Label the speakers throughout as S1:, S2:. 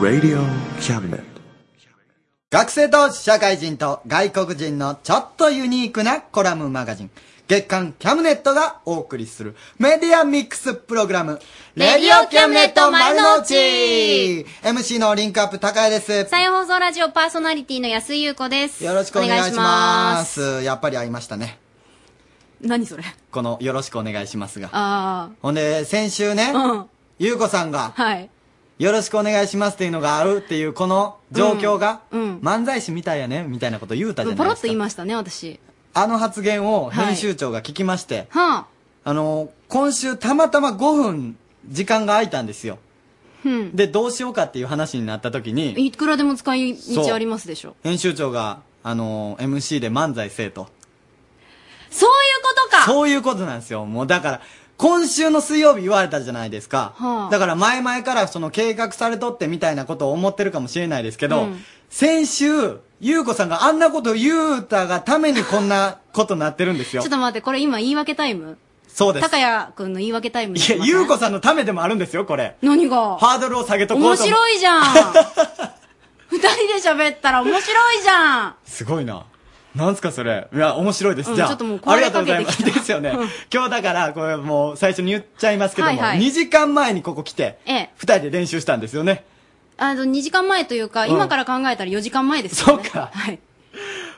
S1: Radio Cabinet.
S2: 学生と社会人と外国人のちょっとユニークなコラムマガジン、月刊キャムネットがお送りするメディアミックスプログラム、
S3: レディオキャムネット丸の内
S2: !MC のリンクアップ高谷です。
S3: 再放送ラジオパーソナリティの安井優子です。
S2: よろしくお願いします。やっぱり会いましたね。
S3: 何それ
S2: この、よろしくお願いしますが。
S3: あ
S2: ほんで、先週ね、ゆうこさんが、
S3: あ。はい。
S2: よろしくお願いしますっていうのがあるっていう、この状況が、
S3: うんうん
S2: 漫才師みたいやね、みたいなこと言うた
S3: ポ
S2: じゃないですか。
S3: ロッと言いましたね、私。
S2: あの発言を編集長が聞きまして、
S3: はあ。
S2: あの、今週たまたま5分時間が空いたんですよ。
S3: うん。
S2: で、どうしようかっていう話になった時に、
S3: いくらでも使い道ありますでしょ。
S2: 編集長が、あの、MC で漫才せえと。
S3: そういうことか
S2: そういうことなんですよ。もうだから、今週の水曜日言われたじゃないですか。
S3: はあ
S2: だから前々からその計画されとってみたいなことを思ってるかもしれないですけど、
S3: うん
S2: 先週、ゆうこさんがあんなこと言うたがためにこんなことになってるんです
S3: ちょ
S2: よ
S3: っ。と待って、これ今言い訳タイム
S2: そうです。
S3: 高谷くんの言い訳タイム
S2: いや、ゆうこさんのためでもあるんですよ、これ。
S3: 何が
S2: ハードルを下げとこうと思っ
S3: 面
S2: て
S3: 白いじゃん二人で喋ったら面白いじゃん
S2: すごいな。なんすかそれ。いや、面白いです。
S3: うん
S2: じゃあ、
S3: ちょっともう
S2: あ
S3: 壊
S2: り
S3: れ
S2: がとう
S3: か
S2: ございま
S3: けてき
S2: す。
S3: た
S2: ですよね。今日だから、これもう最初に言っちゃいますけども、
S3: はいはい
S2: 2時間前にここ来て、
S3: ええ。
S2: 2人で練習したんですよね。
S3: あの、2時間前というか、
S2: うん
S3: 今から考えたら4時間前ですよ、ね。
S2: そうか
S3: はい。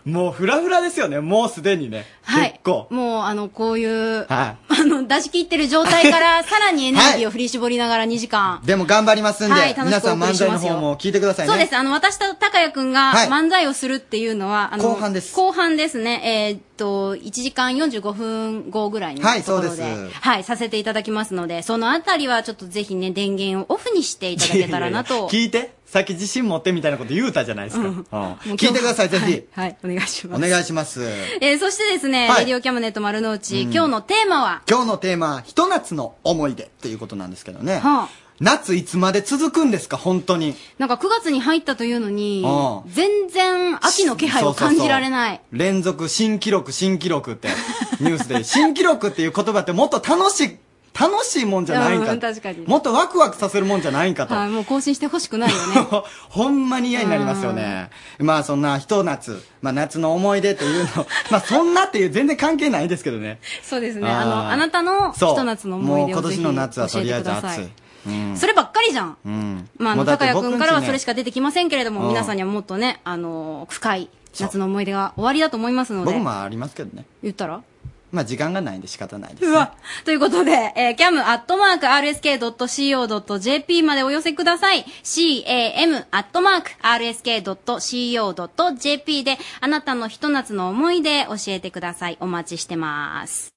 S2: もうフラフラですよね、もうすでにね。
S3: はい。
S2: 結構。
S3: もう、あの、こういう、
S2: は
S3: あの、出し切ってる状態から、さらにエネルギーを振り絞りながら2時間。
S2: い。でも頑張りますんで、
S3: はい楽
S2: 皆
S3: しくお
S2: さん
S3: 送
S2: 漫
S3: りします
S2: 才
S3: よ
S2: の方も聞いてくださいね。
S3: そうです。あの、私と高谷くんが
S2: はい
S3: 漫才をするっていうのは、あの、
S2: 後半です
S3: 後半ですね。えーっと、1時間45分後ぐらいのとこ
S2: は
S3: ろ
S2: い
S3: で、
S2: そうです
S3: はい、させていただきますので、そのあたりはちょっとぜひね、電源をオフにしていただけたらなと。
S2: 聞いて、さっき自信持ってみたいなこと言うたじゃないですか。うん
S3: もう今日
S2: 聞いてください、ぜひ。
S3: はい、はいお願いしま
S2: お
S3: す。
S2: 願いします。
S3: えーそしてですね、
S2: はい
S3: レディオキャムネット丸の内、今日のテーマは、
S2: 今日のテーマは、ひと夏の思い出ということなんですけどね。
S3: はあ
S2: 夏いつまで続くんですか、本当に。
S3: なんか9月に入ったというのに
S2: う、
S3: 全然秋の気配を感じられない。
S2: そうそうそう連続新記録、新記録って、ニュースで、 新記録っていう言葉ってもっと楽しい、楽しいもんじゃないん
S3: う
S2: か
S3: ん確かに
S2: もっとワクワクさせるもんじゃないんかと。
S3: はい、もう更新してほしくないよ ね。
S2: ほんまに嫌になりますよね。まあそんなひと夏、まあ夏の思い出というの、 まあそんなっていう全然関係ないですけどね。
S3: そうですね。
S2: あー
S3: あの、あなたのひ
S2: そう。
S3: と夏の思い出
S2: もう今
S3: をぜ
S2: 年
S3: ひ
S2: の
S3: 教
S2: 夏はとりあ
S3: え
S2: え
S3: てく
S2: ず
S3: ださ
S2: 暑い
S3: い。。そればっかりじゃん。
S2: うん。
S3: まあ、あ
S2: もう
S3: の
S2: だって
S3: 高
S2: 僕
S3: 谷く
S2: ん
S3: んからは
S2: ちね
S3: それしか出てきませんけれど
S2: うん
S3: も、皆さんにはもっとね、あのー、深い夏の思い出が終わりだと思いますの
S2: 僕
S3: で、
S2: もありますけどね。
S3: 言ったら
S2: まあ時間がないんで仕方ないです、
S3: う
S2: ね。
S3: わ。 ということで、えー、cam.rsk.co.jp までお寄せください。cam.rsk.co.jp で、あなたのひと夏の思い出教えてください。お待ちしてます。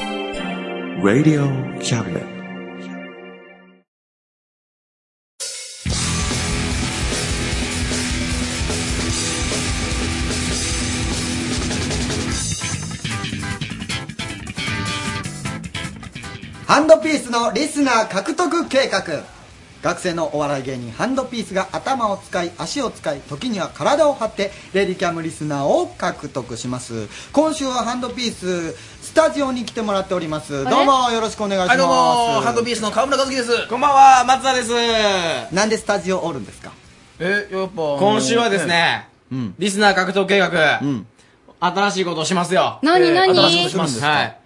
S1: Radio Cabinet.
S2: ハンドピースのリスナー獲得計画学生のお笑い芸人ハンドピースが頭を使い足を使い時には体を張ってレディキャムリスナーを獲得します今週はハンドピーススタジオに来てもらっております
S3: れ
S2: どうもよろしくお願いします、
S4: はいどうもハンドピースの川村和樹です
S5: こんばんは、松田です。
S2: なんでスタジオおるんですか
S4: えやっぱ
S5: 今週はですね、
S2: うん
S5: リスナー獲得計画、
S2: うん
S5: 新しいことをしますよ。
S3: 何
S4: えー
S3: 何
S5: 新しいことしま
S2: 何
S5: す。はい。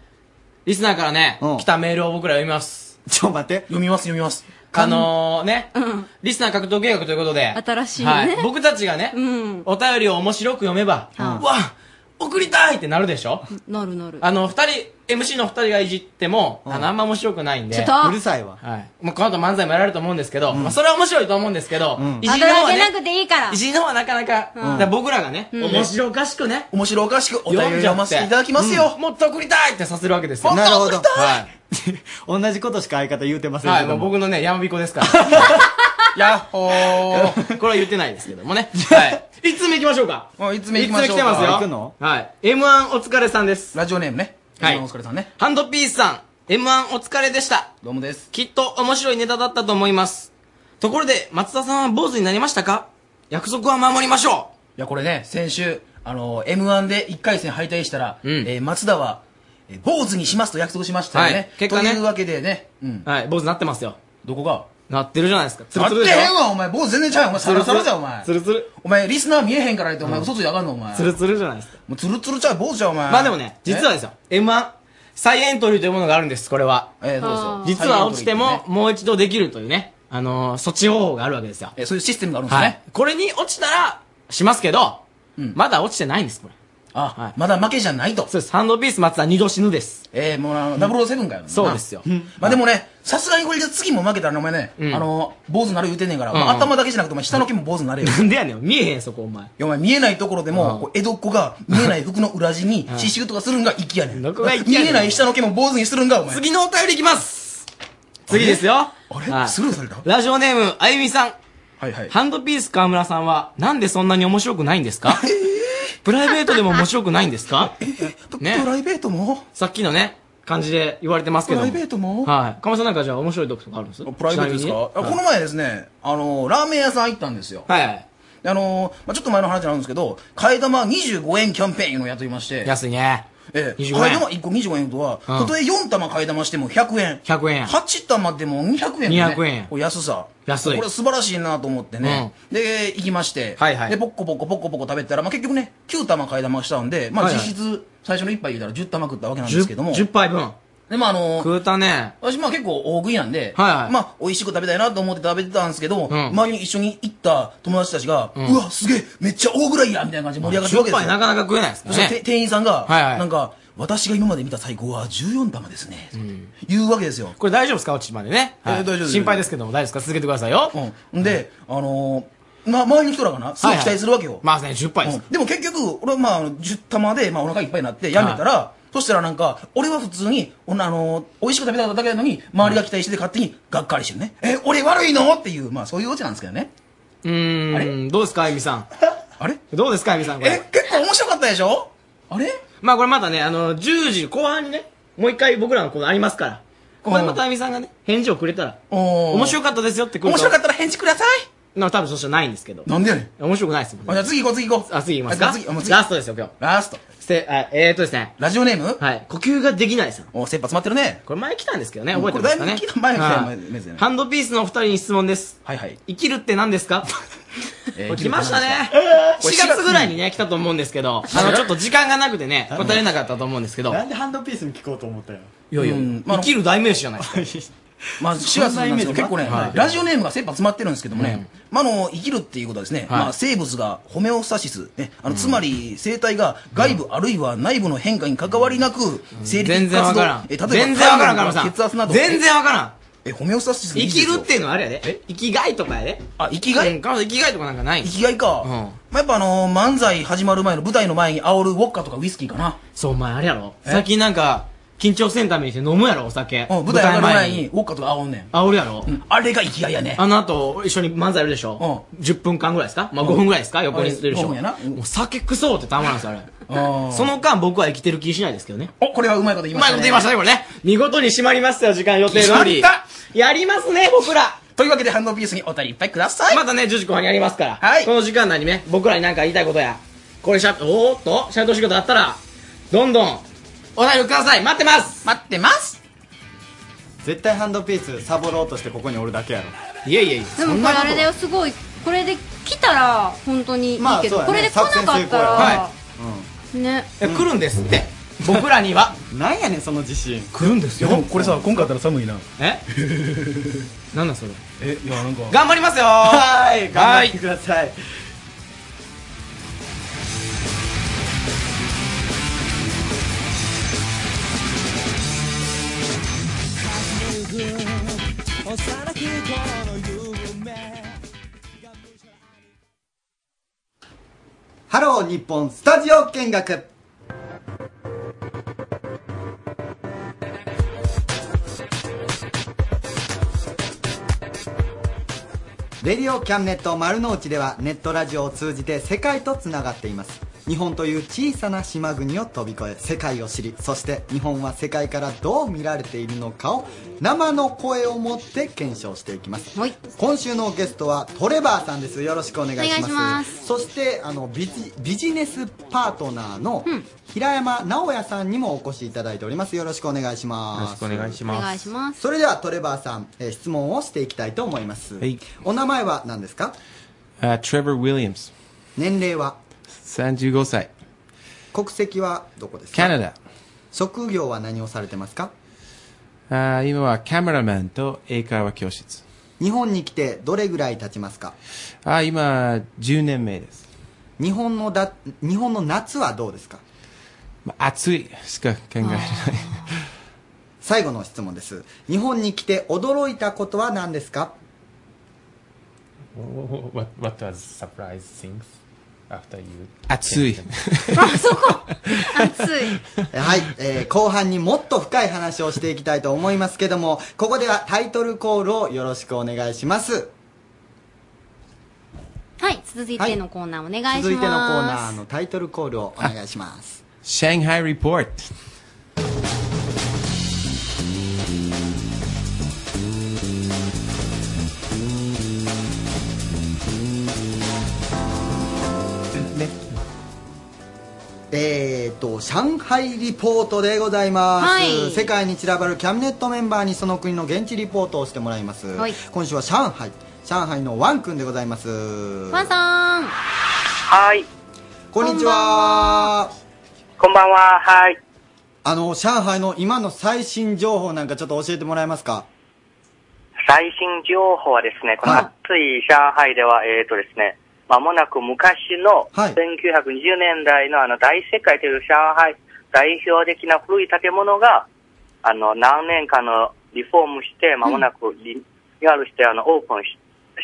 S5: リスナーからね、
S2: うん
S5: 来たメールを僕ら読みます。
S2: ちょ待って
S4: 読みます読みます
S5: あのー、ね、リスナー獲得計画ということで、
S3: 新しいね
S5: はい僕たちがね、
S3: うん
S5: お便りを面白く読めば、うわ送りたいってなるでしょ
S3: なるなる。
S5: あの、二人、MC の二人がいじっても、
S2: うん
S5: あのあんま面白くないんで。
S3: ちょっと
S2: うるさいわ
S5: はい。まあ、この後漫才もやられると思うんですけど、まあ、それは面白いと思うんですけど、
S2: ん
S5: いじりの方
S3: 働
S5: は
S3: け
S5: ね
S3: なくていいから。
S5: 石井の方はなかなか、だから僕らがね、面白おかしくね、
S4: 面白おかしくお便り読ませていただきますよ、
S5: もっと送りたいってさせるわけですよ。
S2: なるほど
S5: は
S2: 同じことしか相方言うてま
S5: い。
S2: せん
S5: は
S2: け
S5: い、も
S2: ど
S5: う
S2: も、
S5: 僕のね、やまびこですから。
S4: やっほー
S5: これは言ってないですけどもね。はい。一つ目行きましょうか。
S4: もういつ目行きましょうか
S5: 一つ目来てますよ。
S2: 行くの
S5: はい。M1 お疲れさんです。
S4: ラジオネームね
S5: はい
S4: 今のお疲れさんね
S5: ハンドピースさん、M1 お疲れでした。
S4: どうもです
S5: きっと面白いネタだったと思います。ところで、松田さんは坊主になりましたか約束は守りましょう。
S4: いやこれね先週あの m 1で1回戦敗退したら、
S5: うん
S4: えー松田は
S6: え坊主にしますと約束しましたよ
S5: はい
S6: ね。
S5: 結果ね
S6: というわけでね。うん。
S5: はい、坊主なってますよ。
S6: どこが
S5: なってるじゃないですか。ツル
S6: なっ
S5: ツ
S6: て
S5: ルでしょ
S6: へんわ、お前。坊主全然ちゃうよ。お前、サラサラじゃん、お前。
S5: ツルツル。
S6: お前、リスナー見えへんから言って、お前、嘘ついてあかんの、お前。
S5: ツルツルじゃないですか。
S6: もうツルツルちゃう、坊主ちゃう、お前。
S5: まあでもね、実はです
S6: よ。
S5: よ、M1、再エントリーというものがあるんです、これは。
S6: ええ、どうぞ
S3: あ。ー
S5: 実は落ちて
S6: はい
S5: も、もう一度できるというね、あのー、措置方法があるわけですよ。
S6: えそういうシステムがあるんです
S5: はい
S6: ね。。
S5: これに落ちたら、しますけど、
S6: うん
S5: まだ落ちてないんです、これ。は
S6: あ
S5: い、
S6: まだ負けじゃないと。
S5: そうです。サンドピース松田二度死ぬです。
S6: ええ、もうあの、ダブルセブンかよ。
S5: そうですよ
S6: なまあでもね、さすがにこれで次も負けたらねお前ね、
S5: うん
S6: あの、坊主になる言うてんねんから、
S5: うんうん
S6: まあ頭だけじゃなくて、お前下の毛も坊主になれよ。
S5: なんでやねん、見えへん、そこ、お前。
S6: いやお前見えないところでも、こう江戸っ子が見えない服の裏地に刺繍とかするんが粋やねん。
S5: どこが粋やねん
S6: 見えない下の毛も坊主にするんが、お前。
S5: 次のお便りいきます次ですよ。
S6: あれ
S5: はい
S6: スルーされた
S5: ラジオネーム、あゆみさん。
S6: はいはい。
S5: ハンドピース川村さんは、なんでそんなに面白くないんで すかプライベートでも面白くないんですか
S6: プ
S5: ね
S6: ライベートも
S5: さっきのね、感じで言われてます
S6: プ
S5: けど
S6: ラ
S5: も。
S6: イベートも
S5: はい。かまさんなんかじゃあ面白いとことかあるんです
S6: プライベートですか、あ
S5: ちなみ
S6: こ
S5: に
S6: の前ですね、あのラーメン屋さん行ったんですよ。
S5: はいはい。
S6: であのまあ、ちょっと前の話になるんですけど、替え玉25円キャンペーンいうのをやっていまして、
S5: 安いね。
S6: ええ、
S5: 25
S6: 替え
S5: 円
S6: 玉。1個25円とは、
S5: うん
S6: たとえ4玉替え玉しても100円。
S5: 100円や
S6: 8玉でも200円、ね。
S5: 200円
S6: これ安さ。
S5: 安い
S6: これ素晴らしいなと思ってね。で、行きまして。
S5: はいはい
S6: で、ポッコポッコポッコポッコ食べてたら、まあ、結局ね、9玉替え玉したんで、まあ、
S5: はいはい
S6: 実質、最初の1杯言うたら10玉食ったわけなんですけども。
S5: 10, 10杯分。
S6: で、まあ、あの
S5: 食うたね。
S6: 私、まあ結構大食いなんで、
S5: はいはい
S6: まあ美味しく食べたいなと思って食べてたんですけど、
S5: うん
S6: 周りに一緒に行った友達たちが、うわ、すげえ、めっちゃ大食いやみたいな感じで盛り上がってるわけ
S5: 10
S6: です
S5: 杯
S6: よ。
S5: なかなか食えないですか
S6: そして、
S5: ね。
S6: 店員さんが、
S5: はいはい
S6: なんか、私が今まで見た最高は14玉ですね、言うわけですよ。
S5: これ大丈夫ですか落ちまでね。
S6: え
S5: はい
S6: 大丈夫です
S5: 心配ですけども大丈夫ですか続けてくださいよ。
S6: うん。で、あのー、まあ周りの人らがな、すごい期待するわけよ。
S5: まあね、10杯です
S6: うん。でも結局、俺はまあ、10玉で、まあ、お腹いっぱいになって、やめたら、そしたらなんか、俺は普通に、おなあのー美味しく食べただけなのに、周りが期待してて勝手にがっかりしてるね。え、俺悪いのっていう、まあ、そういうオチなんですけどね。
S5: うーん、どうですかあゆみさん。
S6: あれ
S5: どうですかあゆみさん、こ
S6: え
S5: れ。、
S6: 結構面白かったでしょあれ
S5: まあこれまたね、あの、10時後半にね、もう一回僕らのコーナーありますから。ここでまたあゆみさんがね、返事をくれたら、
S6: おー
S5: 面白かったですよって来る。
S6: 面白かったたら返事くださ
S5: な、多分そしたらないんですけど
S6: い。なんでやねん。
S5: 面白くないですもん
S6: あじゃ
S5: ね。
S6: あ次行こう、次行こう。
S5: あ、次いきますか
S6: あ次、あもう次。
S5: ラストですよ、今日。
S6: ラスト。
S5: せ、あ、えーっとですね。
S6: ラジオネーム
S5: はい。呼吸ができないさん。
S6: お、切羽詰まってるね。
S5: これ前来たんですけどね、
S6: うん
S5: 覚えてますかね。
S6: これだいぶ来た前に来た
S5: はい
S6: やつやね
S5: ハンドピースのお二人に質問です。
S6: はいはい。
S5: 生きるって何ですか
S6: えー
S5: これ来ましたね。4
S6: これ4
S5: 月ぐらいにね、来たと思うんですけど、あの、ちょっと時間がなくてね、答えれなかったと思うんですけど、い
S2: なんでハンドピースに聞こうと思ったよ
S5: やいや
S6: うん、まあ
S5: 生きる代名詞じゃないですか。
S6: まあ、4月なんですけど、結構ね、
S5: はい
S6: ラジオネームが切羽詰まってるんですけどもね、まあ、あの、生きるっていうことはですね、まあ、生物がホメオスタシス、ね、あの、つまり、生体が外部あるいは内部の変化に関わりなく、生理
S5: 全
S6: 的
S5: 然わ
S6: 活動
S5: からん。
S6: え、例え
S5: 全
S6: ば、
S5: 然わからん、カムさん。
S6: 血圧など、
S5: 全然わからん。
S6: え、えホメオスタシスの
S5: 生
S6: 技
S5: き
S6: 術を
S5: るっていうのはあれやで。生きがいとかやで。
S6: あ、生きが
S5: う
S6: い
S5: んカムさん、生きがいとかなんかない
S6: 生。きがいか。
S5: うん
S6: まあ、やっぱあの、漫才始まる前の舞台の前に煽るウォッカとかウイスキーかな。
S5: そう、お前あれやろ。
S6: え
S5: 最近なんか、緊張せんためにして飲むやろ、お酒。
S6: うん、舞台上がる前にウ。ォッカとか煽んねん。
S5: あ、俺やろ
S6: う。ん、あれが生きがいやね。
S5: あの後、一緒に漫才やるでしょ10分間ぐらいですかまあ
S6: うん
S5: 5分ぐらいですか横にするでし
S6: うん
S5: ょ
S6: 五分やなうん
S5: もう酒くそーってたまらんすよ、あれ。
S6: あ
S5: そ
S6: その、
S5: の間僕は生きてる気しないですけどね。
S6: お、これはうまいこと言いうまし
S5: ま
S6: たね。
S5: いこと言いましたね、これね。見事に締まりましたよ、時間予定通り。
S6: 決まっ
S5: やりますね、僕ら
S6: というわけで、ハンドピースにお便りいっぱいください。
S5: またね、10時後半にやりますから。
S6: はい
S5: この時間内にね、僕らに何か言いたいことや、これしゃ、おーっと、しゃべってほしいことあったら、どんどん、お便りください待ってます
S6: 待ってます。
S2: 絶対ハンドピースサボろうとしてここにおるだけやろ
S5: いやいやいや。
S3: でもこれあれだよすごいこれで来たら本当にいい
S2: まあ
S3: けど、
S2: そうやね
S3: これで来なかったら、
S5: は
S3: ね
S5: え来るんですって。僕らには。
S2: なんやねんその自信
S5: 来るんです
S7: いやでもこれさ今回あったら寒いな
S5: えなんだそれ。
S7: えいやなんか
S5: 頑張りますよー
S2: はい頑
S5: は
S2: 張っ
S5: い
S2: てくださいハロー日本スタジオ見学レディオキャンネット丸の内ではネットラジオを通じて世界とつながっています日本という小さな島国を飛び越え世界を知りそして日本は世界からどう見られているのかを生の声を持って検証していきます
S3: はい
S2: 今週のゲストはトレバーさんですよろしくお願いします
S3: お願いします
S2: そしてあのビジビジネスパートナーの平山直哉さんにもお越しいただいておりますよろしくお願いします
S8: よろしくお願いし
S3: お
S8: ま
S3: 願い
S8: す。
S3: します
S2: それではトレバーさん、えー質問をしていきたいと思います、
S8: はい
S2: お名前は何ですか
S8: あ Trevor Williams、
S2: 年齢は
S8: 35歳、
S2: 国籍はどこですか
S8: カナダ。
S2: 職業は何をされてますか
S8: あ今はカメラマンと英会話教室。
S2: 日本に来てどれぐらい経ちますか
S8: あ今、10年目です。
S2: 日本のだ日本の夏はどうですか
S8: まあ、暑いしか考えられない。
S2: 最後の質問です日本に来て驚いたことは何ですか
S9: What what was surprise things after you?
S8: 暑い。
S3: 熱い
S2: はい、えー後半にもっと深い話をしていきたいと思いますけどもここではタイトルコールをよろしくお願いします
S3: はい続いてのコーナーお願いします
S2: 続いてのコーナーのタイトルコールをお願いします
S8: 上海 Report。
S2: えー、と上海リポートでございます、
S3: はい
S2: 世界に散らばるキャビネットメンバーにその国の現地リポートをしてもらいます、
S3: はい
S2: 今週は上海上海のワンくんでございます
S3: ファンさん
S10: はい。
S2: こんにち
S3: こんばん
S2: は
S10: こんばんは。はい。
S2: あの上海の今の最新情報なんかちょっと教えてもらえますか
S10: 最新情報はですね、この
S2: はい
S10: 暑い上海では、えっ、ー、とですね、まもなく昔の
S2: はい
S10: 1920年代のあの大世界という上海代表的な古い建物が、あの、何年かのリフォームして、まもなくリニューアルして、あの、オープンし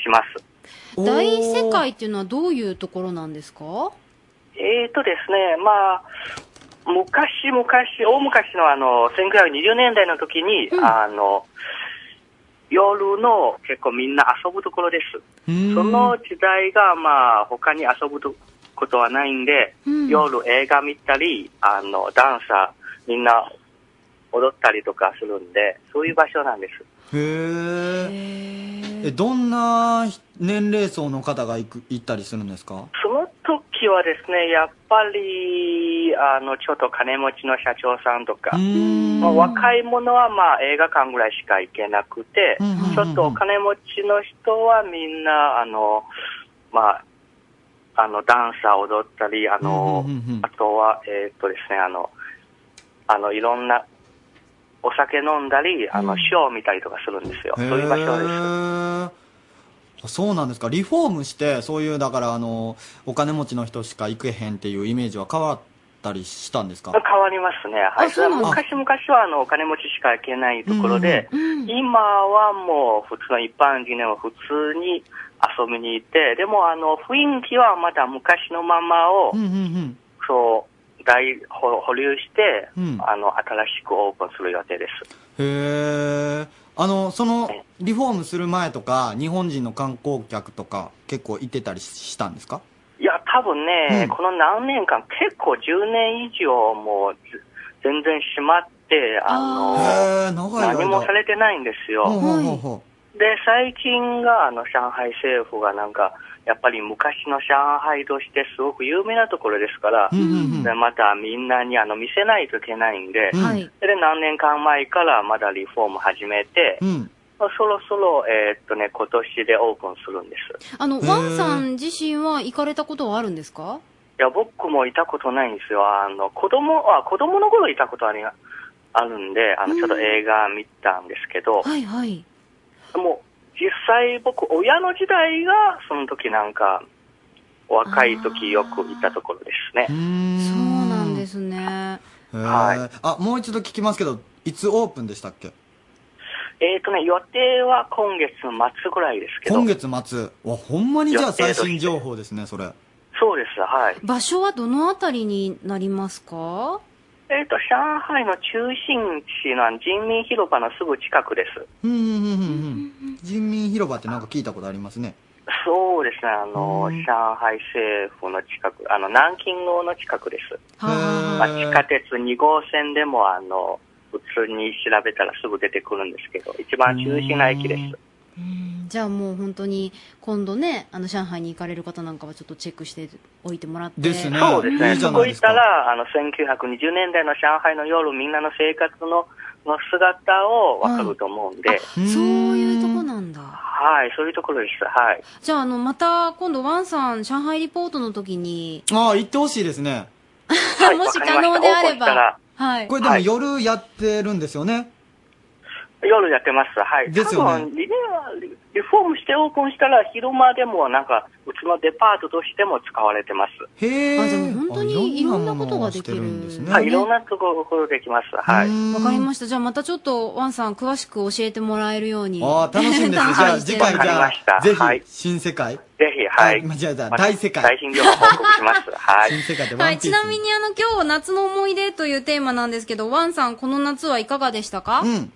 S10: します。
S3: 大世界っていうのはどういうところなんですか
S10: えーとですね、まあ、昔々、大昔のあの、1920年代の時に、
S3: うん
S10: あの、夜の結構みんな遊ぶところです。その時代が、まあ、他に遊ぶことはないんで、
S3: うん
S10: 夜映画見たり、あの、ダンサー、みんな踊ったりとかするんで、そういう場所なんです。
S2: へーえどんな年齢層の方が行く行ったりするんですか
S10: その時はですね、やっぱり、あの、ちょっと金持ちの社長さんとか、
S2: ん
S10: まあ、若い者はまあ映画館ぐらいしか行けなくて、
S2: うんうんうんうん
S10: ちょっとお金持ちの人はみんな、あの、まあ、あの、ダンサー踊ったり、あの、
S2: うんうんうんうん
S10: あとは、えーっとですね、あの、あの、いろんな、お酒飲んだり、あの、ショーを見たりとかするんですよ。
S2: へ
S10: そういう場所です。
S2: ーあそうなんですかリフォームしてそういうだからあのお金持ちの人しか行けへんっていうイメージは変わったりしたんですか
S10: 変わりますね。は
S3: あ
S10: い。そ
S3: そう
S10: れ
S3: な
S10: は
S3: んだ
S10: 昔々はあのお金持ちしか行けないところで、今はもう普通の一般人でも普通に遊びに行って、でもあの雰囲気はまだ昔のままを、
S2: うんうんうん
S10: そう、大保保留して、
S2: うん
S10: あの新しくオープンする予定です。
S2: へえあのそのリフォームする前とか日本人の観光客とか結構行ってたりしたんですか
S10: いや、多分ね、
S2: うん
S10: この何年間結構10年以上もうず全然閉まって、あ
S2: へ
S10: の、
S2: え長い間
S10: 何もされてないんですよ。
S2: ほうほうほうほ
S10: で、最近が、あの、上海政府がなんか、やっぱり昔の上海としてすごく有名なところですから、
S2: ううんうん
S10: でまたみんなにあの見せないといけないんで、
S2: うん
S3: はい
S10: それで何年間前からまだリフォーム始めて、
S2: うんうん
S10: まあそろそろ、えーっとね、今年でオープンするんです。
S3: あの
S2: ー
S3: ワンさん自身は行かれたことはあるんですか
S10: いや、僕もいたことないんですよ。あの、子供、あ、子供の頃いたことありあるんで、あの、ちょっと映画見たんですけど、
S3: はいはい
S10: もう実際僕親の時代がその時なんか若い時よく行ったところですね
S3: そうなんですすね
S10: は
S2: あもう一度聞きますけどいつオープンでしたっけ
S10: えっ、とね予定は今月末ぐらいですけど
S2: 今月末わほんまにじゃあ最新情報ですねそれ
S10: そうですはい
S3: 場所はどのあたりになりますか
S10: えっ、と上海の中心地の人民広場のすぐ近くです
S2: うんうんうんうんうん人民広場ってなんか聞いたことありますね
S10: そうですね、あの、上海政府の近く、あの、南京路の近くです。まあ、地下鉄2号線でも、あの、普通に調べたらすぐ出てくるんですけど、一番中心な駅です。
S3: じゃあもう本当に今度ねあの上海に行かれる方なんかはちょっとチェックしておいてもらって
S2: ですね
S10: そうです
S2: い
S10: ね、
S2: いじゃ
S10: そ
S2: ない
S10: こ
S2: で
S10: 行
S2: す
S10: っ
S2: か
S10: たら、あの、1920年代の上海の夜、みんなの生活の、の姿をわかると思うんで、
S3: そういうとこなんだ
S10: はい、そういうところです。はい。
S3: じゃああのまた今度ワンさん上海リポートの時に
S2: ああ、行ってほしいですね。
S10: はい
S3: もし
S10: わかりまた
S3: 可能であれ
S10: 応募したら
S3: ばはい
S2: これでも夜やってるんですよね。
S10: 夜やってます。はい。
S2: ですよね
S10: 多分リニューアル、リフォームしてオープンしたら、昼間でもなんか、うちのデパートとしても使われてます。
S2: へえ。
S3: あじゃあ本当に
S2: あ
S3: いろんなことが
S2: を
S3: でき
S2: して
S3: る
S2: るんですね。
S10: はい、いろんなところできます。はい。
S3: わかりましたじゃあまたちょっとワンさん詳しく教えてもらえるように
S2: ああ、 楽しみですね。じ ゃあ次回じ
S10: わかり
S2: ゃ
S10: ました
S2: あ、ぜ
S10: はい
S2: ひ、新世界。
S10: ぜひ、はい。
S2: あじゃあじゃあ
S10: また
S2: 大世界
S10: 最新情報報告します。はい。
S2: 新世界でワ
S3: は
S2: ン
S3: い、
S2: ピ
S3: ち
S2: ース。
S3: なみにあの今日夏の思い出というテーマなんですけどワンさんこの夏はいかがでしたか、
S2: うん。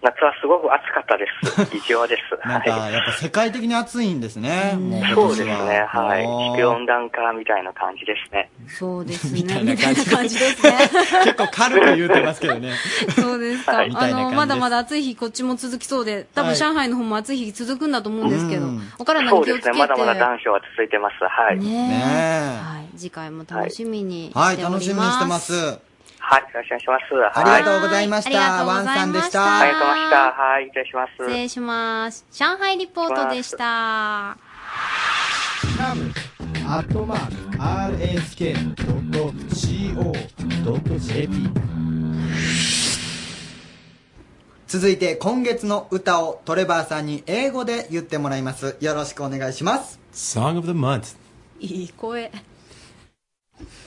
S10: 夏はすごく暑かった です。異常です。
S2: なん
S10: は
S2: か、
S10: い。
S2: やっぱ世界的に暑いんですね。もう今年は
S10: そうですね。はい。地球温
S2: い。
S10: 暖化みたいな感じですね。
S3: そうです ねみたいな感じですね
S2: 結構軽く言うてますけどね。
S3: そうですか、
S10: はい
S2: みた
S3: あ
S2: いな感じです
S3: のまだまだ暑い日こっちも続きそうで多分
S2: はい
S3: 上海の方も暑い日続くんだと思うんですけど、
S2: うん
S3: お体
S10: そ
S3: に
S10: う
S3: 気を
S10: で
S3: つ
S10: す
S3: け
S10: ね。ま
S3: て
S10: だまだ残暑は続いてます。はい。
S3: ねえ
S2: ねえ
S3: はい、次回も楽しみにしておりま
S2: は
S3: す、
S2: い、楽しみにしてます。
S10: はい。よろしくお願いします。
S2: あり
S10: はい。
S2: がとうございました
S3: はいありがとうございま
S2: ワンさんでした
S10: ありがとうございました。はい。失礼します。
S3: 失礼します上海リポートでした
S11: アットマーク RSK.CO.JP
S2: 続いて、今月の歌をトレバーさんに英語で言ってもらいます。よろしくお願いします。
S8: Song of the Month.
S3: いい声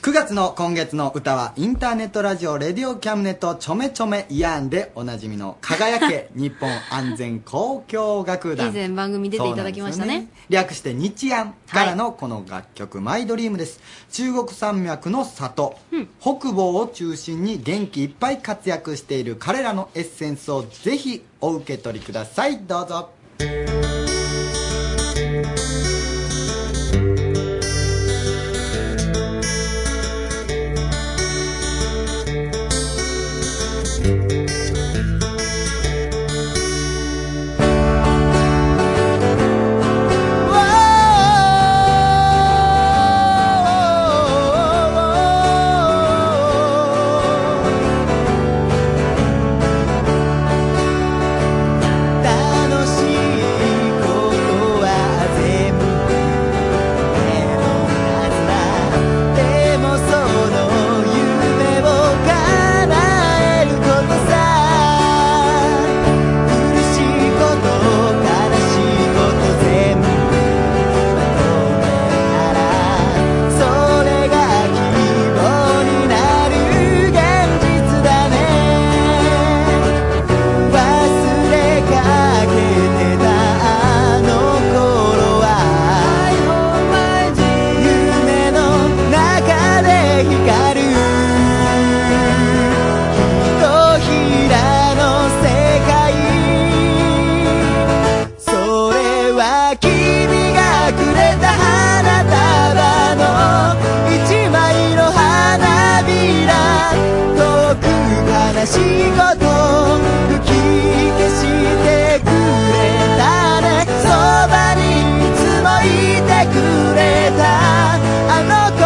S2: 9月の今月の歌はインターネットラジオレディオキャムネットちょめちょめイヤーンでおなじみの輝け日本安全交響楽団
S3: 以前番組出ていただきました
S2: そうなん
S3: ね
S2: ですよ略して日安からのこの楽曲「マイドリームです中国山脈の里、北房を中心に元気いっぱい活躍している彼らのエッセンスをぜひお受け取りくださいどうぞ
S11: 楽しいことは全部でもなずなでもその夢を叶えることさ苦しいこと悲しいこと全部まとめたらそれが希望になる現実だね忘れかけてたあの頃は夢の中で光るひとひらの世界それは君がくれた花束の一枚の花びら遠く悲しいこと吹き消してくれたねそばにいつもいてくれたあの頃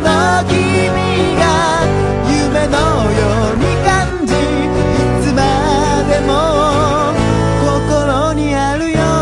S11: の君が夢のように感じいつまでも心にあるよ「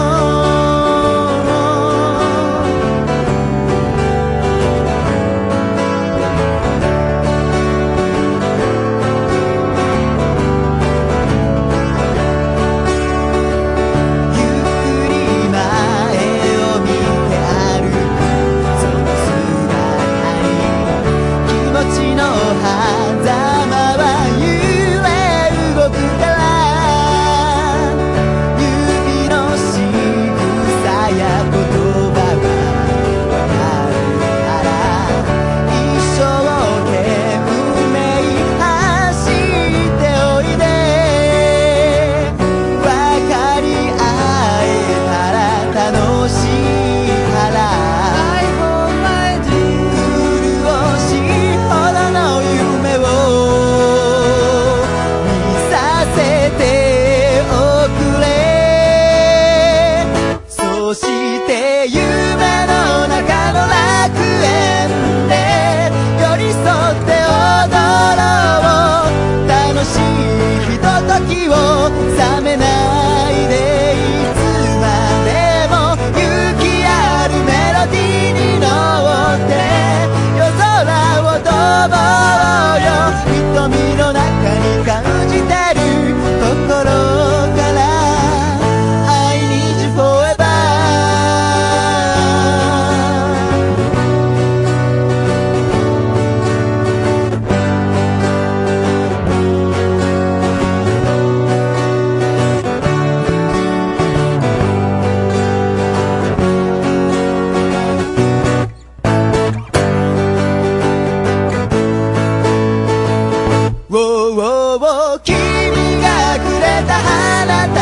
S11: を君がくれた花束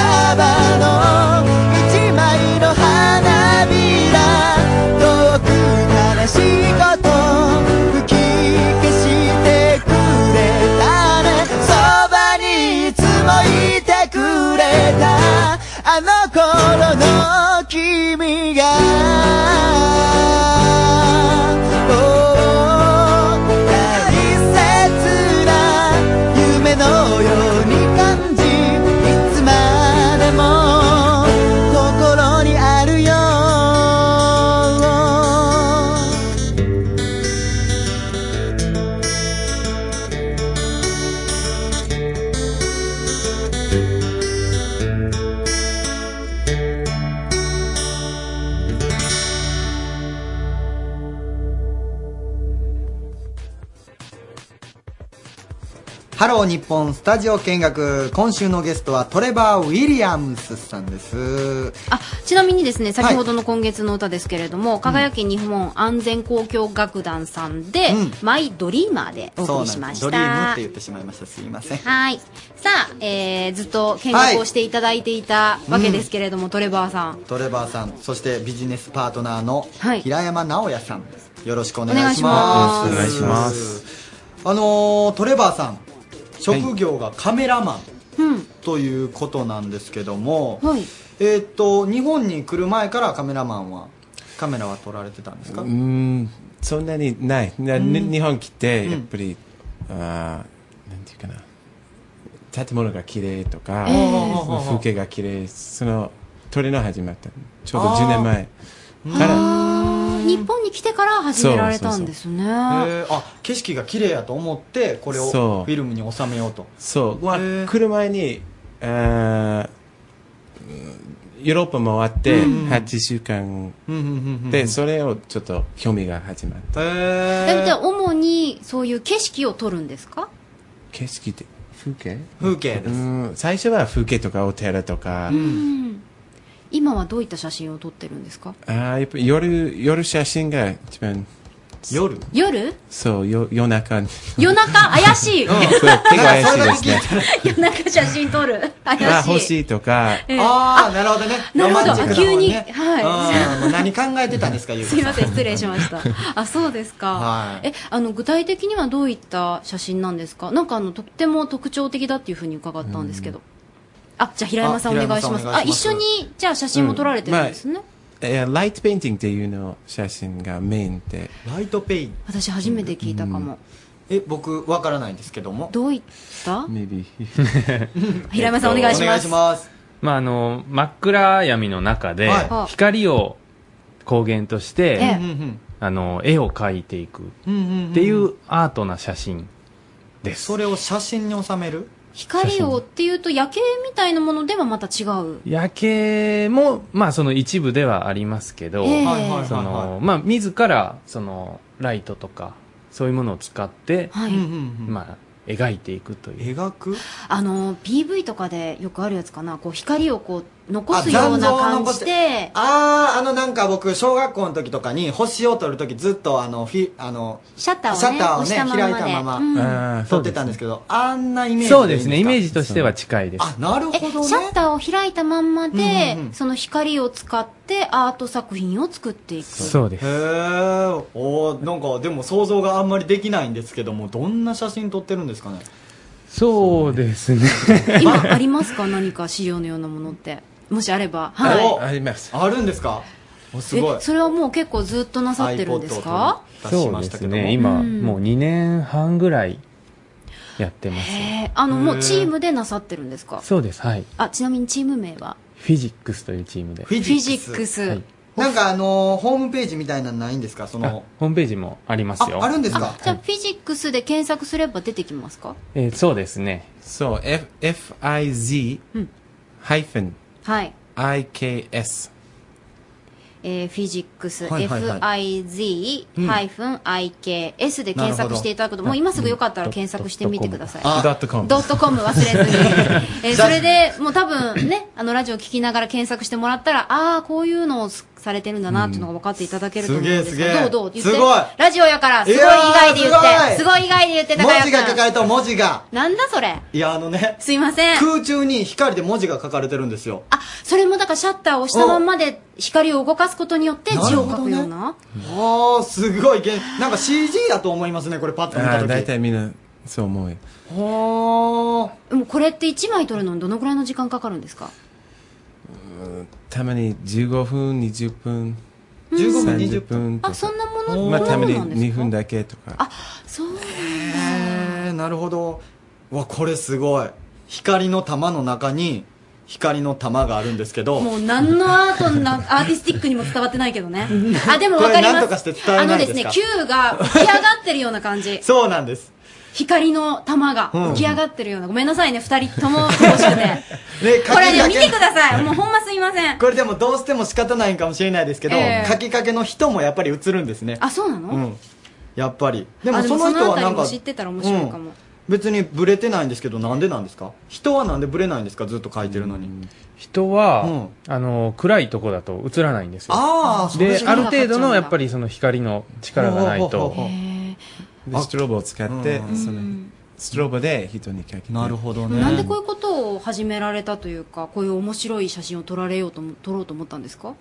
S11: の一枚の花びら遠く悲しいこと吹き消してくれたねそばにいつもいてくれたあの頃の君が大切な夢のように感じいつまでも心にあるよ
S2: ハロー日本スタジオ見学今週のゲストはトレバー・ウィリアムスさんです
S3: あちなみにですね先ほどの今月の歌ですけれども、輝き日本安全交響楽団さんで「マイ・ドリーマー」でお送りしました
S2: ドリームって言ってしまいましたすいません
S3: はいさあ、えーずっと見学をしていただいていたわけですけれども、トレバーさん
S2: トレバーさんそしてビジネスパートナーの平山直也さん、よろしくお願いします
S8: お願いします
S2: あのートレバーさん職業がカメラマン
S3: うん
S2: ということなんですけども、
S3: はい
S2: えーっと日本に来る前からカメラマンはカメラは撮られてたんですか、
S8: うーんそんなにないなに
S2: うん
S8: 日本来て
S2: うん
S8: やっぱり、あーなんていうかな建物が綺麗とか、
S6: ええ
S8: 風景が綺麗その鳥の始まったちょうど10年前から
S3: あー日本に来てから始められたんですね
S2: へーあ景色が綺麗やと思ってこれをフ
S8: そう
S2: ィルムに収めようと
S8: そう、まあ、来る前にあーうんヨーロッパ回って
S2: うん
S8: 8週間
S2: うんうんうんうん
S8: でそれをちょっと興味が始まった
S3: えじゃあ主にそういう景色を撮るんですか
S8: 景色って風景
S2: 風景です
S8: うん最初は風景とかお寺とか、
S3: うん今はどういった写真を撮ってるんですか
S8: あーやっぱ夜夜写真が一番
S2: 夜
S3: 夜
S8: そうよ夜中に
S3: 夜中怪しい、
S8: そう結構怪しいですね
S3: 夜中写真撮る怪しい
S8: あ欲しいとか
S3: ええ
S2: ああなるほどね
S3: なるほ
S2: ロ
S3: ど
S2: マンチックな方
S3: 急に、
S2: ねあーも
S3: は
S2: う何考えてたん ですかゆ
S3: い
S2: う
S3: す
S2: こ
S3: いません失礼し ましたあそうですか、
S2: はい
S3: えあの具体的にはどういった写真なんですかなんかあのとっても特徴的だっていうふうに伺ったんですけど、あじゃあ平山さんお願いしますあ
S8: あ平山さんお願いします
S3: 一緒にじゃあ写真も撮られてるんですね、
S8: いやライトペインティングっていうの写真がメインで
S2: ライトペイン
S3: 私初めて聞いたかも、
S2: え僕わからないんですけども
S3: どういった、
S8: Maybe
S3: 平山さんお願いします
S2: お願いします
S9: まああの真っ暗闇の中で、
S2: はい
S9: 光を光源として、
S2: ええうんうんうん
S9: あの絵を描いていく
S2: うんうんうん
S9: っていうアートな写真です、
S2: それを写真に収める
S3: 光をっていうと夜景みたいなものではまた違う
S9: 夜景もまあその一部ではありますけど、
S3: ええはいはいはいはい
S9: そのまあ自らそのライトとかそういうものを使って、
S3: はいうんうんうん
S9: まあ描いていくという
S2: 描く
S3: あの PV とかでよくあるやつかなこう光をこう残すような感じで
S2: あーあのなんか僕小学校の時とかに星を撮る時ずっとあのフィあの
S3: シャッターをね
S2: シャッターを
S3: 押したままで
S2: 開いたまま、
S3: うん
S2: 撮ってたんですけどあんなイメージ
S9: そうですねイメー
S2: ジ
S9: ジとしては近いですあ
S2: なる
S3: えシャッターを開いたまんまで、その光を使ってアート作品を作っていく
S9: そうです
S2: へえおーなんかでも想像があんまりできないんですけどもどんな写真撮ってるんですかね
S9: そうですね
S3: 今ありますか 何か資料のようなものってもしあればはい
S2: ありますあるんですかおすごい
S3: えそれはもう結構ずっとなさってるんですか
S9: そうですね今、
S3: うん
S9: もう2年半ぐらいやってます
S3: へえあのもうチームでなさってるんですか
S9: そうですはい
S3: あちなみにチーム名は
S9: フィジックスというチームで
S3: フィジックス
S9: はい
S2: なんかあのーホームページみたいなのないんですかそ
S9: あ
S2: の
S9: ホームページもありますよ
S2: ああるんですか
S3: じゃあフィジックスで検索すれば出てきますか
S9: えーそうですね
S8: そう F- FIZ
S3: うん
S8: ハイフン
S3: はい
S8: IKS
S3: えー、フィジックス、
S8: はいはいは
S3: FIZ-IKS で検索していただくと、
S8: なるほど
S3: もう今すぐよかったら検索してみてください。
S8: ドットコム
S3: ドットコ ム忘れずに。えーそれで、もう多分ね、あの、ラジオ聞きながら検索してもらったら、ああ、こういうのをさされてるんだなっていうのが分かっていただけると思うん
S2: すげえ
S3: ですけど、
S2: すげえ
S3: どうどう言って
S2: すごい
S3: ラジオやから、すごい以外で言って、すごい以外で言って、高
S2: 文
S3: 安
S2: 字が書か
S3: 君。
S2: れた文字が
S3: なんだそれ
S2: いやあのね
S3: すいません。
S2: 空中に光で文字が書かれてるんですよ
S3: それもだからシャッターを押したまんまで光を動かすことによって
S2: な
S3: 字
S2: る
S3: を
S2: ほ
S3: 書
S2: ど
S3: く
S2: ね
S3: よう
S2: あ
S3: な。
S2: あすごいげんなんか CG やと思いますねこれパッと見た
S8: あー
S2: 時
S8: 大体みんなそう思うよ
S2: ほ
S3: でもこれって1枚撮るのにどのくらいの時間かかるんですか
S8: うんたまに15分20分
S3: うん15分20
S8: 分とか
S3: あ、そんなもの
S8: まあたまに
S3: そうなんですか
S8: 2分だけとか
S3: そうなんだ。
S2: えー、なるほどうわこれすごい光の玉の中に光の玉があるんですけど
S3: もう何のアートな、アーティスティックにも伝わってないけ どね。あ、でもわかり
S2: これ何
S3: ま
S2: とかして
S3: す。
S2: 伝
S3: あ
S2: えな
S3: の
S2: い
S3: で
S2: ですす
S3: ね
S2: か、
S3: 球が浮き上がってるような感じ。
S2: そうなんです
S3: 光の玉が浮き上がってるような。ごめんなさいね、二人とも。
S2: で
S3: これね、見てくださ。
S2: はいい
S3: もうほんますいません。
S2: これでもどうしても仕方ないんかもしれないですけど、
S3: ええ
S2: 書きかけの人もやっぱり映るんですね
S3: あ、そうな
S2: う
S3: の
S2: んやっぱりでも
S3: あ
S2: その人はなん
S3: あたりも
S2: か
S3: 知ってたら面白いかも。
S2: 別にブレてないんですけどなんでなんですか人はなんでブレないんですかずっと書いてるのに
S9: 人は、あの暗いとこだと映らないんですよ
S2: あー
S9: で
S2: それ
S9: ある程度のやっぱりその光の力がない
S2: ほう
S9: と
S2: ほうほうほ
S8: でストロボを使って
S2: うん
S8: そのストロボで人にかけてなる
S2: ほど
S3: なんでこういうことを始められたというか、こういう面白い写真を撮られようとも、撮ろうと思ったんですか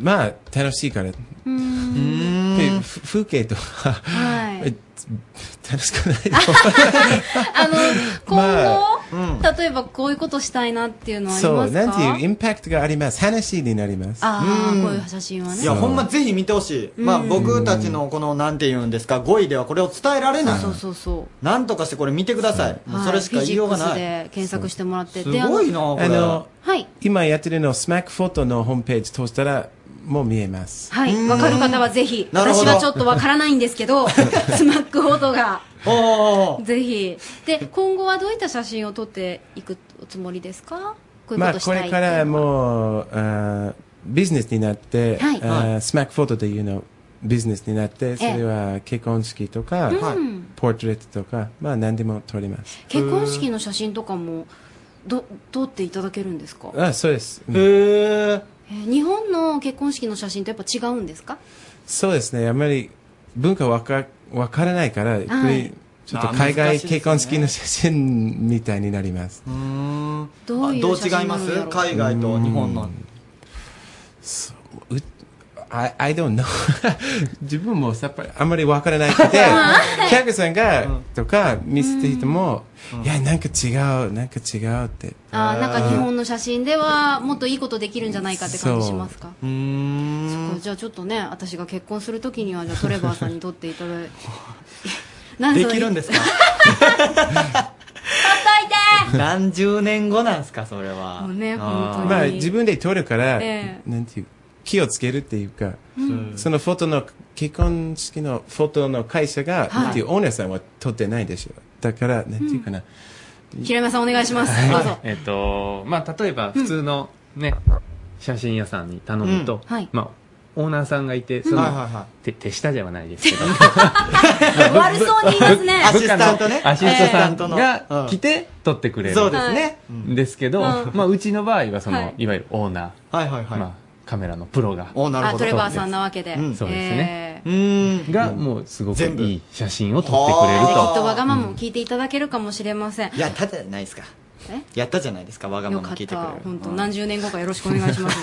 S8: まあ楽しいから
S3: うーん。
S8: でふ風景とか、
S3: はい
S8: え 楽しくない
S3: あの、 今後、
S8: ま
S3: 例えばこういうことしたいなっていうのはあり
S8: そ
S3: ま
S8: う
S3: すか
S8: なんていうインパクトがあります話になります
S3: ああ、こういう写真はね。
S2: いやほんまぜひ見てほしい、まあ、
S3: うん
S2: 僕たちのこのなんて言うんですか語彙ではこれを伝えられない
S3: そうそうそ
S2: なんとかしてこれ見てください、
S3: う。
S2: もう
S3: はい
S2: それしか言いようが
S3: フィ
S2: ない、
S3: ジックスで検索してもらって。
S2: そう
S3: であの
S2: すごいなこれ
S8: あの
S3: はい。
S8: 今やってるのスマックフォトのホームページ通したらもう見えます
S3: はい。わかる方はぜひ。
S8: なるほ
S3: 私
S8: ど
S3: はちょっとわからないんです けど、スマックフォトが。ぜひ。で、今後はどういった写真を撮っていくおつもりですかこういう
S8: ま
S3: こ
S8: あ
S3: とし
S8: こ
S3: たい
S8: れか
S3: ってい
S8: ら
S3: うのは
S8: もうあービジネスになって、
S3: はい
S8: あースマックフォトというのビジネスになってそれは結婚式とか、
S3: うん
S8: ポートレートとかまあ何でも撮ります
S3: 結婚式の写真とかもど撮っていただけるんですか、
S8: あそうです、うん
S2: へ
S3: えー日本の結婚式の写真とやっぱ違うんですか
S8: そうですねあんまり文化わかわからないから、やっぱりちょっと
S2: あー
S8: 海
S2: 難しい
S8: 外
S2: ですね
S8: 結婚式の写真みたいになります
S3: どういう
S2: あどう
S3: 写真
S2: 違います
S3: なんだろう
S2: 海外と日本
S8: う
S2: の
S8: んそうう I, I don't know 自分もさっぱりあんまりわからなく てキャンさんが、とか見せて人も、いやなんか違うなんか違うって
S3: あーなんか日本の写真ではもっといいことできるんじゃないかって感じしますか
S2: うー
S3: そっかじゃあちょっとね私が結婚するときにはじゃあトレバーさんに撮っていた だいなん
S2: で
S3: それ
S2: きるんですか
S3: ほっといて
S2: 何十年後なんすかそれは
S3: もうね本当に
S8: まあ自分で撮るから、
S3: え
S8: なんていう気をつけるっていうか、
S3: うん
S8: そのフォトの結婚式のフォトの会社が、
S3: はい
S8: なんていうオーナーさんは撮ってないでしょだからなんていうかな、
S3: 平山さんお願いしますどうぞ
S9: えっとまあ例えば普通のね、写真屋さんに頼むと、
S3: うんはい
S9: まあオーナーさんがいてその、
S2: はいはいは
S9: 手手下じゃないですけど
S3: 悪そうに言いますね
S9: 部部下の
S2: アシスタントね
S9: アシスタン
S2: え
S9: ト
S2: え
S9: が来て撮ってくれる
S2: そうですね
S9: ですけど、
S3: うん
S9: まあうちの場合はその、
S3: はい
S9: い、わゆるオーナ
S2: ー、
S9: まあ、カメラのプロが
S2: おなる
S3: あ
S2: ほど
S3: トレバーさんなわけで、
S9: うんそうですね
S2: うん
S9: がもうすごくいい写真を撮ってくれ
S3: え
S9: る
S3: ーきっと
S9: と
S3: わがままも聞いていただけるかもしれません、
S2: やったじゃないですか
S3: え
S2: やったじゃないですかわがま
S3: よ
S2: ま
S3: かっ
S2: 聞いて
S3: た
S2: くれる
S3: 本当
S2: うん
S3: 何十年後かよろしくお願い します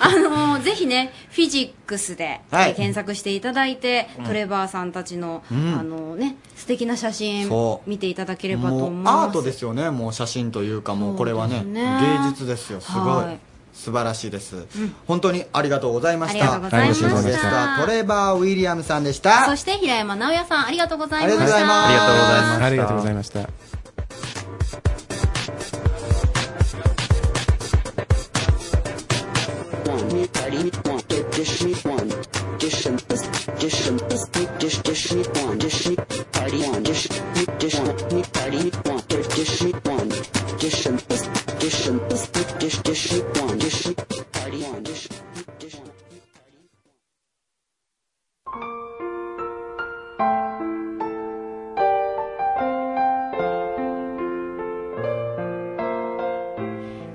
S3: あのーぜひねフィジックスで、
S2: はい
S3: えー検索していただいて、
S2: うん
S3: トレバーさんたちの、
S2: うん
S3: あのーね素敵な写真
S2: そう
S3: 見ていただければと
S2: もう
S3: 思います
S2: アートですよねもう写真というかもうこれはね
S3: そうですね
S2: 芸術ですよすごい
S3: はい
S2: 素晴らしいです本当にありがとうございました
S3: ありがとうございました
S2: 本日のゲストはトレバー・ウィリアムさんでした
S3: そして平山直哉さんありがとうございました
S2: ありがとうございますありがとうございます
S8: ありがとうございました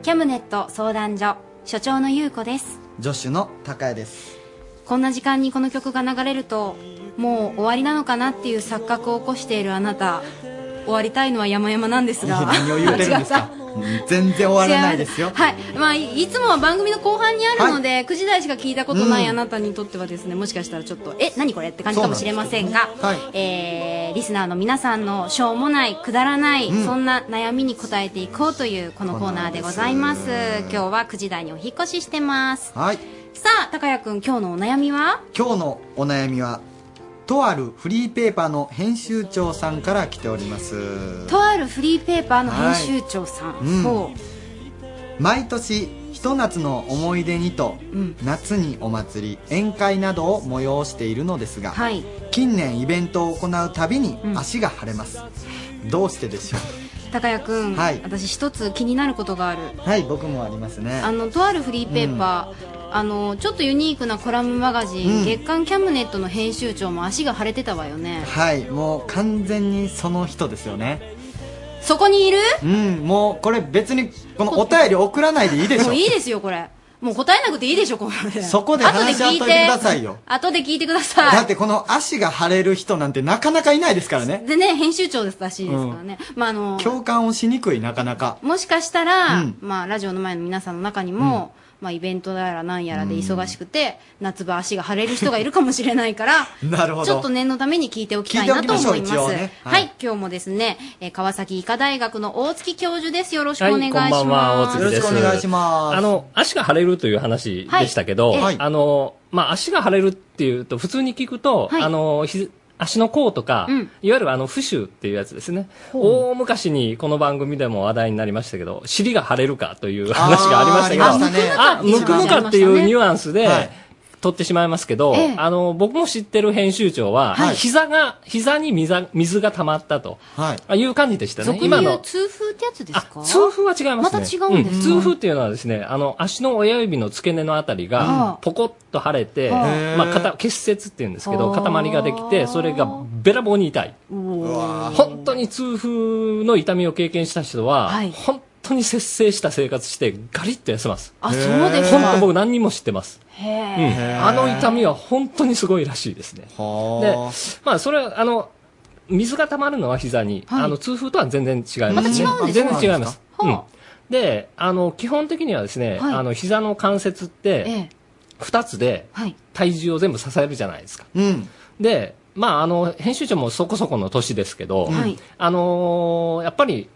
S3: キャムネット相談所所長の優子です
S2: 助手の高谷です
S3: こんな時間にこの曲が流れるともう終わりなのかなっていう錯覚を起こしているあなた終わりたいのは山々なんですが
S2: 何を言うてるん ですかうん全然終わらないですよ
S3: はい、まあ、いいつもは番組の後半にあるので、9時台しか聞いたことないあなたにとってはですね、もしかしたらちょっと、え、何これって感じかもしれませんが、
S12: そうなんです
S3: えーリスナーの皆さんのしょうもない、くだらない、
S12: うん
S3: そんな悩みに答えていこうというこのコーナーでございます。
S12: そうなん
S3: 今日は9時台にお引っ越ししてます。
S2: はい
S3: さあ、高谷くん、今日のお悩みは
S2: 今日のお悩みはとあるフリーペーパーの編集長さんから来ております
S3: とあるフリーペーパーの編集長さん。
S2: うん
S3: ほ
S2: 毎年ひと夏の思い出にと、夏にお祭り宴会などを催しているのですが、
S3: はい
S2: 近年イベントを行うたびに足が腫れます、どうしてでしょ
S3: う高谷くん、
S2: はい
S3: 私一つ気になることがある。
S2: うはい僕もありますね
S3: あのとあるフリーペーパー、あのちょっとユニークなコラムマガジン、
S2: うん
S3: 月刊キャムネットの編集長も足が腫れてたわよね
S2: はいもう完全にその人ですよね
S3: そこにいる
S2: うんもうこれ別にこのお便り送らないでいいでし
S3: も
S2: ょ
S3: ういいですよこれもう答えなくていいでしょここまで
S2: そこで
S3: 後
S2: 話し合っといてくださいよ
S3: 後で聞いてく
S2: だ
S3: ださ
S2: っ
S3: い
S2: てこの足が腫れる人なんてなかなかいないですからね
S3: でね編集長ですらしいですからね、まああの
S2: 共感をしにくいなかなか
S3: もしかしたら、
S2: うん
S3: まあ、ラジオの前の皆さんの中にも、まあ、イベントやらなんやらで忙しくて、夏場足が腫れる人がいるかもしれな いから、
S2: なるほど
S3: ちょっと念のために聞いておきたいなと思います。
S12: 聞いておきましょう一応ね
S3: は、
S12: はいい
S3: 今日もですね、えー川崎医科大学の大月教授です。よろしくお願いし
S13: は
S3: ま
S13: い、
S3: す。
S13: こんばんは、大月です。
S2: よろしくお願いします
S13: あの、足が腫れるという話でしたけど、
S3: はいはい
S13: あの、まあ、足が腫れるっていうと、普通に聞くと、
S3: はい
S13: あの、ひ足の甲とか、いわゆるあの、浮腫っていうやつですね。
S3: ほ
S13: 大昔にこの番組でも話題になりましたけど、尻が腫れるかという話がありましたけど、
S2: あーありましたね
S13: あむくむかっていうニュアンスで、
S2: はい
S13: 取ってしまいますけど、
S2: ええ
S13: あの、僕も知ってる編集長は、
S3: はい
S13: 膝が、膝に水水が溜まったと、い、う感じでしたね。
S3: 俗に言う痛風ってやつですか
S13: 痛風は違い
S3: ま
S13: ます
S3: た
S13: ね。
S3: 違うんですか、
S13: 痛風っていうのはですね、あの、足の親指の付け根のあたり
S3: はあ
S13: が、ポコッと腫れて、
S3: はあ
S13: まあ、肩、結節っていうんですけど、
S3: はあ
S13: 塊ができて、それがべらぼうに痛い。本当に痛風の痛みを経験した人は、本当に節制した生活して、ガリッと痩せます。
S3: あそうですか
S13: 本当僕何人も知ってます。うん
S3: へえ、
S13: あの痛みは本当にすごいらしいですね。で、まあ、それは、あの、水が溜まるのは膝に、
S3: はい
S13: あの、痛風とは全然違います、ね。
S3: また違うんですか
S13: 全然違います。
S3: はあ
S13: うん。で、あの、基本的にはですね、
S3: はい
S13: あの、膝の関節っ
S3: え
S13: て、
S3: え
S13: 二つで
S3: はい、
S13: 体重を全部支えるじゃないですか。で、まあ、あの、編集長もそこそこの年ですけど、
S3: はい
S13: あのーやっぱり、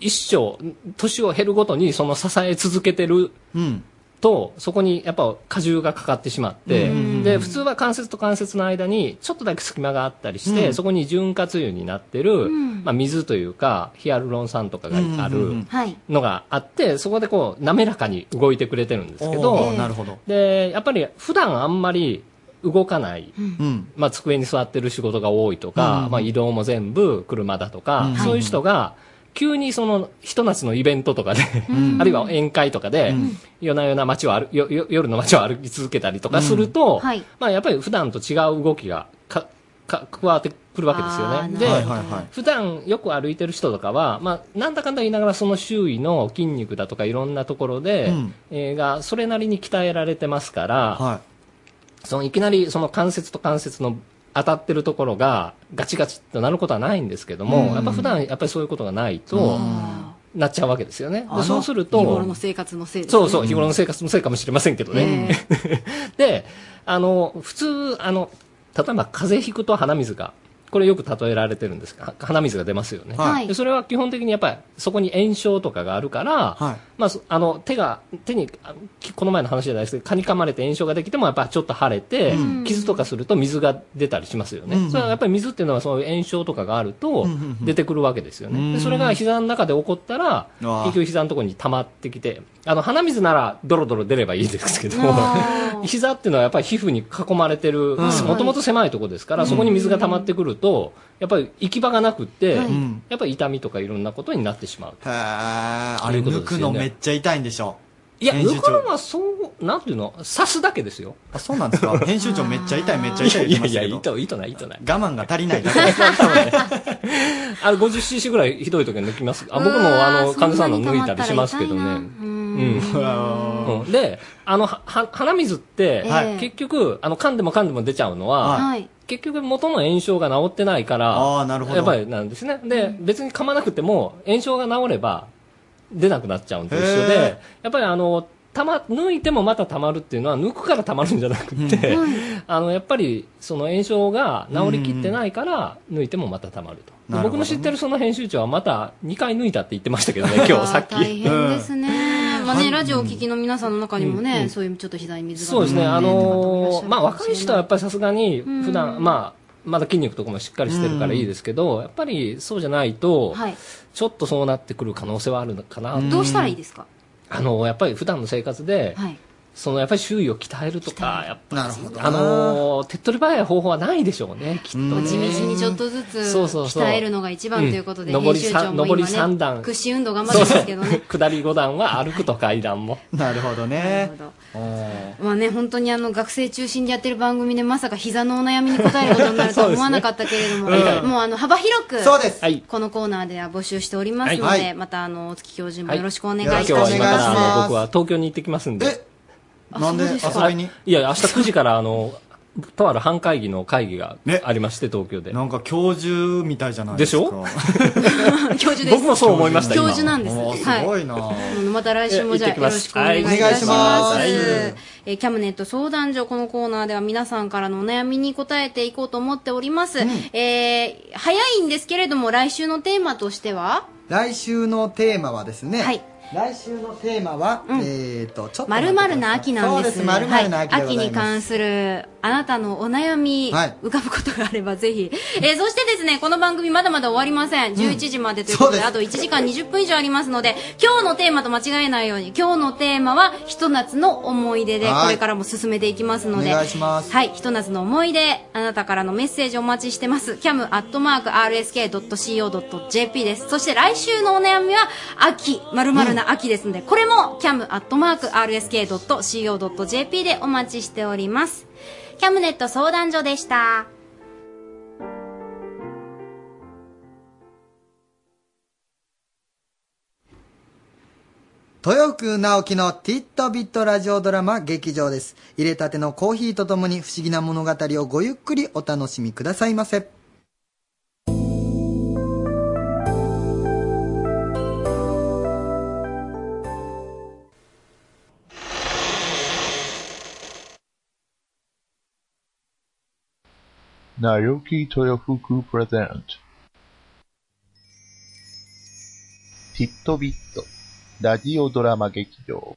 S13: 一生、年を減るごとに、その支え続けてる
S2: うん
S13: と、そこにやっぱ荷重がかかってしまって、で、普通は関節と関節の間にちょっとだけ隙間があったりして、
S2: うん
S13: そこに潤滑油になってる、
S3: うん
S13: まあ水というか、ヒアルロン酸とかがあ
S2: うんうんう
S13: る
S2: ん
S3: はい。
S13: のがあって、そこでこう滑らかに動いてくれてるんですけ
S2: お
S13: ど、
S2: ーなるほど
S13: で、やっぱり普段あんまり動かない、
S2: うん
S13: まあ、机に座ってる仕事が多いと
S2: うん
S13: か、
S2: うん
S13: まあ、移動も全部車だとか、
S2: うん
S13: そういう人が、急にその、ひと夏のイベントとかで、
S2: ん
S13: あるいは宴会とかで、夜な夜な街を歩、よよ夜の街を歩き続けたりとかすると、
S3: うんはい
S13: まあ、やっぱり普段と違う動きが、か、か、加わってくるわけですよね。で、
S2: はいはいはい
S13: 普段よく歩いてる人とかは、まあ、なんだかんだ言いながらその周囲の筋肉だとかいろんなところで、
S2: うん
S13: えーがそれなりに鍛えられてますから、そのいきなりその関節と関節の当たってるところがガチガチとなることはないんですけども、
S3: うん
S13: やっぱ普段やっぱりそういうことがないと、なっちゃうわけですよね。
S3: あ
S13: で
S3: の
S13: そうする
S3: 日頃
S13: と、
S3: の生活のせいですね、
S13: そうそう、日頃の生活のせいかもしれませんけどね。 で、あの、普通、あの、例えば風邪ひくと鼻水が、これよく例えられてるんですが、は鼻水が出ますよね。
S12: はい
S13: でそれは基本的にやっぱりそこに炎症とかがあるから、まあそ、あの、手が、手に、あきこの前の話じゃないですけど、蚊に噛まれて炎症ができてもやっぱちょっと腫れて、
S12: うん
S13: 傷とかすると水が出たりしますよね。
S12: うんうん
S13: それはやっぱり水っていうのはそういう炎症とかがある
S12: う
S13: と
S12: んうんうん
S13: 出てくるわけですよね。でそれ
S12: う
S13: が
S12: ん
S13: 膝の中で起こったら、
S12: わあ
S13: 結局膝のところに溜まってきて、あの、鼻水ならドロドロ出ればいいですけど、膝っていうのはやっぱり皮膚に囲まれてる、
S12: うん
S13: もともと狭いところですから、そこに水が溜まってくると、やっぱり行き場がなくって、
S2: はい
S13: やっぱり痛みとかいろんなことになってしまう。
S2: へえあ
S13: とい
S2: れ
S13: うこと
S2: 抜
S13: です
S2: く
S13: よね
S2: のめっちゃ痛いんでしょ
S13: いや、
S2: 編集
S13: 抜く
S2: 長
S13: のはそう、なんていうの刺すだけですよ。
S2: あそうなんです か編集長めっちゃ痛いめっちゃ痛い
S13: い
S2: 言って
S13: や
S2: ま
S13: い
S2: した
S13: や、
S2: けど
S13: 糸、糸ない、糸ない。
S2: 我慢が足りないだけです
S13: あれ 50cc ぐらいひどい時は抜きます。あ僕
S3: う
S13: も
S3: わー
S13: あの、
S3: そんな
S13: 患
S3: に
S13: 者さんの抜いたりしますけどね。
S3: うん
S13: うんうんであのはは鼻水って、
S9: はい
S13: 結局あの噛んでも噛んでも出ちゃうのは、
S9: はい
S13: 結局元の炎症が治ってないから
S9: ほど
S13: やっぱりなんですねで、別に噛まなくても炎症が治れば出なくなっちゃうんと一緒
S9: へ
S13: でやっぱりあのたま抜いてもまた溜まるっていうのは抜くから溜まるんじゃなくて、 あのやっぱりその炎症が治りきってないから抜いてもまた溜まると、
S9: なるほど
S13: 僕の知ってるその編集長はまた2回抜いたって言ってましたけどね今日さっき
S3: 大変ですね。まあ
S13: う
S3: ね、
S13: ん
S3: ラジオをお聞きの皆さんの中にもね、
S13: うん
S3: そういうちょっと左水が。
S13: そうですね、あのーまあ、若い人はやっぱりさすがに
S3: うん
S13: 普段、まあまだ筋肉とかもしっかりしてるからいいですけど、やっぱりそうじゃないと、
S3: はい
S13: ちょっとそうなってくる可能性はあるのかな
S3: どうしたらいい
S13: で
S3: ですか
S13: あのやっぱり普段の生活で、
S3: はい
S13: そのやっぱり周囲を鍛えるとか、やっぱり
S2: なるほどな
S13: あのー手っ取り早い方法はないでしょうね、きっと
S3: まあ
S13: ね。
S3: 地道にちょっとずつ
S13: そうそうそう
S3: 鍛えるのが一番ということで、
S13: うん上
S3: 編
S13: り
S3: 集
S13: さ
S3: 長
S13: ん
S3: も
S13: 上り
S3: 今
S13: 三
S3: ね、
S13: 段
S3: 屈伸運動頑張ってますけどね。
S13: 下り5段は歩くと階段も。
S2: なるほどね。
S3: まあね、本当にあの学生中心でやってる番組でまさか膝のお悩みに答えることになるとは 思わなかったけれども、
S2: そうですねうん
S3: もうあの幅広く
S2: そうですはい
S3: このコーナーでは募集しておりますので、
S13: はい
S3: またあの大月教授も
S13: はい
S3: よろしくお願いいたし
S13: 今日
S3: ま
S13: は
S3: す。
S13: 今からあの僕は東京に行ってきますんで。
S2: なんで遊びに
S13: あいや、明日9時からあの、とある班会議の会議がありまして、東京で。
S2: なんか教授みたいじゃない
S13: で
S2: です
S13: し
S2: か。
S13: ょ
S3: 教授です。
S13: 僕もそう思いました、
S3: 教
S13: 今
S3: 授なんです。
S2: おー
S3: はい
S2: すごいな
S3: あのまた来週もじゃあ
S13: いや行ってきま
S3: よろ
S13: す
S3: しくお願いいた
S13: はいお願いし
S3: します。
S13: ますはい
S3: えーキャムネット相談所、このコーナーでは皆さんからのお悩みに答えていこうと思っております。えー早いんですけれども、来週のテーマとしては
S2: 来週のテーマはですね。
S3: はい
S2: 来週のテーマは、えっと、ちょっと
S3: ま
S2: 待
S3: る
S2: ってください。
S3: まるな秋なんで
S2: そうで
S3: す。
S2: す、まるまるな秋
S3: は
S2: でご
S3: い、
S2: ざいま
S3: 秋
S2: す。
S3: に関するあなたのお悩み、
S2: はい
S3: 浮かぶことがあればぜひ。えーそしてですね、この番組まだまだ終わりません。11時までということで、あと1時間20分以上ありますので、今日のテーマと間違えないように、今日のテーマは、ひと夏の思い出で、
S12: はい
S3: これからも進めていきますので、
S12: お願いします
S3: はい、ひと夏の思い出、あなたからのメッセージお待ちしてます。cam.rsk.co.jp です。そして来週のお悩みは、秋、まるな秋ですので、これも cam.rsk.co.jp でお待ちしております。キャムネット相談所でした。
S2: 豊福直樹のティットビットラジオドラマ劇場です。入れたてのコーヒーとともに不思議な物語をごゆっくりお楽しみくださいませ。
S14: Naoki Toyofuku Present ティットビットラジオドラマ劇場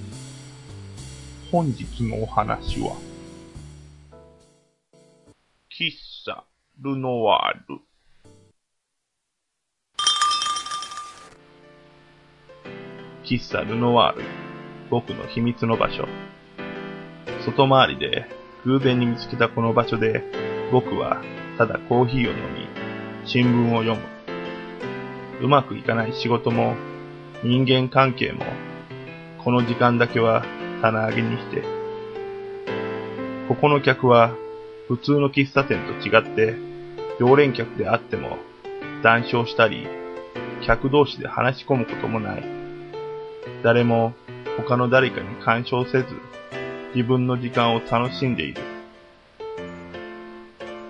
S14: 本日のお話は、喫茶ルノワール。喫茶ルノワール、僕の秘密の場所。外回りで偶然に見つけたこの場所で、僕はただコーヒーを飲み、新聞を読む。うまくいかない仕事も、人間関係も、この時間だけは棚上げにして。ここの客は普通の喫茶店と違って、常連客であっても談笑したり、客同士で話し込むこともない。誰も他の誰かに干渉せず、自分の時間を楽しんでいる。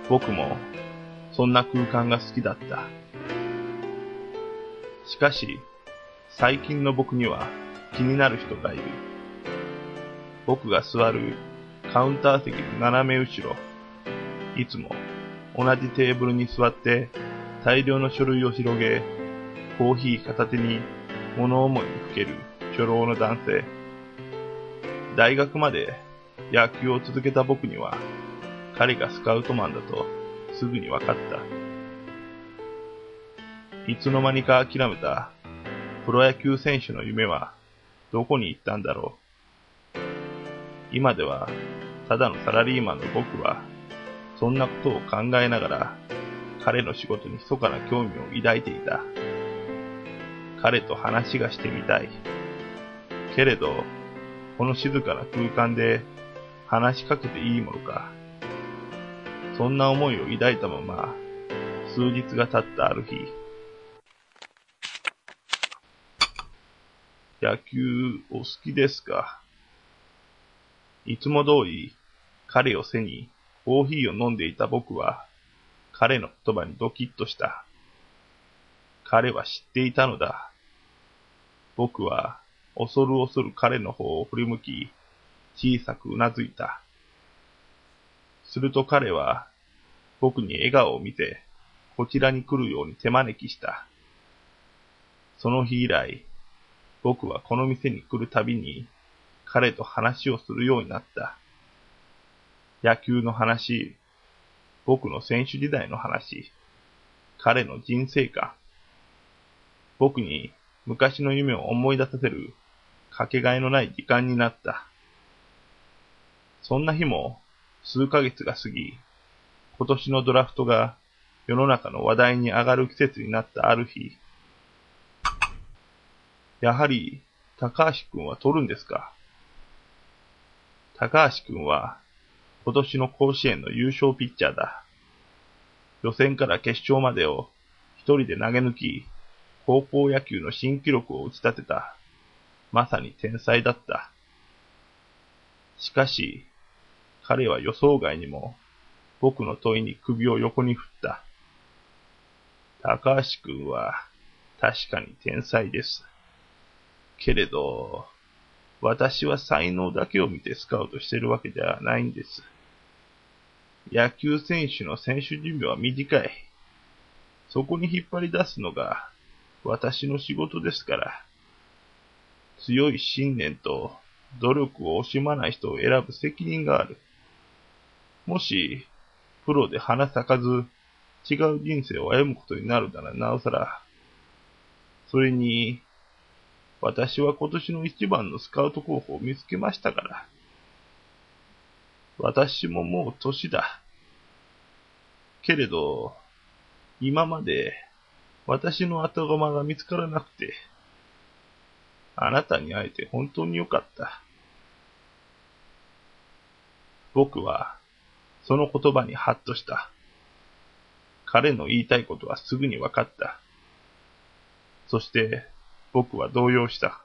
S14: 僕もそんな空間が好きだった。しかし、最近の僕には気になる人がいる。僕が座るカウンター席の斜め後ろ、いつも同じテーブルに座って大量の書類を広げ、コーヒー片手に物思いにふける初老の男性。大学まで野球を続けた僕には彼がスカウトマンだとすぐに分かった。いつの間にか諦めたプロ野球選手の夢はどこに行ったんだろう。今ではただのサラリーマンの僕はそんなことを考えながら彼の仕事に密かな興味を抱いていた。彼と話がしてみたい。けれど、この静かな空間で話しかけていいものか。そんな思いを抱いたまま、数日が経ったある日、野球お好きですかいつも通り彼を背にコーヒーを飲んでいた僕は彼の言葉にドキッとした。彼は知っていたのだ。僕は恐る恐る彼の方を振り向き小さくうなずいた。すると彼は僕に笑顔を見せこちらに来るように手招きした。その日以来、僕はこの店に来るたびに彼と話をするようになった。野球の話、僕の選手時代の話、彼の人生観、僕に昔の夢を思い出させるかけがえのない時間になった。そんな日も数ヶ月が過ぎ、今年のドラフトが世の中の話題に上がる季節になったある日、やはり高橋くんは取るんですか高橋くんは今年の甲子園の優勝ピッチャーだ。予選から決勝までを一人で投げ抜き、高校野球の新記録を打ち立てた。まさに天才だった。しかし、彼は予想外にも僕の問いに首を横に振った。高橋くんは確かに天才です。けれど、私は才能だけを見てスカウトしてるわけではないんです。野球選手の選手寿命は短い。そこに引っ張り出すのが私の仕事ですから。強い信念と努力を惜しまない人を選ぶ責任がある。もし、プロで花咲かず違う人生を歩むことになるならなおさら、それに、私は今年の一番のスカウト候補を見つけましたから。私ももう年だ。けれど、今まで私の後釜が見つからなくて、あなたに会えて本当に良かった。僕は、その言葉にハッとした。彼の言いたいことはすぐに分かった。そして、僕は動揺した。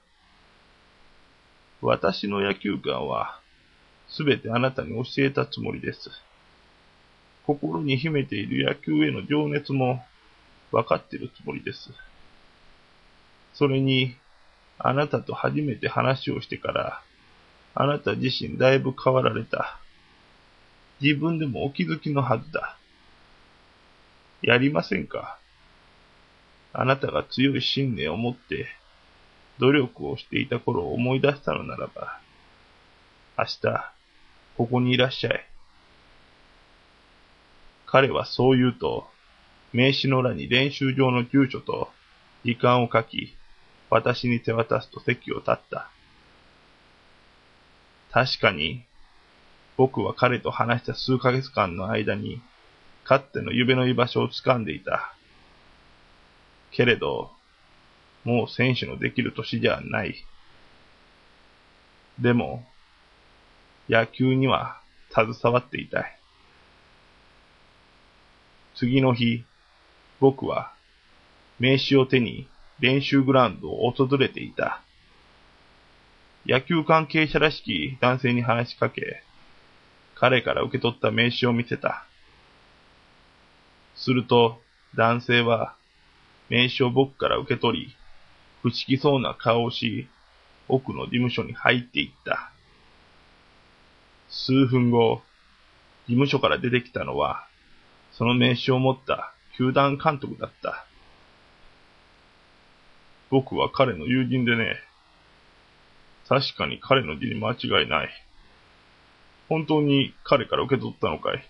S14: 私の野球観は、すべてあなたに教えたつもりです。心に秘めている野球への情熱も、分かっているつもりです。それに、あなたと初めて話をしてから、あなた自身だいぶ変わられた。自分でもお気づきのはずだ。やりませんかあなたが強い信念を持って努力をしていた頃を思い出したのならば、明日、ここにいらっしゃい。彼はそう言うと、名刺の裏に練習場の住所と時間を書き、私に手渡すと席を立った。確かに、僕は彼と話した数ヶ月間の間に、かつての夢の居場所を掴んでいた。けれど、もう選手のできる年じゃない。でも、野球には携わっていたい。次の日、僕は名刺を手に練習グラウンドを訪れていた。野球関係者らしき男性に話しかけ、彼から受け取った名刺を見せた。すると、男性は、名刺を僕から受け取り、不思議そうな顔をし、奥の事務所に入っていった。数分後、事務所から出てきたのは、その名刺を持った球団監督だった。僕は彼の友人でね、確かに彼の字に間違いない。本当に彼から受け取ったのかい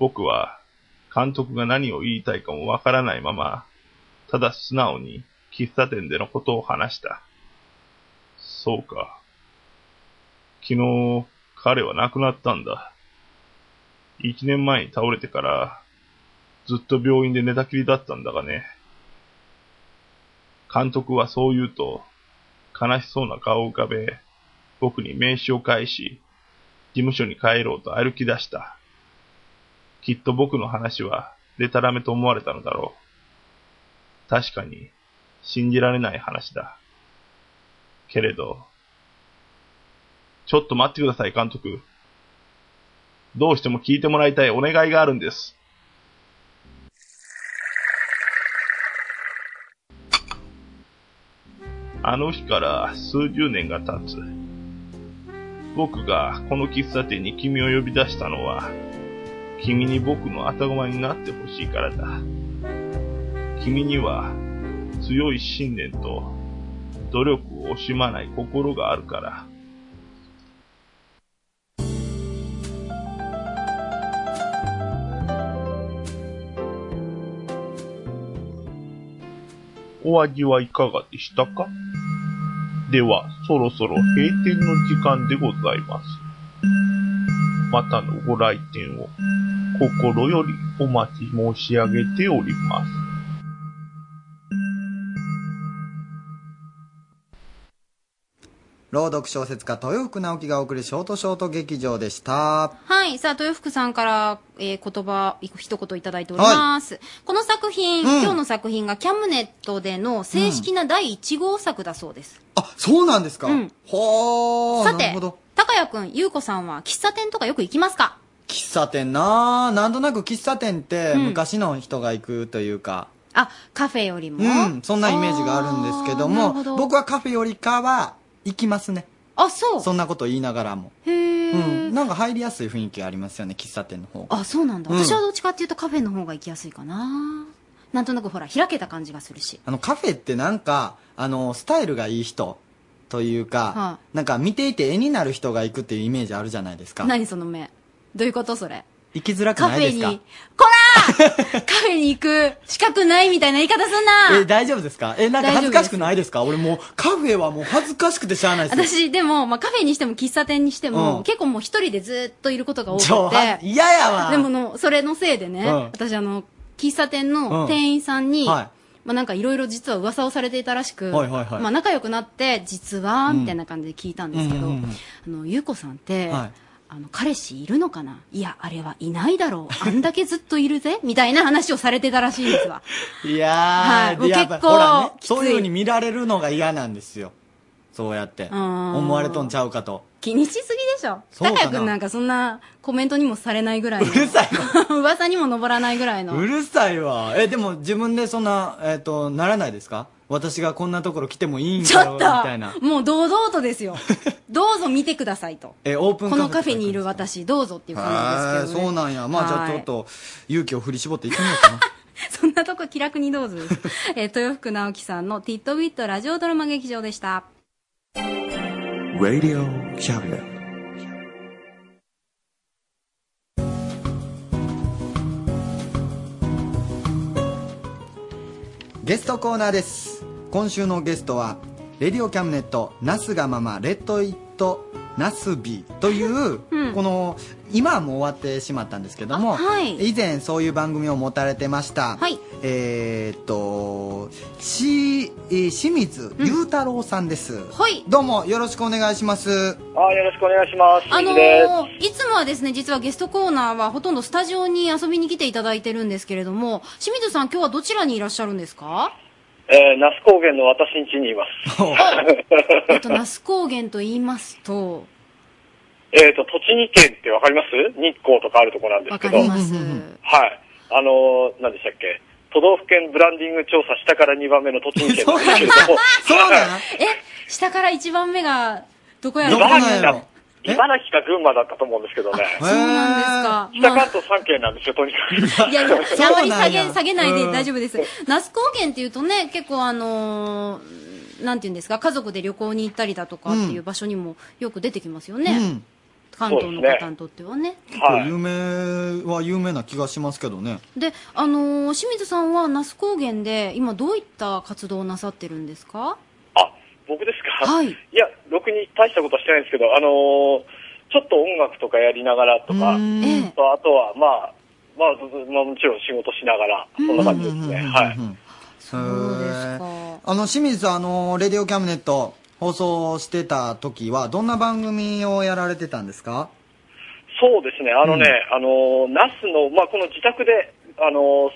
S14: 僕は監督が何を言いたいかもわからないまま、ただ素直に喫茶店でのことを話した。そうか。昨日、彼は亡くなったんだ。一年前に倒れてから、ずっと病院で寝たきりだったんだがね。監督はそう言うと、悲しそうな顔を浮かべ、僕に名刺を返し、事務所に帰ろうと歩き出した。きっと僕の話は、でたらめと思われたのだろう。確かに、信じられない話だ。けれど、ちょっと待ってください、監督。どうしても聞いてもらいたいお願いがあるんです。あの日から数十年が経つ。僕がこの喫茶店に君を呼び出したのは、君に僕の頭になってほしいからだ。君には強い信念と努力を惜しまない心があるから。お味はいかがでしたかでは、そろそろ閉店の時間でございます。またのご来店を心よりお待ち申し上げております。
S2: 朗読小説家豊福直樹が送るショートショート劇場でした
S3: はい。さあ、豊福さんから、えー言葉、い一言いただいております。この作品、
S2: うん
S3: 今日の作品がキャムネットでの正式な第1号作だそうです。
S2: あそうなんですか、ほー
S3: さ
S2: なる
S3: て
S2: ほど、
S3: 高谷くん、ゆうこさんは喫茶店とかよく行きますか
S2: 喫茶店なあなんとなく喫茶店って
S3: うん
S2: 昔の人が行くというか
S3: あ、カフェよりも。
S2: うん、そんなイメージがあるんですけども
S3: あーなるほど
S2: 僕はカフェよりかは行きますね
S3: あそう
S2: そんなこと言いながらも
S3: へー
S2: うん、なんか入りやすい雰囲気ありますよね喫茶店の方が
S3: あ、そうなんだ。
S2: うん
S3: 私はどっちかっていうとカフェの方が行きやすいかな。なんとなくほら、開けた感じがするし。
S2: あのカフェってなんかあのスタイルがいい人というか、
S3: は
S2: なんか見ていて絵になる人が行くっていうイメージあるじゃないですか
S3: 何その目。どういうことそれ。
S2: 行きづらく
S3: カ
S2: な
S3: フ
S2: いで
S3: ェ
S2: す
S3: に、
S2: か
S3: こら カフェに行く資格ないみたいな言い方すん
S2: え
S3: な
S2: 大丈夫ですかえなんか恥ずかしくないですか俺もうカフェはもう恥ずかしくてしゃあないです
S3: 私、でも、まあ、カフェにしても喫茶店にしても、
S2: うん
S3: 結構もう一人でずっといることが多
S2: ちょ
S3: く
S2: は
S3: て。
S2: 嫌やわ
S3: でもの、それのせいでね、
S2: うん
S3: 私あの、喫茶店
S2: う
S3: の
S2: ん
S3: 店員さんに、
S2: はい
S3: まあ、なんかいろいろ実は噂をされていたらしく、
S2: はいはいはい
S3: まあ、仲良くなって、実は、
S2: うん
S3: みたいな感じで聞いたんですけど、
S2: うんうんうん
S3: あの、ゆうこさんって、
S2: はい
S3: あの、彼氏いるのかないや、あれはいないだろう。あんだけずっといるぜみたいな話をされてたらしいんで すわ。
S2: いや
S3: はい
S2: ー、
S3: もう
S2: でやっ
S3: 結
S2: ぱ
S3: 構
S2: ほらね
S3: きつい
S2: そういうふうに見られるのが嫌なんですよそうやって
S3: うーん
S2: 思われとんちゃうかと
S3: 気にしすぎでしょ。
S2: そうか
S3: 高
S2: な
S3: 谷くんなんかそんなコメントにもされないぐらいの。うる
S2: さい
S3: 噂にも上らないぐらいの。
S2: うるさいわえでも自分でそんなえっ、とならないですか私がこんなところ来てもいいん
S3: ち
S2: か
S3: ょ
S2: ろ
S3: っ
S2: み
S3: と
S2: たいな
S3: もう堂々 とですよ。どうぞ見てくださいと。
S2: えオープンカ
S3: こ
S2: フェ
S3: のカフェにいる私、どうぞっていう感じですけど、
S2: へー
S3: ね。
S2: そうなんやまあじゃあ
S3: は
S2: ち
S3: い
S2: ょっと勇気を振り絞って行ってみようかな
S3: そんなとこ気楽にどうぞです。 えー豊福直樹さんのティットビットラジオドラマ劇場でした。
S1: Radio Cabinet.
S2: ゲストコーナーです今週のゲストはレディオキャムネットナスがママレッドイットナスビという、この今はもう終わってしまったんですけども、以前そういう番組を持たれてました、えーっとし、えー清水裕太郎さんです、どうもよろしくお願いします
S12: あよろしくお願いします。
S3: あの
S12: 鈴木です
S3: ー、いつもはですね、実はゲストコーナーはほとんどスタジオに遊びに来ていただいてるんですけれども、清水さん今日はどちらにいらっしゃるんですか
S12: えー、那須高原の私ん家にいます。
S3: えっと、那須高原と言います と、
S12: えっと、栃木県ってわかります日光とかあるとこなんですけど。
S3: わかります
S12: はい。あのー、何でしたっけ都道府県ブランディング調査下から2番目の栃木県なん ですけど。そうな
S3: え、下から一番目が、どこや
S12: の
S3: ら
S12: 茨城だ。茨城か群馬だったと思うんですけどね。
S3: そうなんです
S12: 北
S3: か。ま
S12: 関
S3: あ
S12: 東3県なんですよ、とにかく。
S3: いやいや、あまり下げ、下げないで
S12: うん
S3: 大丈夫です。那須高原っていうとね、結構あのーなんていうんですか、家族で旅行に行ったりだとかっていう場所にもよく出てきますよね。
S2: うん
S3: 関東の方にとってはね。
S2: 結構有名は有名な気がしますけどね。
S3: で、あのー清水さんは那須高原で今どういった活動をなさってるんですか
S12: 僕ですか
S3: はい
S12: いや、ろくに大したことはしてないんですけど、あのーちょっと音楽とかやりながらとか、とあとは、まあ、まあ、ずずまあもちろん仕事しながら、そんな感じですね。はい。
S2: そうですか。あの、清水さん、あの、レディオキャムネット放送してた時は、どんな番組をやられてたんですか
S12: そうですね、あのね、あのー、ナスの、まあ、この自宅で、あのーを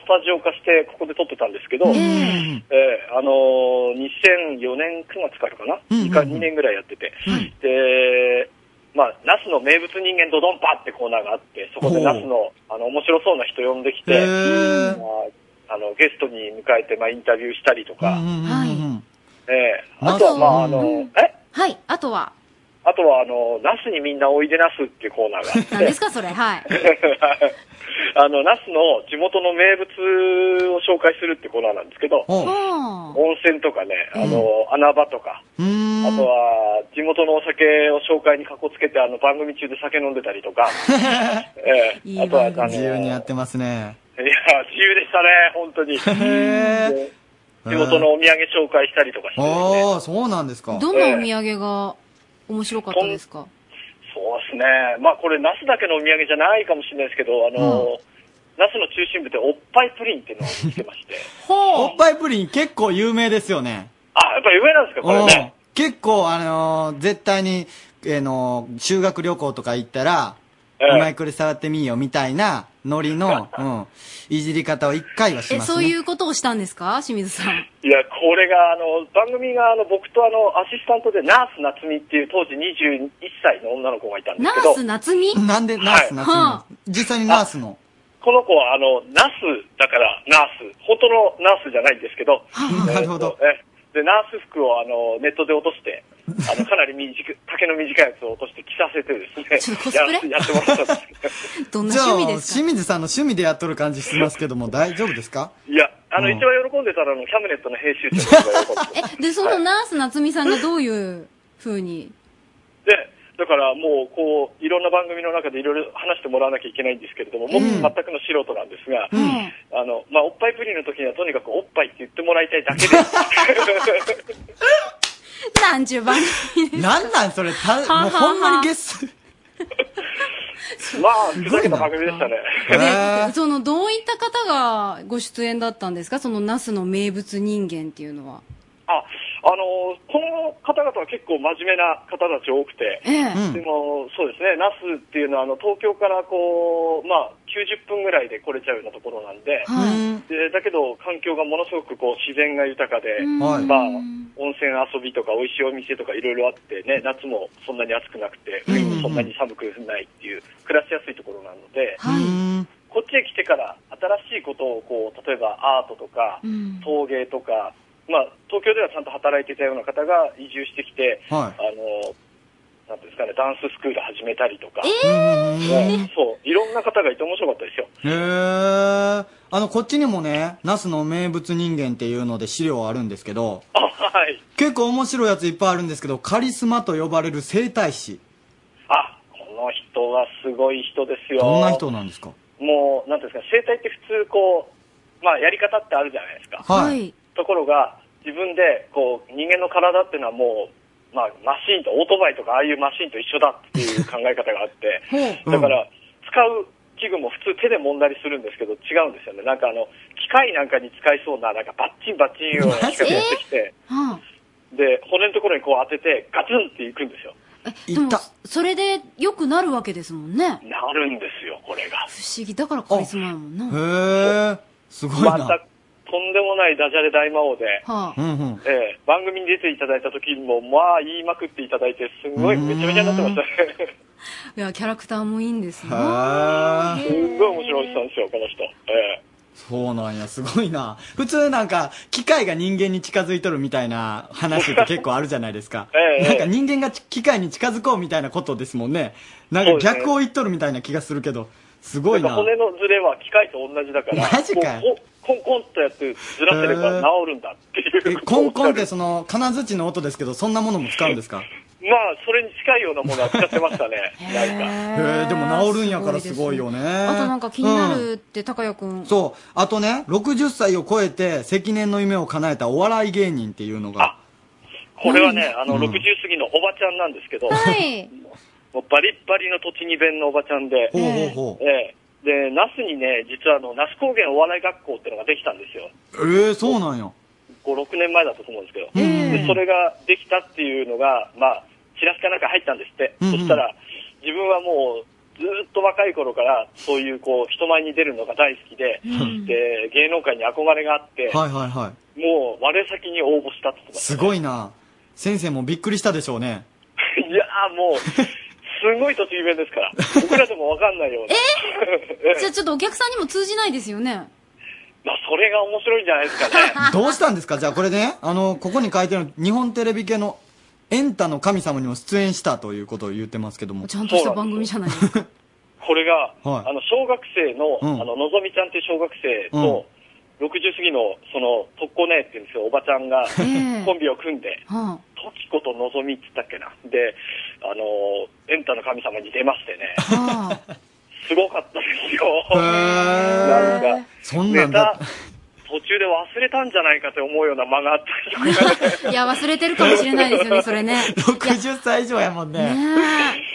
S12: スタジオ化して、ここで撮ってたんですけど、ええあのー2004年9月からかな、2, か2年ぐらいやってて、で、まあ、ナスの名物人間ドドンパってコーナーがあって、そこで
S15: ほう
S12: ナスの、あの、面白そうな人呼んでき
S15: へ
S12: て、
S15: ー
S12: まあ、あの、ゲストに迎えて、まあ、インタビューしたりとか、ええあ
S3: ナス
S12: とは、まあ、あの、え
S3: はい、あとは、
S12: あとは、あの、ナスにみんなおいでナスっていうコーナーがあって
S3: 何ですか、それ、はい。
S12: あの、那須の地元の名物を紹介するってコーナーなんですけど、
S3: 温
S12: 泉とかね、あの、穴場とか、あとは、地元のお酒を紹介にかこつけて、あの、番組中で酒飲んでたりとか、ええあとは、あの、い
S2: 自
S12: や、
S2: 由にやってますね。
S12: 自由でしたね、本当に。で地元のお土産紹介したりとかして、
S2: ああ、そうなんですか。
S3: ど のお土産が面白かったですか
S12: そうですね。まあ、これ、那須だけのお土産じゃないかもしれないですけど、あの、那須の中心部でおっぱいプリンっていうのを見つけまして、
S2: おっぱいプリン結構有名ですよね。
S12: あ、やっぱ有名なん ですか、これね。
S2: うん結構、あのー絶対に、えーのー修学旅行とか行ったら、
S12: ええ
S2: お前これ触ってみいよみたいなノリの、うん、いじり方を一回はし
S3: え、
S2: ます
S3: そう
S2: ね。
S3: いうことをしたんですか清水さん。
S12: いや、これが、あの、番組が、あの、僕とあの、アシスタントで、ナース夏美っていう、当時21歳の女の子がいたんです
S3: ナ
S12: けど
S3: ー、ス夏美
S2: なんでナース夏美
S3: は
S2: 実際にナースの。
S12: この子は、あの、ナスだから、ナース、本当のナースじゃないんですけど、
S2: なるほど。
S12: えで、ナース服を、あの、ネットで落として、あ の、かなり短く、丈の短いやつを落として着させてですね、ややってもらったんですけど。
S3: ど
S12: んな趣味です
S2: か清水さんの趣味でやっとる感じしますけども、大丈夫ですか
S12: いや、あの、
S2: うん
S12: 一番喜んでたのは、あのキャムネットの編集長が喜んで
S3: あえ、で、そのナース夏美さんがどういう風に。
S12: で、だからもう、こう、いろんな番組の中でいろいろ話してもらわなきゃいけないんですけれども、僕、全くの素人なんですが、あの、まあ、おっぱいプリンの時にはとにかくおっぱいって言ってもらいたいだけで、
S3: なんちゅう番組で す
S2: なんなんそれ、た
S3: ははは
S2: もうほんまにゲスト。
S12: まあ、ふざけた番組でし たね。
S3: でその、どういった方がご出演だったんですかそのナスの名物人間っていうのは。
S12: あ、あのこの方々は結構真面目な方たち多くて、
S3: ええ
S12: でも、そうですね、那須っていうのは、あの、東京からこう、まあ、90分ぐらいで来れちゃうようなところなんで、でだけど、環境がものすごくこう、自然が豊かで、
S2: はい
S12: まあ、温泉遊びとか、美味しいお店とかいろいろあってね、夏もそんなに暑くなくて、冬もそんなに寒くないっていう、暮らしやすいところなので、こっちへ来てから新しいことをこう、例えばアートとか、陶芸とか、まあ、東京ではちゃんと働いていたような方が移住してきて、
S15: は
S12: あの、なんていうんですかね、ダンススクール始めたりとか、
S2: え
S12: ねそう、いろんな方がいて面白かったですよ。
S2: へえ。あの、こっちにもね、ナスの名物人間っていうので資料あるんですけど、
S12: あ、はい。
S2: 結構面白いやついっぱいあるんですけど、カリスマと呼ばれる整体師。
S12: あ、この人はすごい人ですよ。
S2: どんな人なんですか
S12: もう、なんていうんですか、整体って普通こう、まあ、やり方ってあるじゃないですか。
S2: はい。
S12: ところが、自分で、こう、人間の体っていうのはもう、まあ、マシンと、オートバイとか、ああいうマシンと一緒だっていう考え方が あって、だから、使う器具も普通手で揉んだりするんですけど、違うんですよね。なんかあの、機械なんかに使いそうな、なんかバッチンバッチンような機械やってきて、
S3: は
S12: で、骨のところにこう当てて、ガツンっていくんですよ。
S3: あ、え、でも、それで良くなるわけですもんね。
S12: なるんですよ、これが。
S3: 不思議。だからカリスマやもんな。
S2: へえ。すごい
S12: ま
S2: な。
S12: た、とんでもないダジャレ大魔王で、
S3: は
S2: うんうん。
S12: ええ番組に出ていただいた時にも、まあ、言いまくっていただいて、すごい、めちゃめちゃになってましたね。
S3: いや、キャラクターもいいんで
S12: す
S3: すよ。
S12: ごい面白い人なんですよ、この人。ええ
S2: そうなんや、すごいな。普通なんか、機械が人間に近づいとるみたいな話って結構あるじゃないですか
S12: え。え
S2: なんか人間がち機械に近づこうみたいなことですもんね。なんか逆を言っとるみたいな気がするけど、すごい
S12: なん
S2: な
S12: か。骨のズレは機械と同じだから、
S2: マジか
S12: こうコンコンコンとやってずらせれば治るんだっていう。
S2: えコンコンってその、金槌の音ですけど、そんなものも使うんですか
S12: まあ、それに近いようなものは使ってましたね。
S2: へ
S12: なんか。
S2: え、でも治るんやからすごいよね。
S3: あとなんか気になるって、高谷くん。
S2: そう。あとね、60歳を超えて、積年の夢を叶えたお笑い芸人っていうのが。
S12: これはね、あの、
S2: うん
S12: 60過ぎのおばちゃんなんですけど、
S3: はい。
S12: もうバリッバリの栃木弁のおばちゃんで、
S2: ほうほうほう
S12: ええで、那須にね、実はあの、那須高原お笑い学校ってのができたんですよ。
S2: ええ、そうなんや。
S12: 5、6年前だったと思うんですけど、でそれができたっていうのが、まあ、チラシかなんか入ったんですって、
S2: うんうん
S12: そしたら、自分はもう、ずーっと若い頃から、そういうこう、人前に出るのが大好きで、
S2: うん
S12: で、芸能界に憧れがあって、
S2: はいはいはい。
S12: もう、我先に応募したって言ってます
S2: すごいな。先生もびっくりしたでしょう ね。
S12: いやーもう、すごい栃木弁で すから、僕らでもわかんないような。え
S3: じゃあちょっとお客さんにも通じないですよね。
S12: まあ、それが面白いんじゃないですかね。
S2: どうしたんですかじゃあこれね、あの、ここに書いてある日本テレビ系のエンタの神様にも出演したということを言ってますけども。
S3: ちゃんとした番組じゃないですか。
S12: これが、
S2: はい
S12: あの、小学生の、
S2: うん
S12: あの、のぞみちゃんっていう小学生と、60過ぎの、その、特攻ねっていうんですけど、おばちゃんが、
S3: ええ
S12: コンビを組んで、
S3: は
S12: ときことのぞみって言ったっけな。で、あのーエンタの神様に出ましてね、
S3: あ。
S12: すごかったですよ。
S2: へ
S12: なんか、
S2: そんなんだ。
S12: 途中で忘れたんじゃないかって思うような間があったりとか
S3: いや、忘れてるかもしれないですよね、そ れね。
S2: 60歳以上やもんね。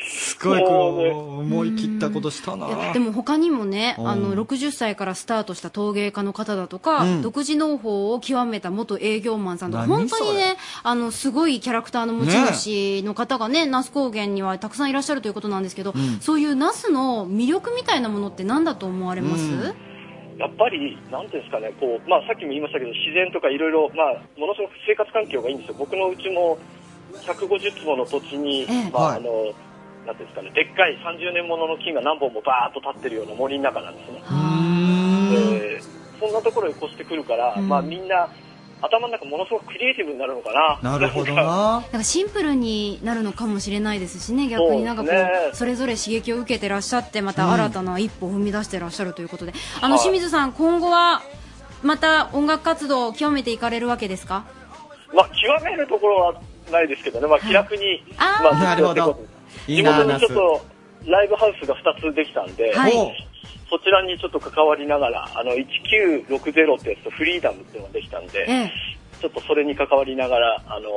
S2: すごいこう、思い切ったことしたな。
S3: でも他にもね、
S2: うん
S3: あの、60歳からスタートした陶芸家の方だとか、
S2: うん
S3: 独自農法を極めた元営業マンさんとか、
S2: 何
S3: 本当にね、あの、すごいキャラクターの持ち主の方がね、那須高原にはたくさんいらっしゃるということなんですけど、
S12: うん
S3: そういう那須の魅力みたいなものって何だと思われます、
S12: うんやっぱり、なんていうんですかね、こう、まあ、さっきも言いましたけど、自然とかいろいろ、まあ、ものすごく生活環境がいいんですよ。僕のうちも、150坪の土地に、
S15: ええ
S12: まあ、
S15: はい
S12: あの、なんていうんですかね、でっかい30年ものの木が何本もバーっと立ってるような森の中なんですね。でそんなところに越してくるから、まあ、みんな、頭の中ものすごくクリエイティブになるのかな。
S2: なるほど
S12: んか
S2: な。
S3: なんかシンプルになるのかもしれないですしね逆になんかこう
S12: そうですね
S3: それぞれ刺激を受けてらっしゃってまた新たな一歩を踏み出してらっしゃるということで、あの
S12: はい
S3: 清水さん、今後はまた音楽活動を極めていかれるわけですか
S12: まあ、極めるところはないですけどね、まあ、気楽に、
S3: あー
S12: まあ、ずっとやっていこうと
S2: い
S12: 地
S2: いな
S12: 元にちょっとライブハウスが2つできたんで、
S2: はい
S12: そちらにちょっと関わりながら、あの、1960ってやつとフリーダムっていうのができたんで、
S3: え
S12: ちょっとそれに関わりながら、あの、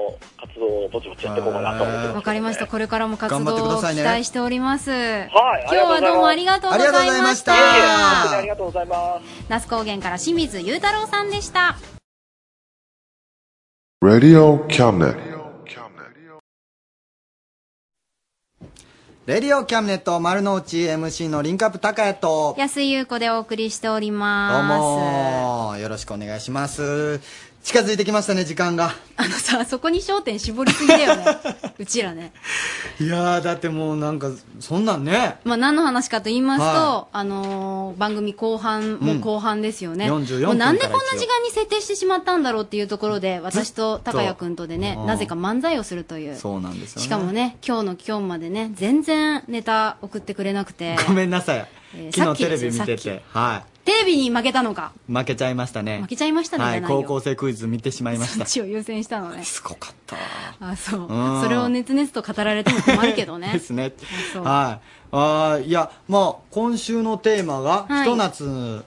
S12: 活動をぼちぼちやっていこうかなと思ってます。
S3: わかりましたこれからも活
S12: 頑張ってく
S3: 動
S12: だ
S3: を期
S12: さいね
S3: 待しております、
S12: はい
S3: 今日はどうもありがとうございました
S12: ありがとうございましたいえいえ本当にありがとうございます。
S3: 那須高原から清水裕太郎さんでした。
S1: Radio Cabinet.
S2: レディオキャムネット丸の内 MC のリンクアップ高谷と、
S3: 安井優子でお送りしており
S2: どう
S3: ます。
S2: もよろしくお願いします。近づいてきましたね、時間が。
S3: あの さ、そこに焦点絞りすぎだよね。うちらね。
S2: いやー、だってもうなんか、そんなんね。
S3: まあ、何の話かと言いますと、
S2: は
S3: あのー番組後半も後半ですよね、
S2: うん44
S3: もうなんで
S2: 分
S3: こん
S2: からで
S3: な
S2: すよ
S3: 時間に設定してしまったんだろうっていうところで私と高谷君とでね
S2: うん
S3: なぜか漫才をするという
S2: そうなんですよ、ね。
S3: しかもね今日の今日までね全然ネタ送ってくれな くて
S2: ごめんなさい
S3: え。ー
S2: 昨
S3: さっ
S2: 日テ
S3: きで
S2: レ
S3: すよ
S2: ビ見てて、は
S3: テレビに負けたのか
S2: い。負けちゃいましたね。
S3: 負けちゃいましたね、
S2: は
S3: じ
S2: い、
S3: ゃないよ
S2: 高校生クイズ見てしまいまし
S3: そ
S2: た
S3: っ。ちを優先したのねす
S2: ごかった
S3: あそう
S2: うん
S3: それを熱々と語られても困るけどね
S2: ですね。
S3: そう
S2: はい。あーいや、まあ、今週のテーマが、
S3: はい
S2: ひと夏、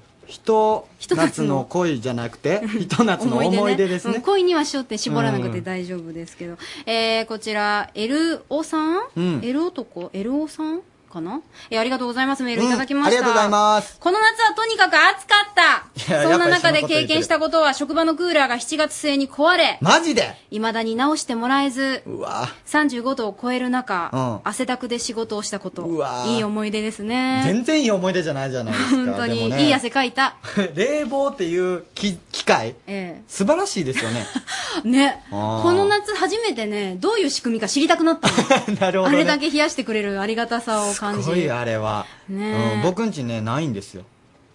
S2: ひと夏の恋じゃなくて、ひと夏の思い出です
S3: うん
S2: ね。
S3: 恋には焦点絞らなくて
S2: うん
S3: 大丈夫ですけど、えー、こちら L おさん、
S2: うん
S3: L 男 L おさんかな、えー、ありがとうございますメールいただきました、
S2: うんありがとうございます
S3: この夏はとにかく暑かっ
S2: いや
S3: たそんな中
S2: やっぱりそんなこと
S3: で
S2: 言ってる
S3: 経験したことは職場のクーラーが7月末に壊れ
S2: マジで
S3: いまだに直してもらえず
S2: うわ
S3: 35度を超える中、
S2: うん
S3: 汗だくで仕事をしたこと
S2: うわ
S3: いい思い出ですね
S2: 全然いい思い出じゃないじゃないですか。
S3: 本当
S2: で
S3: に、
S2: もね
S3: いい汗かいた、
S2: 冷房っていう機機械、
S3: え
S2: 素晴らしいですよね。
S3: えね
S2: あー
S3: この夏初めてねどういう仕組みか知りたくなった の
S2: なるほど、
S3: あ
S2: ね。
S3: れだけ冷やしてくれるありがたさを感
S2: す
S3: じ
S2: ごいあれは、
S3: ねえ
S2: うん、僕んちねないんですよ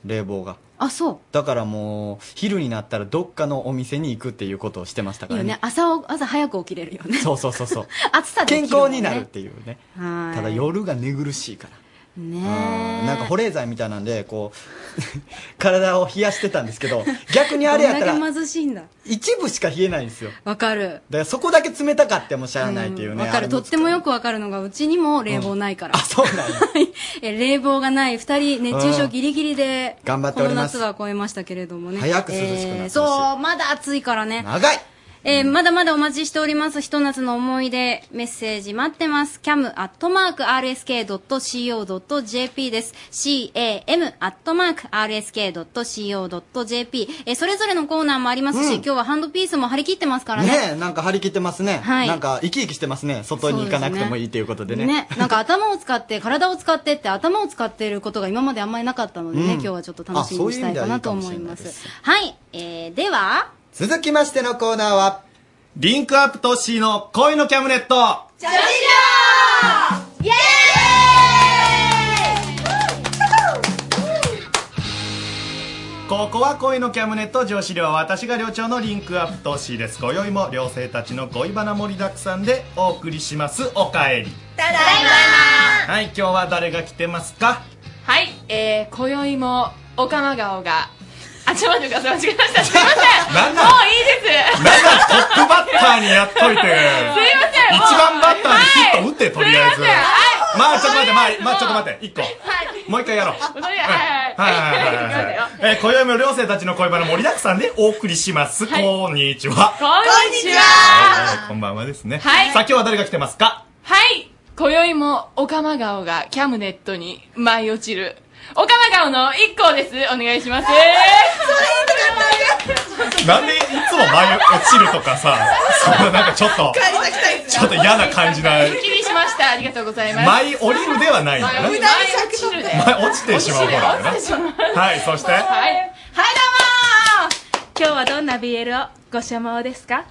S2: 冷房が
S3: あそう
S2: だからもう昼になったらどっかのお店に行くっていうことをしてました
S3: い
S2: か
S3: い
S2: ら
S3: よ
S2: ね
S3: ね朝を朝早く起きれるよね
S2: そうそうそうそう
S3: 暑さで
S2: 健
S3: 起きるも
S2: 康
S3: んね
S2: になるっていうね
S3: はい
S2: ただ夜が寝苦しいから
S3: ね
S2: なんか保冷剤みたいなんでこう 体を冷やしてたんですけど逆にあれやった
S3: どん
S2: ら
S3: だけ貧しいんだ
S2: 一部しか冷えないんですよ
S3: わかる
S2: だからそこだけ冷たかってもしゃあないっていうね
S3: わかる
S2: あ
S3: と
S2: の
S3: ってもよくわかるのがうちにも冷房ないから、
S2: そうなんや
S3: え冷房がない2人熱中症ギリギリで
S2: 頑張っております
S3: この夏は超えましたけれどもね
S2: 早く涼しくなってほしい
S3: えーそうまだ暑いからね
S2: 長い
S3: えーまだまだお待ちしております。ひと夏の思い出、メッセージ待ってます。cam.rsk.co.jp です。cam.rsk.co.jp。えーそれぞれのコーナーもあります
S2: うん
S3: し、今日はハンドピースも張り切ってますからね。
S2: ねえなんか張り切ってますね、
S3: はい
S2: なんか生き生きしてますね外に行かなくてもいいということでね
S3: ね、なんか頭を使って、体を使ってって、頭を使っていることが今まであんまりなかったのでね、
S2: うん
S3: 今日はちょっと楽しみにしたいかなと思います。はい、えー、では、
S2: 続きましてのコーナーは
S15: リンクアップトッシーの恋のキャムネット
S3: ジャジラーイエ
S15: ここは恋のキャムネット上司寮私が寮長のリンクアップトッシーです今宵も寮生たちの恋バナ盛りだくさんでお送りしますおかえり
S16: ただい
S15: はい今日は誰が来てますか
S16: まはい、えー、今宵も、オカマ顔が、あ、ちょ、待ってください、間違えました。すいませ
S15: なん
S16: ん。
S15: な
S16: も
S15: ん
S16: ういいです。
S15: なんだトップバッターにやっといて
S16: すいませんもう
S15: 一番バッターにヒット打って、とりあえず
S16: すいませんはい
S15: まあちょっと待ってまあ、まあ、ちょっと待って一個
S16: はい。
S15: もう一回やろう
S16: とりあえずはいはいはい。はいはいはい。
S15: えー、今宵も寮生たちの恋バナ盛りだくさんでお送りします。こんにちは。
S16: こんにちは
S15: はいこんばんはですね。
S16: はい
S15: さあ今日は誰が来てますか
S16: はい今宵も、オカマ顔がキャムネットに舞い落ちる、オカマ顔の一行です。お願いします。それ
S15: なんでいつも前落ちるとかさ、そんななんかちょっと、ちょっと嫌な感じな、
S16: すっきりしました。ありがとうございます。
S15: 舞い降りるではないんだな
S16: 舞い落ちるで
S15: 前落ちてしまう方だよ
S16: 落
S15: な。
S16: ちてしまう
S15: はい、そして、
S16: はい。
S17: はい、どうも今日はどんな BL をご所望ですか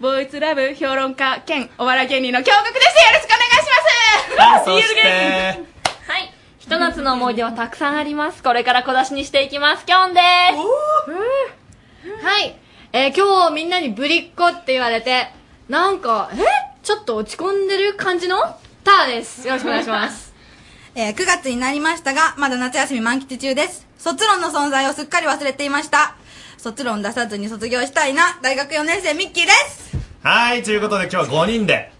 S17: ボーイズラブ評論家兼お笑い芸人の京極です。よろしくお願いします
S15: そし
S17: BL 芸
S15: て、
S18: はい。ひと夏の思い出はたくさんあります。これから小出しにしていきます。きょんです。
S19: はい。えー今日みんなにぶりっ子って言われて、なんか、えちょっと落ち込んでる感じのターです。よろしくお願いします。
S20: えー9月になりましたが、まだ夏休み満喫中です。卒論の存在をすっかり忘れていました。卒論出さずに卒業したいな。大学4年生ミッキーです。
S15: はい、ということで今日は5人で、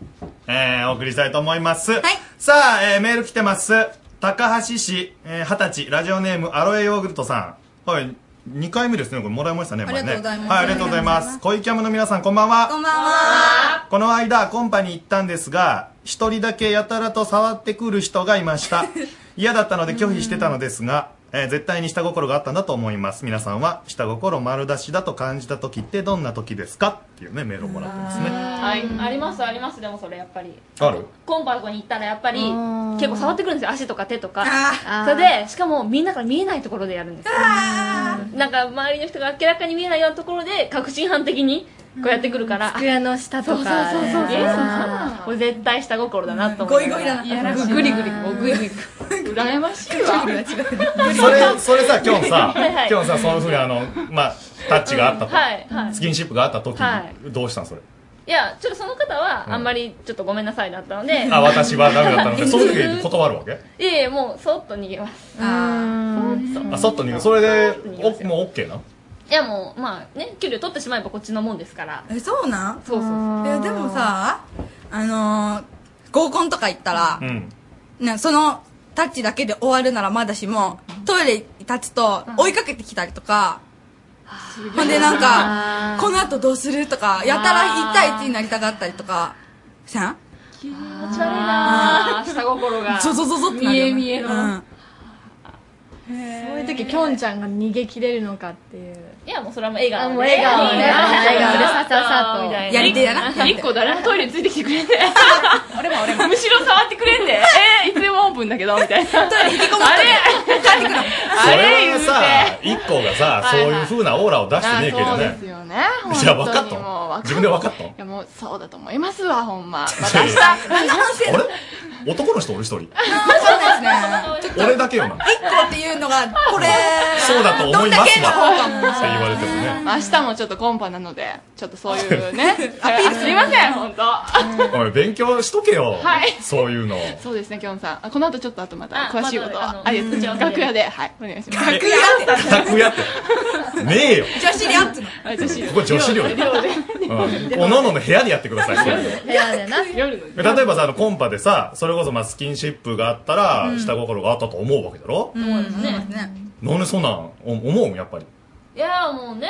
S15: えー、お送りしたいと思います。さあ、えー、メール来てます。高橋市、えー、20歳、ラジオネーム、アロエヨーグルトさん。はい、2回目ですね。これもらいましたね、前ね。
S20: ありがとうございます
S15: はい、ありがとうございます。恋キャムの皆さん、こんばんは。
S20: こんばんは。
S15: この間、コンパに行ったんですが、一人だけやたらと触ってくる人がいま した。嫌だったので拒否してたのですが、えー絶対に下心があったんだと思います。皆さんは、下心丸出しだと感じた時ってどんな時ですかっていうね、メールをもらってますね。
S18: はい。あります、あります。でもそれやっぱり。
S15: ある
S18: コンパとかに行ったらやっぱり
S15: あー
S18: 結構触ってくるんですよ足とか手とか
S3: ー
S18: それでしかもみんなから見えないところでやるんですよなんか周りの人が明らかに見えないようなところで確信犯的にこうやってくるから机の下
S19: とか
S18: そうそうそうそう
S19: ね
S18: そうこれ絶対下心だなと思ってゴリゴリだな
S16: グリグ
S18: リグリグリ羨ましい わ
S15: それ、それさ、今日さ
S18: はいは、い
S15: 今日さ、そのふうにあの、まあ、タッチがあったと。
S18: はいはい
S15: スキンシップがあった時
S18: はい
S15: に、どうしたんそれ。
S18: いやちょっとその方はあんまりちょっとごめんなさいだったので
S15: あ、私はダメだ ったので、そういう時断るわけ
S18: いえいえもうそっと逃げます
S15: あ、そっと逃げるそれで、おもう OK なの
S18: いやもうまあね給料取ってしまえばこっちのもんですから
S20: え、そうなん
S18: そうそうそう
S20: え、でもさ、あのー合コンとか行ったら、
S15: ん。
S20: ね、そのタッチだけで終わるならまだしも、トイレ立つと追いかけてきたりとか、 ほんでなん か、この後どうするとか、やたら1対1になりたがったりとか、さん
S18: 気持ち悪いなあ下心が
S20: そうそうそうそうってな
S16: 見
S20: るよ
S16: え
S20: ね
S16: 見えの、
S20: うん
S16: そういう時きょんちゃんが逃げ切れるのかっていう
S18: いやもうそれはもう笑顔
S16: あもう笑顔ね笑顔でさっさっさっと
S18: みたい
S16: やり手やな
S18: 一個誰もトイレについてきてくれ んで俺も俺もむしろ触ってくれんでえいつでもオープンだけど みたいなトイレ引きこもって
S15: そ
S18: あれ
S15: れはさ
S18: あれ、
S15: 一個がさ、そういう風なオーラを出してねえけど
S16: あそう
S15: ね
S16: です。よね
S15: いや分かったの
S16: の
S15: 自分で分かったの
S16: いやもうそうだと思いますわほんままた明日
S15: あれ男の人俺一人。
S16: そうそうそう
S20: ですね。ちょっと
S15: 俺だけよな。
S20: 一個っていうのが、これ、
S15: そうだと思いますわ。
S20: どんだけの
S15: って言われてもね。
S16: 明日もちょっとコンパなので、ちょっとそういう ね、アピールすいません、本当。
S15: おい、勉強しとけよ。
S16: はい
S15: そういうの。
S16: そうですね、きょんさん。あこの後ちょっと後また
S18: あ
S16: 詳しいこと
S18: ま
S16: は
S18: だ、
S16: あれです。
S18: あの
S16: 楽屋で、はい、お願いします。
S15: 楽屋楽屋って。ねえよ。
S16: 女子寮っての女子寮。
S15: ここ女子寮
S16: 寮で。
S15: うんおのおのの部屋でやってくださいそれは。
S19: 部屋でな
S16: 夜の
S15: 例えばさ、あのコンパでさ、それこそまあスキンシップがあったら、
S18: うん
S15: 下心があったと思うわけだろ
S18: 思いますね
S15: なんでそんなんお思うんやっぱり。
S18: いやーもうね、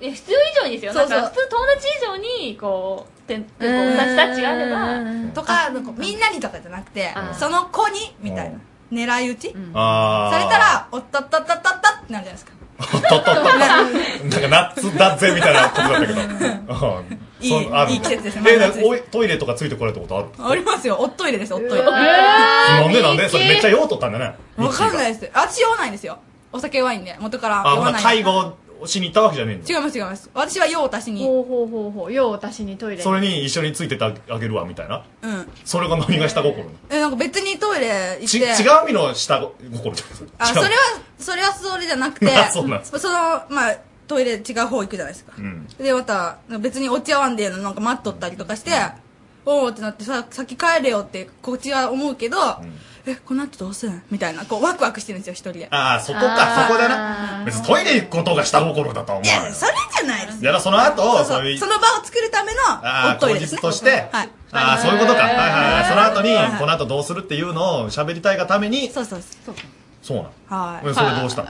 S18: いや普通以上にですよ
S20: そうそう
S18: なんか普通友達以上にこうてんてこう同じタッチがあれば
S20: とか、なんかみんなにとかじゃなくて、その子に、みたいな。狙い撃ち
S15: あ
S20: さ
S15: ー
S20: れたら、おったったったったったってなるじゃないですか。
S15: なんかナッツだぜみたいなことだったけど。うん
S20: いい
S15: そんある
S20: いい季節ですね
S15: え、なんかおいトイレとかついてこられたことある
S20: ありますよ、おっといれですよ、おっといれ。
S15: うわーなんでなんでそれめっちゃ用取ったんだね。
S20: わかんないです。私酔わないんですよ。お酒弱いんで、元から
S15: あ、
S20: 酔
S15: ほ
S20: わ
S15: な
S20: ない。
S15: 介護しに行ったわけじゃねえんだ。
S20: 違います違います。私は用を足しに。ほうほうほうほう、用を足しにトイ
S15: それに一緒についてってあげるわみたいな。
S20: うん。
S15: それが何が下心なの
S20: え、なんか別にトイレ行っ
S15: ち
S20: て。
S15: 違う意味の下心じゃ
S20: あ、
S15: ん。
S20: それは
S15: 違う、
S20: それはそれじゃなくて
S15: あ、 そうなんです
S20: その、まあ、トイレ違う方行くじゃないですか。
S15: うん。
S20: で、また、別にお茶碗でなんか待っとったりとかして、おーってなってさ、先帰れよって、こっちは思うけど、え、この後どうするんみたいな、こう、ワクワクしてるんですよ、一人で。
S15: ああ、そこか、そこだな。別にトイレ行くことが下心だとは思わない。
S20: それじゃないです。
S15: やだその後
S20: そう
S15: そう
S20: そ
S15: いう
S20: うその場を作るための、お
S15: あ
S20: っ
S15: あ、
S20: とい
S15: 口
S20: れですね
S15: 実として。
S20: はい。
S15: ああ、そういうことか。はいはいはい。その後
S20: はいは
S15: に、
S20: い
S15: この後どうするっていうのを喋りたいがために、
S20: そうそうそう。
S15: そうなの。
S20: は
S15: うん
S20: い。
S15: それどうしたの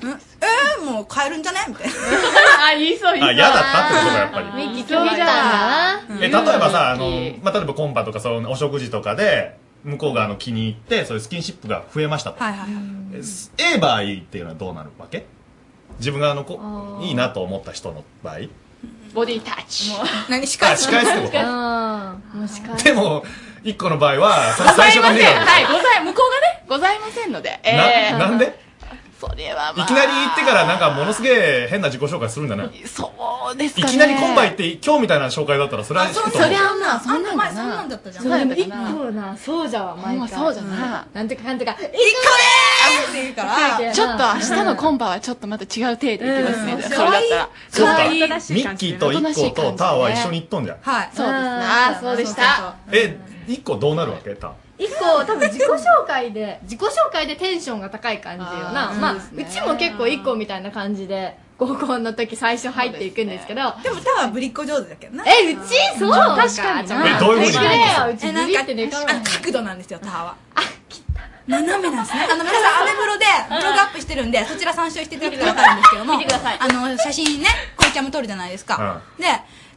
S20: うんえー、もう帰るんじゃねみたいな。
S16: あ、言いそう、言いそう。
S15: あ、嫌だったってことがやっぱり。
S16: ミキ
S20: そう
S16: じゃん。
S15: え、例えばさ、あの、まあ、例えばコンパとか、そのお食事とかで、向こうがあの気に入って、そういうスキンシップが増えましたと。
S20: はいはいはい。
S15: A 場合っていうのはどうなるわけ自分があのこ
S16: あー
S15: いいなと思った人の場合
S16: ボディタッチ。
S20: 何、仕
S15: 返すあ仕返すってこと
S16: もう仕返す
S15: でも一個の場合はその
S16: ござ
S15: 最
S16: い
S15: 初が
S16: ま
S15: 見
S16: せん。
S15: えな
S16: はい、ござい、向こうがね、ございませんので。え
S15: い
S16: え
S15: ななんで
S16: それはま
S15: い
S16: あ。
S15: きなり行ってからなんかものすげえ変な自己紹介するんだね
S16: そうです
S15: い
S16: かね。
S15: きなりコンパ行って今日みたいな紹介だったらそれはちょっと
S19: そりゃな、そんなん前そんなんだった
S16: じゃん
S19: それ
S16: そ
S19: も
S16: うだ
S19: 一
S16: ったな
S19: 個な、そうじゃわ、毎
S16: ほんま
S19: 回。
S16: そうじゃな
S19: うん。なんてかかんてか、一個で
S20: ーすって言う
S16: はいちょっと明日のコンパはちょっとまた違う体でいきますね。
S19: うん
S16: それだったら。
S15: そうか
S16: い
S15: ミッキーと一個とターは一緒に行っとんじゃん
S20: はい。
S16: そうですね。
S19: あ
S16: あ
S19: ー
S16: そうでした。
S15: え一個どうなるわけター
S19: 一個多分自己紹介で自己紹介でテンションが高い感じよな
S16: あー
S19: まあ
S16: そう
S19: う
S16: ですね
S19: ちも結構一個みたいな感じで合コンの時最初入っていくんですけど
S20: でも多分ぶりっ子上手だけどな
S19: えうちそう
S20: 確かになえどうい
S19: ぶり
S20: うこと
S19: っ子だよう
S20: え
S19: ち
S20: な
S19: ぶ
S20: ん
S19: り
S20: か
S19: ってね
S20: あ角度なんですよタワーはあ斜めなんですね あの皆さんアメブロでブログアップしてるんでそちら参照していただくと分かるんですけども
S18: 見てください
S20: あの写真ねこういちゃんも撮るじゃないですかで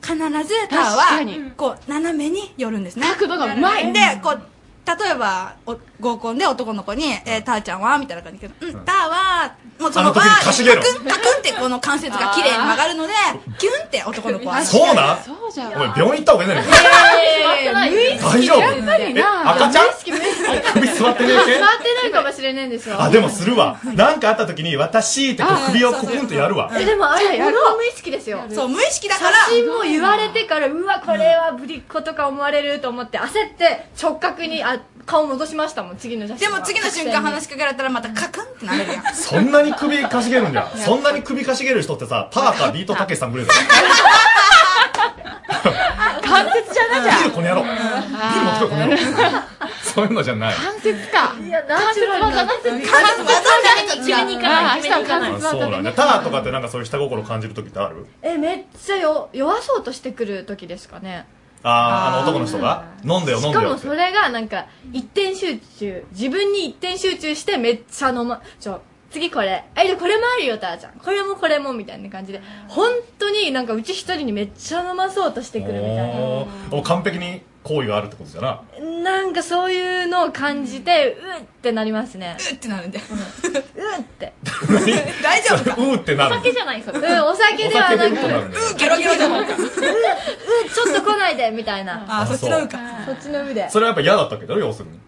S20: 必ずタワ
S16: 確か
S20: ーはこう斜めに寄るんですね
S16: 角度がうまい
S20: でこう例えばお合コンで男の子に「えー、ターちゃんは?」みたいな感じで「うんターは」もうそ
S15: あの
S20: の
S15: 時
S20: 場
S15: にかしげろ
S20: カクンカクンってこの関節が綺麗に曲がるのでギュンって男の子は
S15: そうなん
S16: そうじゃ
S15: お前病院行った方がいいんじゃない
S19: えー無意識
S15: 大丈夫
S19: やっぱりな
S15: え赤ちゃん
S19: 無意識無意識座っ
S15: 首座って
S19: て
S15: ねえけ
S19: ないかもしれないんですよ
S15: あでもするわなんかあった時に私ってこう首をコクンとやるわ
S19: えでもあれ本当無意識ですよ
S20: そう無意識だから
S19: 写真も言われてからうわこれはぶりっ子とか思われると思って焦って直角にあ顔戻しましたもん次の写
S20: で
S19: 真は
S20: も次の瞬間話しかけられたらまたカクンってなるやん
S15: そんなに首かしげるんじゃんそんなに首かしげる人ってさターかビートたけしさんぐらいだよ
S16: 関節じゃなじゃん。
S15: この野郎
S16: あー
S15: そういうのじゃない
S16: 関節か。いや、ナチュラルな。関節技
S19: 関節技急に行かない
S16: あー明日は関
S15: あ
S16: 節技
S15: そうなんだターとかってなんかそういう下心感じる時ってある
S19: えめっちゃよ弱そうとしてくる時ですかね
S15: あーあ
S19: あー
S15: の男の人が飲んでよ飲
S19: し
S15: んで
S19: か
S15: よ
S19: も
S15: って
S19: それがなんか一点集中自分に一点集中してめっちゃ飲まちょ次これえでこれもあるよたーちゃんこれもこれもみたいな感じで本当になんかうち一人にめっちゃ飲まそうとしてくるみたいな
S15: おーもう完璧に好意があるってことじゃな
S19: なんかそういうのを感じて、うーってなりますね。
S20: うってなるんで。
S15: 大丈夫かうーってなる
S19: じゃないそれ。うん、お酒ではなく、
S15: お酒でうーってなるんだ
S19: うん、ゲロゲロじゃないか。うん、うん、ちょっと来ないで、みたいな。
S15: あそっちのう
S19: か。そっちのうで。
S15: それはやっぱ嫌だったけど要するに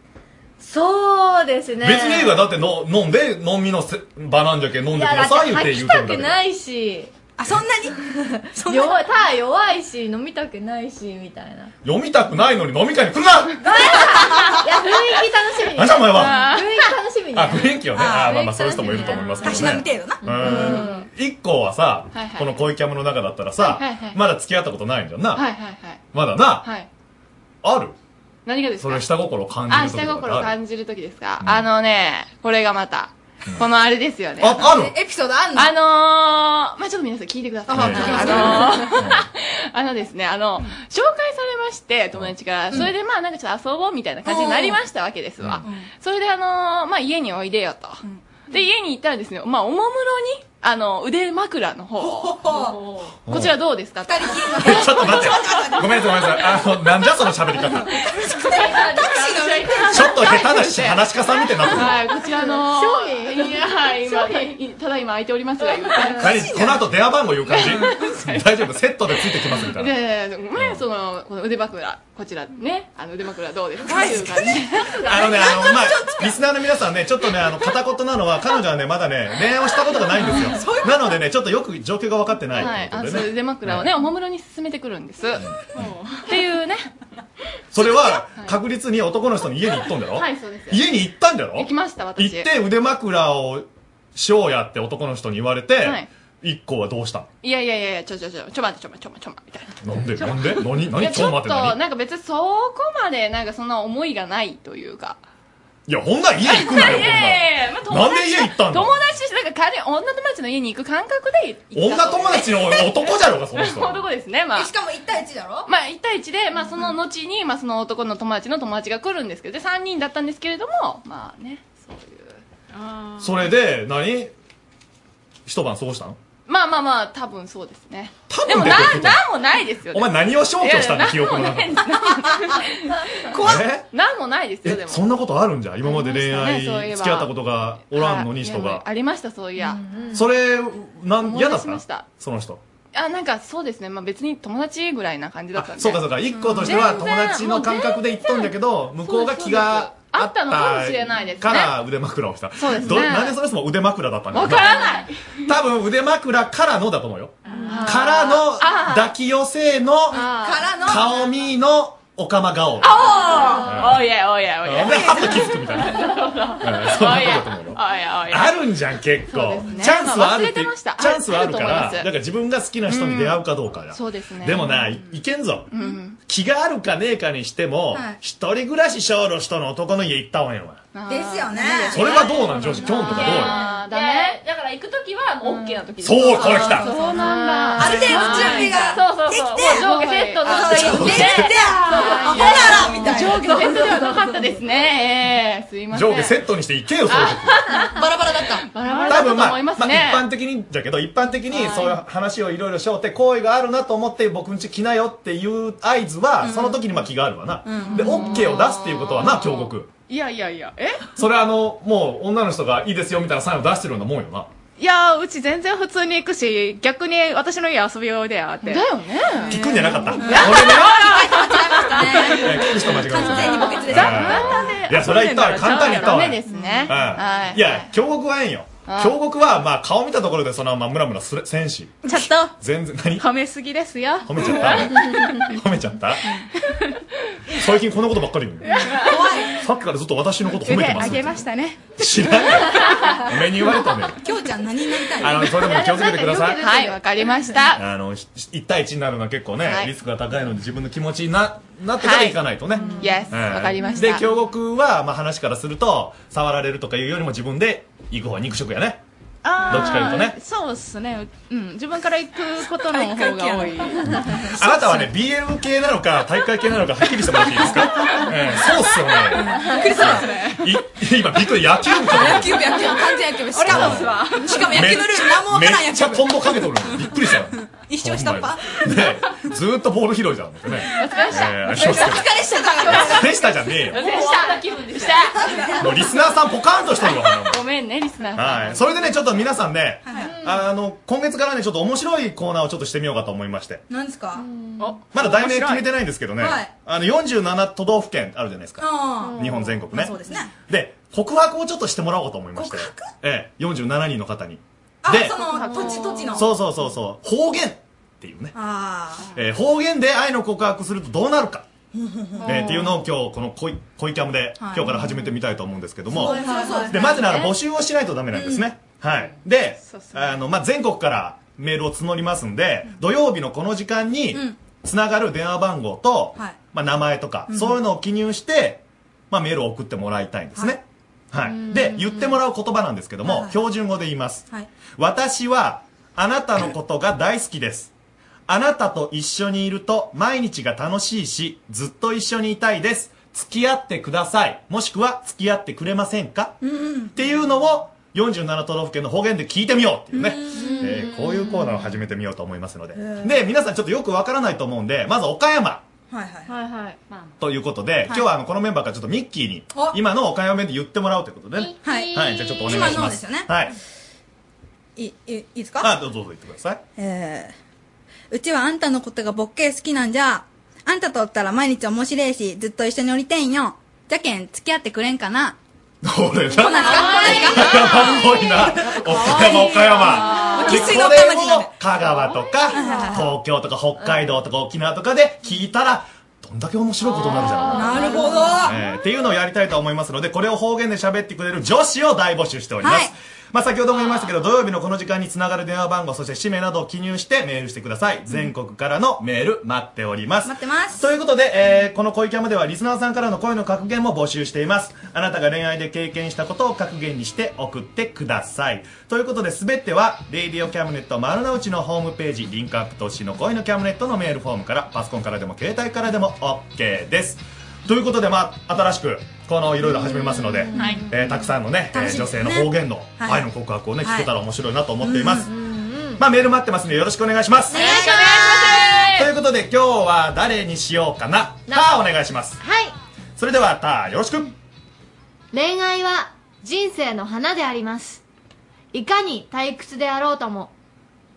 S19: そうですね。
S15: 別に映画だっての飲んで飲みのせ場なんじゃけ飲んでください
S19: いや
S15: っ
S19: だってて吐き
S15: 言うてる
S19: た
S15: んだ
S19: く
S15: けど
S19: ないし。
S20: あ、そんな
S19: に弱い、ただ弱いし、飲みたくないし、み たいな。
S15: 読みたくないのに飲み会に来るな
S19: あいや、雰囲気楽しみに。
S15: なんだお前は
S19: 雰い
S15: あ、雰囲気をね。あーまあまあ、そういう人もいると思いますけどね。
S20: たしなみ程度な。
S15: うん。一個はさ
S20: はいはい、
S15: この恋キャムの中だったら
S16: は
S15: さ
S16: いはいはい、
S15: まだ付き合ったことないんじゃん
S16: は
S15: な。
S16: いはいはい。
S15: まだな、
S16: はい。
S15: ある
S16: 何がですか
S15: それ下心を感じる
S16: あ、
S15: 時
S16: 下
S15: とかって
S16: 心
S15: あ
S16: を
S15: る
S16: 感じるときですか、あのね、これがまた、このあれですよね。
S15: あある
S20: エピソードあんの
S16: あのー、まあ、ちょっと皆さん聞いてください。
S20: あ
S16: あ
S20: わかりまし
S16: のー、あのですね、あの、紹介されまして、友達から、それでまあ、なんかちょっと遊ぼうみたいな感じになりましたわけですわ。それであのー、まあ、家においでよと。で、家に行ったらですね、まあ、おもむろに、あの、腕枕の方をこちらどうですかと。
S15: ちょっと待って。ごめんなさい、ごめんなさい。あの、なんじゃその喋り方。ちょっと下手なし、話し家さんみたいになってる。
S16: はい、こちらの。
S19: 商品
S16: いや、はい、今
S19: 商品
S16: ただ今空いておりますが、言うて
S15: 何この後電話番号言う感じ大丈夫セットでついてきますみたいな。
S16: で、前、その、この腕枕、こちらね、あの腕枕どうですかっていう感じ。
S15: あのね、あの、まあ、リスナーの皆さんね、ちょっとね、あの、片言なのは、彼女はね、まだね、恋愛をしたことがない んですよ。なのでね、ちょっとよく状況が分かってない
S16: はい、
S15: とい
S16: あ
S15: う
S16: の、そ
S15: こと
S16: う
S15: でね。
S16: 腕枕をね、おもむろに進めてくるんです。もうっていうね。
S15: それは、確実に男の人の家に行っとんだろ
S16: はい、そうです。
S15: 家に行ったんだろ
S16: 行きました、私。
S15: 行って腕枕をしようやって男の人に言われて
S16: はい、
S15: 一個はどうした
S16: いやいやいやいや、ちょちょちょ、ちょ待ってちょ待ってちょ待ってちょ待ってみたいな。
S15: のなんでなんで何
S16: いや
S15: 何
S16: ち
S15: ちょ
S16: ょ
S15: っ
S16: っ
S15: と待
S16: と
S15: って何
S16: なんか別にそこまでなんかそんな思いがないというか
S15: いや、こんなん家行くな
S16: いやい
S15: よ、こんなん。
S16: やいやまあ友達
S15: なんで家行ったんだ
S16: 友達としてなんか仮に女友達の家に行く感覚で行った
S15: 女友達の男じゃろうが、その人。
S16: 男ですねまあ
S20: しかも1対1だろ
S16: まあ1対1で、まあ、その後に、まあ、その男の友達の友達が来るんですけどで3人だったんですけれどもまあね
S15: それで、何一晩過ごしたの
S16: まあまあまあ多分そうですね
S15: 多
S16: でも
S15: 分
S16: な
S15: だけど
S16: なんもないですよね
S15: お前何を消去したの
S16: いや
S15: 記憶の中
S16: なんもないです怖っ
S15: え
S16: なんもないですよで
S15: え、
S16: も
S15: そんなことあるんじゃ今まで恋
S16: ありま
S15: 愛、
S16: したねそういえば
S15: 付き合ったことがおらんのに人が。
S16: ありましたそういや、
S15: それ、なん、
S16: 思い
S15: 嫌だ
S16: 出
S15: っ
S16: しま
S15: た
S16: した
S15: その人。
S16: あなんかそうですね、まあ、別に友達ぐらいな感じだったんで
S15: そうかそうか。一個としては
S16: うん
S15: 友達の感覚で言っとんだけど、向こうが気が
S16: あった
S15: あ
S16: の
S15: った
S16: かもしれないですね
S15: から腕枕をした。
S16: そうですね
S15: どなんでその人も腕枕だったんだ
S16: わからない
S15: 多分腕枕からのだと思うよ。からの抱き寄せの、
S16: からの
S15: 顔見のおかま顔。
S16: おーおーいやおーいやおーいや
S15: お前ハッと気づくみたいな。うんそんなことだと思うよ。
S16: おーいやおーいや
S15: あるんじゃん結構、チャンスはあるっ
S16: ま
S15: て
S16: あ忘れてました
S15: チャンスはあるか
S16: あ
S15: ら
S16: ると思います
S15: だから自分が好きな人に出会うかどうかだ、
S16: そうですね
S15: でもないけんぞ、
S16: うん
S15: 気があるかねえかにしても、
S16: はい
S15: 一人暮らししょる人の男の家行った方がええわ
S20: ですよね
S15: それはどうなんジョージキョンとかどうよ
S18: あだねだから行く時はもう OK な時です
S15: そうこれ来た
S18: そうなんだ
S20: ある程度準備が
S18: そうそうそうもう上下セットの
S20: あそうできて
S16: あ
S20: ほらみたいな
S16: 上下セットではなかったですねええすいません
S15: 上下セットにして行けよそういう時
S16: バラバラだったバラバラだ
S15: 多
S16: ったと
S15: 分ま
S16: 思
S15: あ、
S16: い
S15: ま
S16: ま
S15: あ
S16: すね、
S15: 一般的にだけど一般的にそういう話をいろいろしようって好意があるなと思って僕んち来なよっていう合図は、その時にまあ気があるわな、で OK を出すっていうことはな京極
S16: いやいやいやえ
S15: それはあのもう女の人がいいですよみたいなサインを出してるようなもんよない
S16: やうち全然普通に行くし逆に私の家遊びようであってだよね
S15: 聞くんじゃなかった。 俺ね。え聞く人間違えました。はいいや、それは言ったわ。簡単に言ったわ。
S16: ダメですねは
S15: うんいや、京極はええんよ
S16: は。い
S15: 京極は、まあ、顔見たところで、そのままムラムラする、せんし。
S16: いちょっと
S15: 全然、何
S16: 褒めすぎですよ
S15: 褒めち ゃった褒めちゃった最近こんなことばっかり言うのさっきからずっと私のこと褒めてま
S17: あ
S15: す。
S17: げましたね
S15: 知らない。おめに言われた ね。
S20: きょうちゃん何になりたい
S15: あの、それでも気をつけてください。
S16: はいわかりました
S15: あの、ひ一対一になるのは結構ね、
S16: はい
S15: リスクが高いので自分の気持ちにな、なってからいかないとね。
S16: イエス
S15: ええ
S16: わかりました
S15: で、京極は、まあ話からすると、触られるとかいうよりも自分で行く方は肉食やね。
S17: あー
S15: どっちか言うとね
S17: そうっすねうん自分から行くことの方が多 い
S15: あなたはね、BL 系なのか、体育会系なのか、はっきりしてもらっていい ですかええそうっすよね。
S20: クリスマス
S15: い今、びっくり、野球部かと思
S20: 野
S15: った
S20: 球部野球部完全野球部しかも
S15: 俺
S20: しかも野球のルール何もわからん
S15: め
S20: 野
S15: っち
S20: 球
S15: ゃ
S20: 部
S15: コンボかけとるの。びっくりしたよ。
S20: 一生下っ端
S15: ねずーっとボール拾いじゃん。ね。
S20: お疲れ
S15: ええありますけど
S20: でしただ
S15: でしたじゃねえよ。
S16: でした気分でした
S15: もうリスナーさんポカーンとしてるわ。
S16: ごめんねリスナーさん
S15: はい。それでね、ちょっと皆さんね、あの、今月からね、ちょっと面白いコーナーをちょっとしてみようかと思いまして。
S20: 何ですか
S15: まだ題名決めてないんですけどね
S20: はい、
S15: あの、47都道府県あるじゃないですか
S20: う。ん
S15: 日本全国
S20: まあ
S15: ね
S20: そう。ですね
S15: で、告白をちょっとしてもらおうかと思いまして。ええ、47人の方に。
S20: あ
S15: で、
S20: その土地土地の
S15: そううそうそうそう、方言っていうね。
S20: あ
S15: えー方言で愛の告白するとどうなるか。えーっていうのを今日この恋恋キャムで
S20: はい
S15: 今日から始めてみたいと思うんですけども、
S20: はいはいはい
S15: でまずねあの募集をしないとダメなんですね、はいであの、まあ、全国からメールを募りますんで土曜日のこの時間につながる電話番号と、
S20: はい
S15: まあ、名前とか、
S20: うん
S15: そういうのを記入して、まあ、メールを送ってもらいたいんですね、はい、で言ってもらう言葉なんですけども、標準語で言います、
S20: はい
S15: 私はあなたのことが大好きですあなたと一緒にいると毎日が楽しいしずっと一緒にいたいです付き合ってくださいもしくは付き合ってくれませんか、っていうのを47都道府県の方言で聞いてみようっていうね、えーこういうコーナーを始めてみようと思いますので、
S20: うん
S15: で皆さんちょっとよくわからないと思うんでまず岡山
S20: はいはいはいはいま
S15: ということで、今日はあのこのメンバーからちょっとミッキーに
S20: お
S15: 今の岡山弁で言ってもらうということでね
S20: は
S15: はいい、じゃあちょっとお願いし
S20: 今の
S15: ま
S20: です
S15: す
S20: よね
S15: はい
S20: いいいいですか
S15: あどうぞどうぞ言ってください
S20: えーうちはあんたのことがボッケ好きなんじゃ。あんたとおったら毎日面白いし、ずっと一緒におりてんよ。じゃけん、付き合ってくれんかな。
S15: これだ。これだ。っぽいな。岡山、岡山。で、
S20: 生粋の
S15: こ
S20: 岡山
S15: れ
S20: 人
S15: も香川とか
S20: はい、
S15: 東京とか北海道とか沖縄とかで聞いたら、どんだけ面白いことになるじゃん。
S20: なるほど。
S15: えーっていうのをやりたいと思いますので、これを方言で喋ってくれる女子を大募集しております。まあ先ほども言いましたけど、土曜日のこの時間につながる電話番号、そして氏名などを記入してメールしてください。全国からのメール待っております。
S20: 待ってます。
S15: ということで、えーこの恋キャムではリスナーさんからの声の格言も募集しています。あなたが恋愛で経験したことを格言にして送ってください。ということで、すべては、レイディオキャムネット丸の内のホームページ、リンクアップ投資の恋のキャムネットのメールフォームから、パソコンからでも携帯からでも OK です。ということで、まあ、新しく、この、いろいろ始めますので、
S20: はい
S15: えーたくさんのね、えー
S20: 楽しみ
S15: 女
S20: ですね
S15: 性の方言の
S20: はい
S15: 愛の告白をね、
S20: はい
S15: 聞けたら面白いなと思っています。まあ、メール待ってますんで、よろしくお願いします。
S21: お願いし
S15: ということで今日は誰にしようかなターお願いします
S21: はい
S15: それではターよろしく
S21: 恋愛は人生の花でありますいかに退屈であろうとも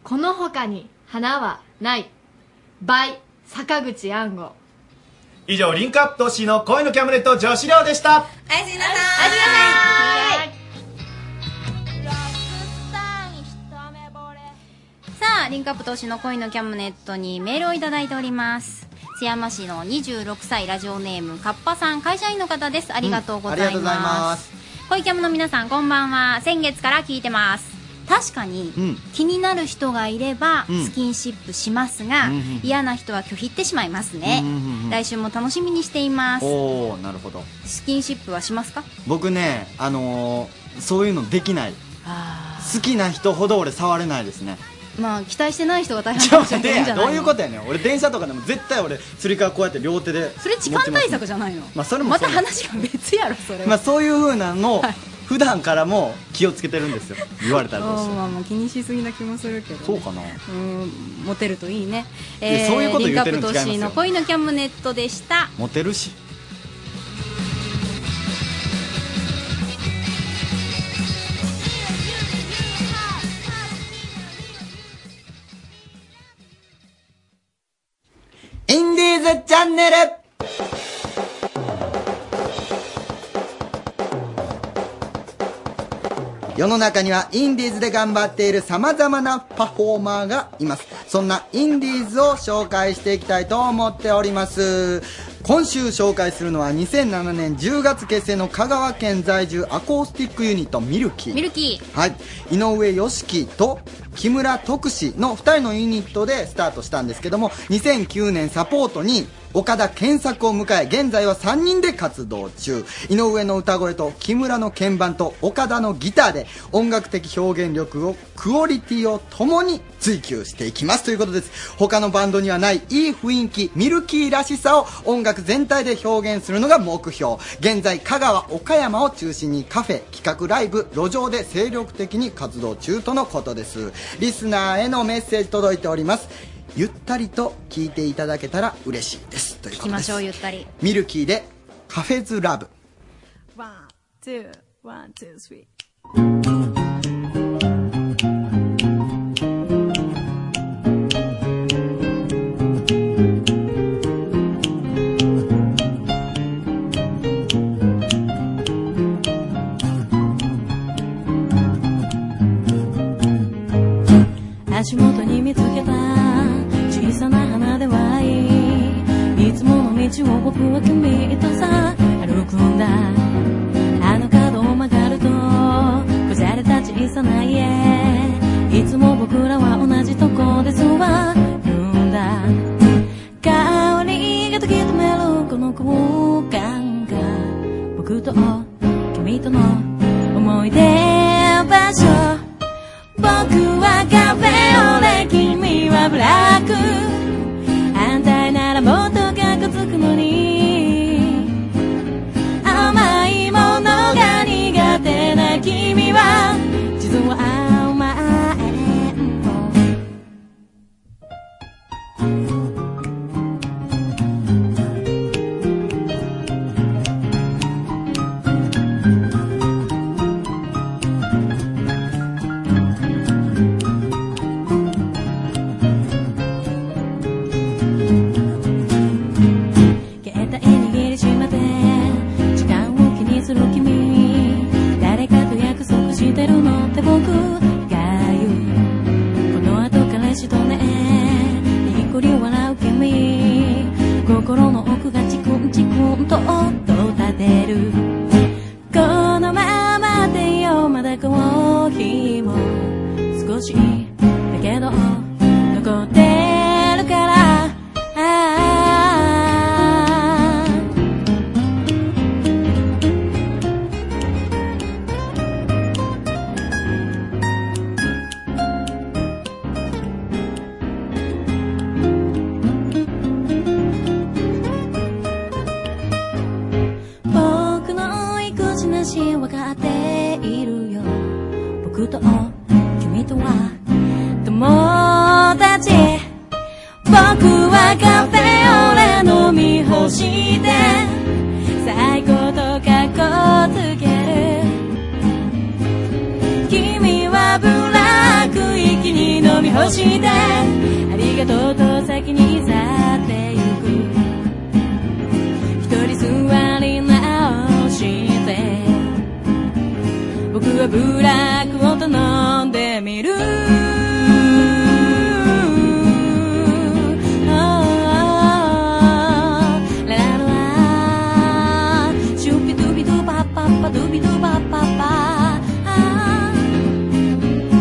S21: この他に花はない倍坂口安吾
S15: 以上リンクアップ都市の恋のキャムネット女子寮でした
S21: おやすみなさい
S3: さあリンクアップ投資の恋のキャムネットにメールをいただいております津山市の26歳ラジオネームかっぱさん会社員の方ですありがとうございます,、
S2: す
S3: 恋キャムの皆さんこんばんは先月から聞いてます確かに、
S2: うん
S3: 気になる人がいれば
S2: うん
S3: スキンシップしますが、
S2: うんうん
S3: 嫌な人は拒否ってしまいますね、
S2: うんうんうん
S3: 来週も楽しみにしています
S2: おおなるほど
S3: スキンシップはしますか
S2: 僕ねあのーそういうのできない好きな人ほど俺触れないですね
S3: まあ期待してない人が大
S2: ち
S3: 半か
S2: ょ
S3: も
S2: っ
S3: し
S2: と
S3: れ
S2: 待
S3: ないん
S2: って
S3: じゃな
S2: ど
S3: いの
S2: ういうことやねん俺電車とかでも絶対俺つり革こうやって両手で
S3: それ痴漢対策じゃないの
S2: まあそれも
S3: また
S2: そう
S3: 話が別やろそれ は
S2: まあそういう風なのを普段からも気をつけてるんですよ言われたらどうしよ
S3: まあまあ気にしすぎな気もするけど
S2: うそうかな
S3: うんモテるといいね
S2: いやそういうこと
S3: リン
S2: 言
S3: クア
S2: って
S3: ッ
S2: るの違
S3: プ
S2: い
S3: 投
S2: ますよ
S3: 資の恋のキャムネットでした
S2: モテるしインディーズチャンネル世の中にはインディーズで頑張っている様々なパフォーマーがいます。そんなインディーズを紹介していきたいと思っております。今週紹介するのは2007年10月結成の香川県在住アコースティックユニットミルキー。
S3: ミルキー
S2: はい、井上良樹と木村徳志の2人のユニットでスタートしたんですけども2009年サポートに岡田健作を迎え現在は3人で活動中井上の歌声と木村の鍵盤と岡田のギターで音楽的表現力をクオリティを共に追求していきますということです他のバンドにはないいい雰囲気ミルキーらしさを音楽全体で表現するのが目標現在香川岡山を中心にカフェ企画ライブ路上で精力的に活動中とのことですリスナーへのメッセージ届いておりますゆったりと聞いていただけたら嬉しいですという
S3: 聞
S2: こと
S3: き
S2: で
S3: ますしょうゆったり
S2: ミルキーでカフェズラブ
S22: One, two, one, two, three. 足元に見つけた小さな花ではいいいつもの道をの君との思い出場所僕はカフェオレ君はブラック反対ならもっとかっこつくのに甘いものが苦手な君は実は甘えん坊携帯握りしまって時間を気にする君誰かと約束してるのって僕が言うこの後彼氏とねにっこり笑う君心の奥がチクンチクンと音立てるこのままでよまだコーヒーも少しだけど残ってるからああ僕の意固地なし分かっているよ僕と君とは友達僕はカフェオレ飲み干して最高とかっこつける君はブラック息に飲み干してありがとうと先に去ってゆく一人座り直して僕はブラックを頼んでみるシュピドゥビドゥパッパッパドゥビドゥパッパッパあー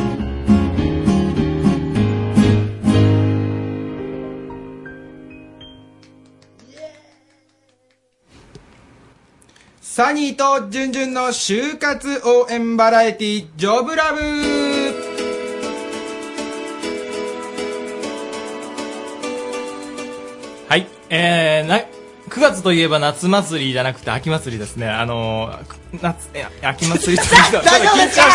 S4: サニーとジュンジュンの就活応援バラエティジョブラブ
S23: はい。えー、な、9月といえば夏祭りじゃなくて秋祭りですね。あのー、く夏、え秋祭りって言うと
S11: 大丈夫ですか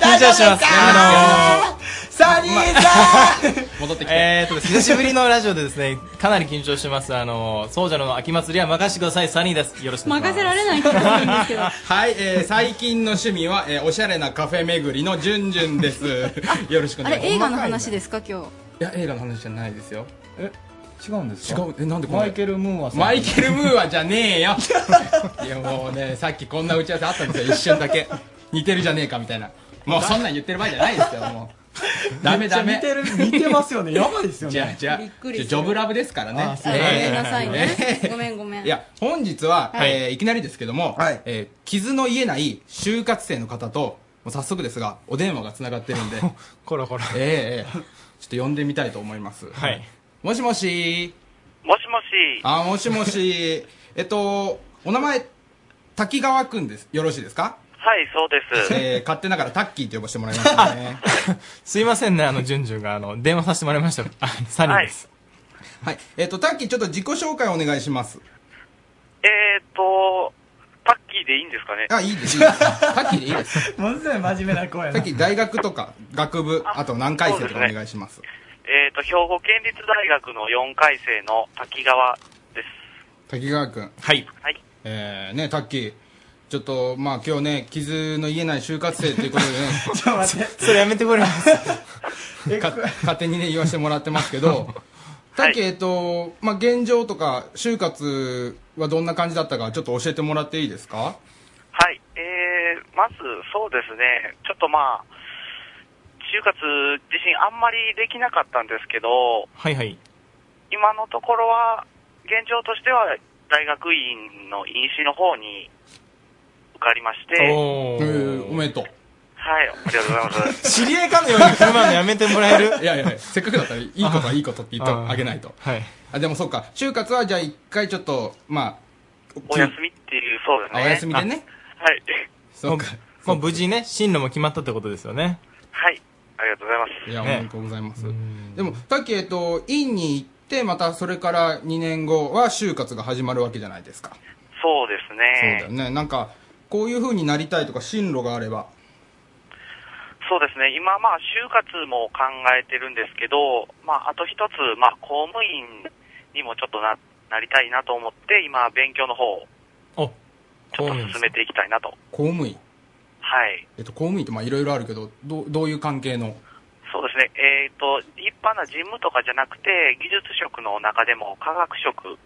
S23: 緊張します。緊張し
S11: 大丈夫
S23: ま
S11: で
S23: す。
S11: すか
S23: あ
S11: サニーさん
S23: のー、戻ってきて。えーとです、久しぶりのラジオでですね、かなり緊張してます。あのー、総者の秋祭りは任せてください。サニーです。よろしくお願いします。
S3: 任せられない気がするんですけど
S4: はい、えー、最近の趣味は、えー、おしゃれなカフェ巡りのジュンジュン です。よろしくお
S3: あ
S4: 願い します。
S3: れ映画の話ですか今
S4: い
S3: 日
S4: や、映画の話じゃないですよ。え、
S6: 違うんです
S4: 違う。え、なんでこれ
S6: マイケル・ムーンは
S4: マイケル・ムーアじゃねえ よいやもうねさっきこんな打ち合わせあったんですよ一瞬だけ似てるじゃねえかみたいなもうそんなん言ってる場合じゃないですよもうダメダメ
S6: めっちゃ似てる似てますよ ねやばいですよね
S4: じゃあじゃあ
S6: びっくりする
S4: ジョブラブですからね
S6: あそう
S3: ご
S4: え
S3: め
S4: ー
S3: んなさい
S4: え
S3: ね
S4: ー
S3: ごめんごめん
S4: いや本日は、
S3: はい
S4: えーいきなりですけども、えー傷の癒えない就活生の方ともう早速ですがお電話がつながってる んで
S23: こらこら
S4: えーえーちょっと呼んでみたいと思います
S23: はい
S4: もしもし
S10: もしもし、
S4: あ、もしもし。えっと、お名前、滝川くんです。よろしいですか
S10: はい、そう です。
S4: えー、勝手ながらタッキーと呼ばせてもらいましたね。
S23: すいませんね、あの、ジュンジュンが、あの、電話させてもらいました。 あサニーです。
S4: はい。えっと、タッキーちょっと自己紹介お願いします。
S10: えーっと、タッキーでいいんですかね
S4: あ、い いです。いいですタッキーでいいです。 ものすごい真面目な声タッキー大学とか、学部、あと何回生とかお願いします。
S10: えーっと、兵庫県立大学の4回生の滝川です。
S4: 滝川くん。
S23: はい。
S10: はい。
S4: えー、ね、タッキー。ちょっと、まあ今日ね、傷の癒えない就活生ということ でね。
S6: ちょっと待って
S23: それやめてもらいます。
S4: か勝手にね言わせてもらってますけどさっき、えっとまあ、現状とか就活はどんな感じだったかちょっと教えてもらっていいですか
S10: はい、えー、まずそうですね、ちょっとまあ、就活自身あんまりできなかったんですけど、
S23: はいはい。
S10: 今のところは、現状としては大学院の院試の方に受かりまして、
S4: えーおめでとう
S10: はい、ありがとうございます。
S23: 知り合いかのように振る舞うのやめてもらえる
S4: いやいやせっかくだったらいいことはいいことって言って
S23: あー
S4: あげないと
S23: はい。
S4: あでもそうか就活はじゃあ一回ちょっとまあ
S10: お休みっていう、そうです
S4: あ
S10: ね。
S4: お休みでね
S5: はい。
S23: そうか。もう無事ね、進路も決まったってことですよね。
S5: はい。ありがとうございます。
S4: いや、おめでとうございます。でも、さっき、えっと、院に行って、またそれから2年後は就活が始まるわけじゃないですか。
S5: そうです
S4: そうだ
S5: ね。
S4: よね。なんか、こういう風になりたいとか、進路があれば。
S5: そうですね、今、まあ、就活も考えてるんですけど、まあ、あと一つ、まあ、公務員にもちょっとななりたいなと思って、今、勉強の方を
S4: 公務
S5: 進めていきたいなと。
S4: 公務員。
S5: はい。
S4: えっと、公務員って、まあ、いろいろあるけど、どう、どういう関係の。
S5: そうですね、えっ、と、一般な事務とかじゃなくて、技術職の中でも科学職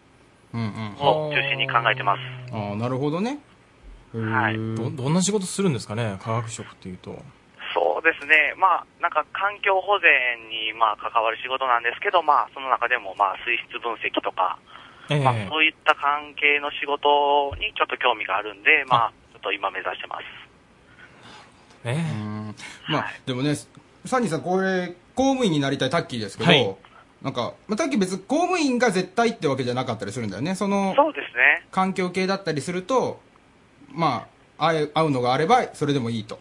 S4: うんうん。
S5: を中心に考えてます。
S4: ああ、なるほどね。はい。
S23: ど、どんな仕事するんですかね、科学職っていうと。
S5: そうですね、まあ、なんか環境保全に、まあ、関わる仕事なんですけど、まあ、その中でも、まあ、水質分析とか、
S23: ええ
S5: まあ、そういった関係の仕事にちょっと興味があるんで、まあ、ちょっと今目指してます。
S4: うんまあ、でもね、サニーさん、これ、公務員になりたいタッキーですけど、
S5: はい
S4: なんか、まあ、タッキー別に公務員が絶対ってわけじゃなかったりするんだよね。その、
S5: そうですね。
S4: 環境系だったりすると、まあ、会う会うのがあれば、それでもいいと。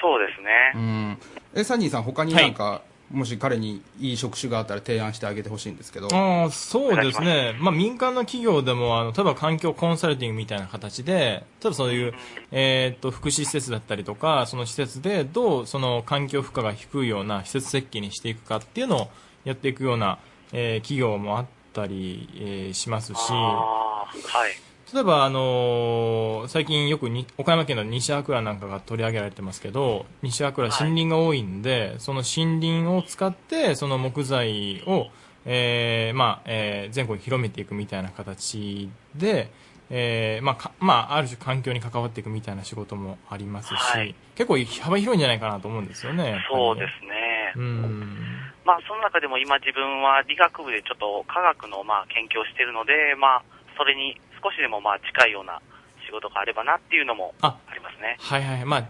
S5: そうですね。
S4: うん。え、サニーさん、他になんか、もし彼にいい職種があったら提案してあげてほしいんですけど。
S23: ああ、そうですね。まあ、民間の企業でも、あの、例えば環境コンサルティングみたいな形で、例えばそういう、えーっと、福祉施設だったりとか、その施設でどう、その環境負荷が低いような施設設計にしていくかっていうのをやっていくような、えー企業もあったり、えーしますし、
S5: はい。
S23: 例えば、あのー最近よくに岡山県の西桜なんかが取り上げられてますけど西桜森林が多いんで、その森林を使ってその木材を、えーまあえー全国に広めていくみたいな形で、えーまあかまあ、ある種環境に関わっていくみたいな仕事もありますし、結構幅広いんじゃないかなと思うんですよね。
S5: そうですね。
S23: うん
S5: まあ、その中でも今自分は理学部でちょっと科学のまあ研究をしているので、まあ、それに少しでもまあ近いような仕事があればなっていうのもありますね。
S23: はいはいまあ、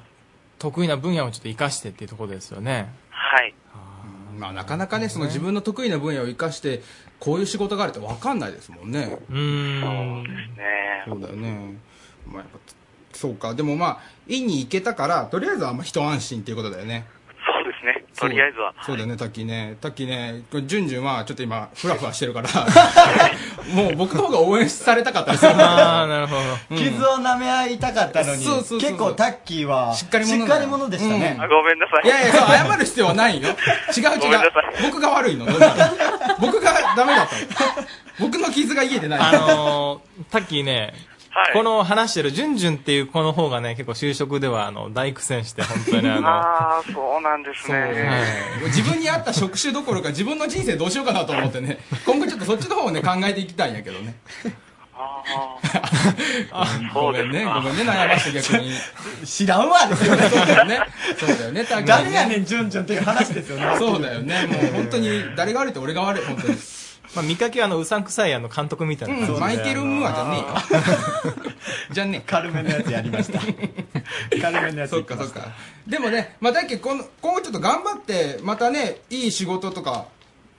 S23: 得意な分野をちょっと生かしてっていうところですよね。
S5: はい。
S4: まあ、なかなかね、その自分の得意な分野を生かして、こういう仕事があるって分かんないですもんね。
S23: うん。
S4: そうだよね。まあ、やっぱ、そうか。でもまあ、院に行けたから、とりあえずはまあ一安心っていうことだよね。
S5: そうですね。とりあえずは。
S4: そうだよね、タッキーね。タッキーね、これジュンジュンはちょっと今、フラフラしてるから、もう僕の方が応援されたかったですよ。
S23: ああ、なるほど。
S2: 傷を舐め合いたかったのに、
S4: そうそうそう
S2: 結構タッキーはしっかり者でしたね、
S4: うん
S5: ごめんなさ
S4: いやいや、そう、謝る必要はないよ。違う
S2: ご
S4: 違
S2: めんな
S4: う。僕が悪いの。どうしたの僕がダメだったの。僕の傷が癒えてない。
S23: あのー、タッキーね、この話してるジュンジュンっていう子の方がね、結構就職ではあの大苦戦して、本当にあの、
S5: ああ、そうなんですね。
S4: はい自分に合った職種どころか自分の人生どうしようかなと思ってね今後ちょっとそっちの方をね考えていきたいんやけどね ごめんねごめんね悩まして逆に
S2: 知らんわですよね
S4: そうだよねそうだよねタッキー
S2: 誰やねんジュンジュンっていう話ですよね
S4: そうだよねもう本当に誰が悪いって俺が悪い本当に
S23: まあ、見かけはあのうさんくさいあの監督みたいな感じ
S4: う
S23: で
S4: んマイケル・ムーアじゃねえよ じゃね
S2: 軽めのやつやりました軽めのやつ
S4: そっかそっかでもねまあだけど今今後ちょっと頑張ってまたねいい仕事とか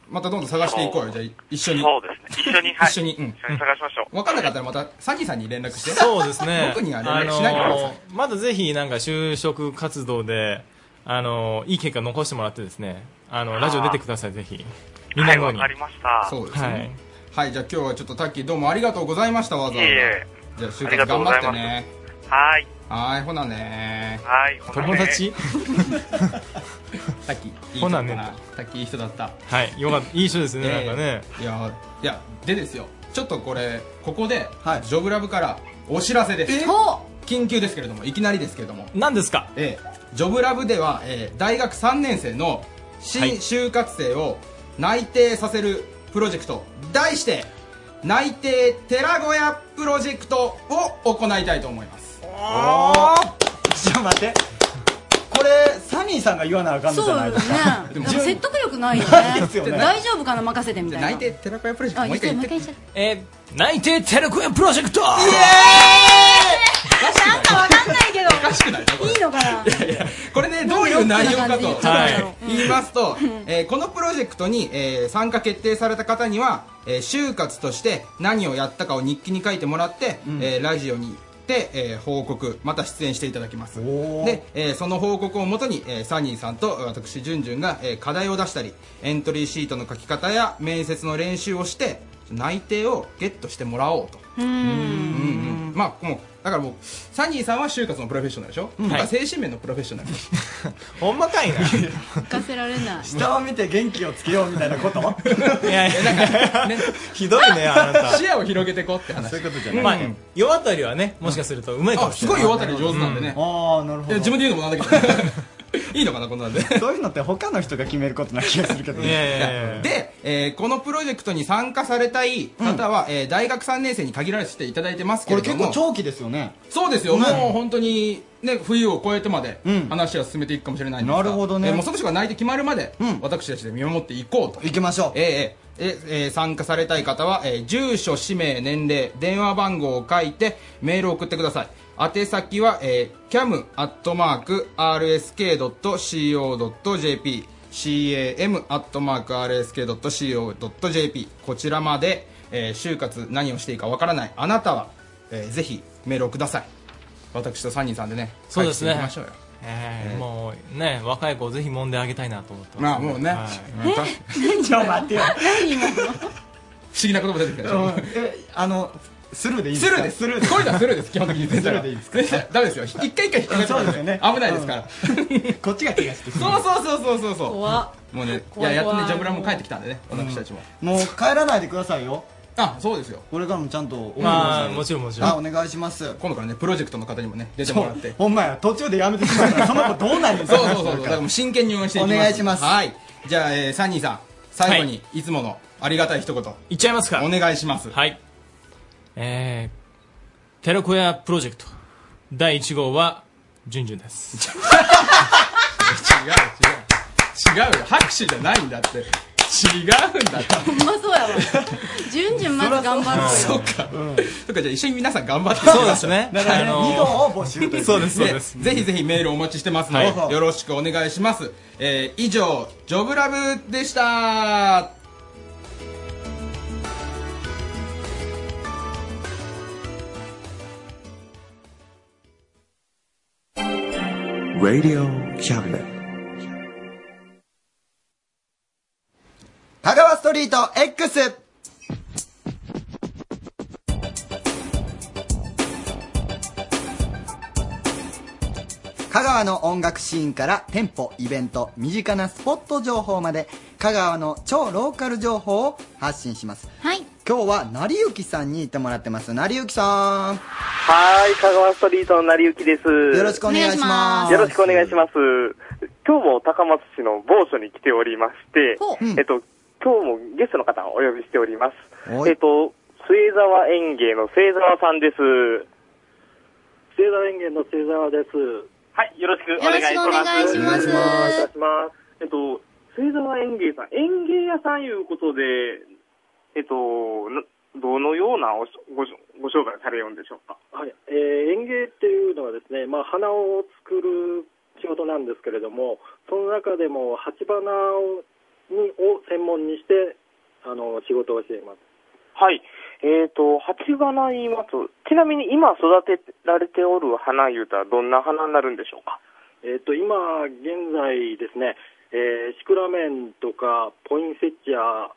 S4: またどんどん探していこうよじゃあ一緒に
S5: そうですね。一緒に、はい。
S4: 一緒に、うん、
S5: 探しましょ
S4: 分かんなかったらまたサキさんに連絡して
S23: そうですね
S4: 僕には
S23: あ
S4: 連絡
S23: の
S4: しないでください、
S23: ーまだぜひなんか就職活動であのーいい結果残してもらってですねあのラジオ出てくださいぜひみんな後に、
S5: はいわかりました
S4: そうですねはい、じゃあ今日はちょっとタッキーどうもありがとうございましたわざわざ
S5: いえ
S4: じゃあ就
S5: ありが
S4: 活
S5: とう
S4: 頑
S5: ございます
S4: 張ってね
S5: う。はい。
S4: はいほなね
S5: はい。ほなね
S4: タッキーいい
S23: ほ
S4: 人だ
S23: な
S4: っ
S23: ね
S4: たなタッキーいい人だった
S23: はいよかったいい人ですね、なんかね
S4: いやいやでですよちょっとこれここで、ジョブラブからお知らせです緊急ですけれどもいきなりですけれども
S23: 何ですか、
S4: ええジョブラブでは、ええ大学3年生の新就活生を内定させるプロジェクト、題して内定寺小屋プロジェクトを行いたいと思います
S2: ちょっと待ってこれサニーさんが言わなあかんのじゃないですか
S4: でも
S2: ジュン
S3: 説得力ないよ
S2: ない
S3: ね
S2: ですよね
S3: 大丈夫かな任せてみたいな
S4: 内定寺子屋プロジェ
S3: クトもう一回言って
S23: えー、内定テレコヤプロジェクト
S3: なんかわかんないけどいいのかな
S4: これねどういう内容かと
S3: どういう内容かと
S4: 言いますと、えーこのプロジェクトに、えー参加決定された方には、えー就活として何をやったかを日記に書いてもらって、えーラジオにって、えー報告また出演していただきますで、えーその報告をもとに、えーサニーさんと私ジュンジュンが、えー課題を出したりエントリーシートの書き方や面接の練習をして内定をゲットしてもらおうとうんうんまあもうだからもうサニーさんは就活のプロフェッショナルでしょ、僕は精神面のプロフェッショナル ほんまかい な
S3: 聞かせられ ない
S4: 下を見て元気をつけようみたいな こと
S23: いやいや、 ひどいね、あなた。
S4: 視野を広げてこうって話そういうことじ
S23: ゃないまあ、世渡りはね、もしかするとうまいかもしれない。
S4: あすごい世渡り上手なんでね
S23: ああ、なる
S4: いや自分で言うのもなんだけどいいのかなこんなんで
S11: そういうのって他の人が決めることな気がする けどね
S4: で、えーこのプロジェクトに参加されたい方は、えー大学3年生に限られていただいてますけ
S2: こ
S4: れ
S2: れ
S4: ども
S2: 結構長期ですよね
S4: そうですよ、
S2: ね
S4: もう本当に、ね、冬を越えてまで話は進めていくかもしれないんですが、
S2: なるほどね
S4: えーもうその人が泣いて決まるまで、私たちで見守っていこうと。い
S2: きましょう。
S4: えーえーえーえー参加されたい方は、えー住所、氏名、年齢、電話番号を書いてメールを送ってください。宛先は、えー、cam.rsk.co.jp cam.rsk.co.jp こちらまで、えー就活何をしていいかわからないあなたは、えーぜひメールをください私とサニーさんでね
S23: そうですね
S4: 解決していきましょうよ
S23: え
S4: え
S23: ー
S4: ー
S23: もうね、若い子をぜひ揉んであげたいなと思って
S4: ま
S23: ま
S4: あ
S23: す。
S4: もうね、
S23: はい
S11: ちょ待ってよ
S4: 不思議な言葉出てきたでし ょ
S11: あのスルーでいい
S4: スルーです
S11: スルー
S4: こういうのはスルーです基本的に全然
S11: スルーでいいですか
S4: 全然 ダメですよ一回一回引っかかっちゃ
S11: そうですよね
S4: 危ないですから
S11: こっちが気がしてくる
S4: そうそうそうそうそうそう
S11: 怖
S4: もうねい
S11: 怖
S4: や
S11: い
S4: やっとね
S11: 怖い
S4: ジャブラも帰ってきたんでね私たちも
S2: もう帰らないでくださいよ
S4: あそうですよ
S2: これからもちゃんと
S4: まあもちろんもちろん
S2: あお願いします
S4: 今度からねプロジェクトの方にもね出てもらって
S11: ほんまや途中でやめてしまったらその子どうなるんです
S4: そう
S11: か
S4: そうそうだからもう真剣に応援していきます
S11: お願いします
S4: はいじゃあ、えー、サニーさん最後にいつものありがたい一言
S23: いっちゃいますか
S4: お願いします
S23: はいえー、テラコヤプロジェクト、第1号は、ジュンジュンです。
S4: 違う違う違うよ拍手じゃないんだって違うんだって
S3: ほんまそうや わじゅんじゅんまず頑張ろうよ
S4: そうか、そうかじゃあ一緒に皆さん頑張って
S23: そうですね
S4: だから
S23: あのー
S4: 二号
S11: 募集という
S4: そうです
S23: ね
S4: そうですぜひぜひメールお待ちしてますので、
S23: はい
S4: よろしくお願いします、えー以上ジョブラブでした
S1: Radio Cabinet.
S2: 香川ストリート X 香川の音楽シーンから店舗イベント身近なスポット情報まで香川の超ローカル情報を発信します
S3: はい
S2: 今日は成幸さんにいてもらってます成幸さん
S24: はーい、香川ストリートの成幸です。よ
S2: ろしくお願いします
S24: よろしくお願いします。今日も高松市の某所に来ておりまして、えっと、今日もゲストの方をお呼びしております。えっと、末沢園芸の末沢さんです。末沢園芸の末沢です。はい、よろしくお願いします。
S9: よろしくお願いします
S24: お願いします。えっと、末沢園芸さん、園芸屋さんいうことで、えっと、などのようなおしごしご商売されるんでしょうか
S9: はいえー園芸っていうのはですね、まあ、花を作る仕事なんですけれどもその中でも鉢花をにを専門にしてあの仕事をしています
S24: はい。えっ、と、鉢花言いますと、ちなみに今育てられておる花いうたらどんな花になるんでしょうか
S9: えっ、と、今、現在ですね、えーシクラメンとかポインセッチア、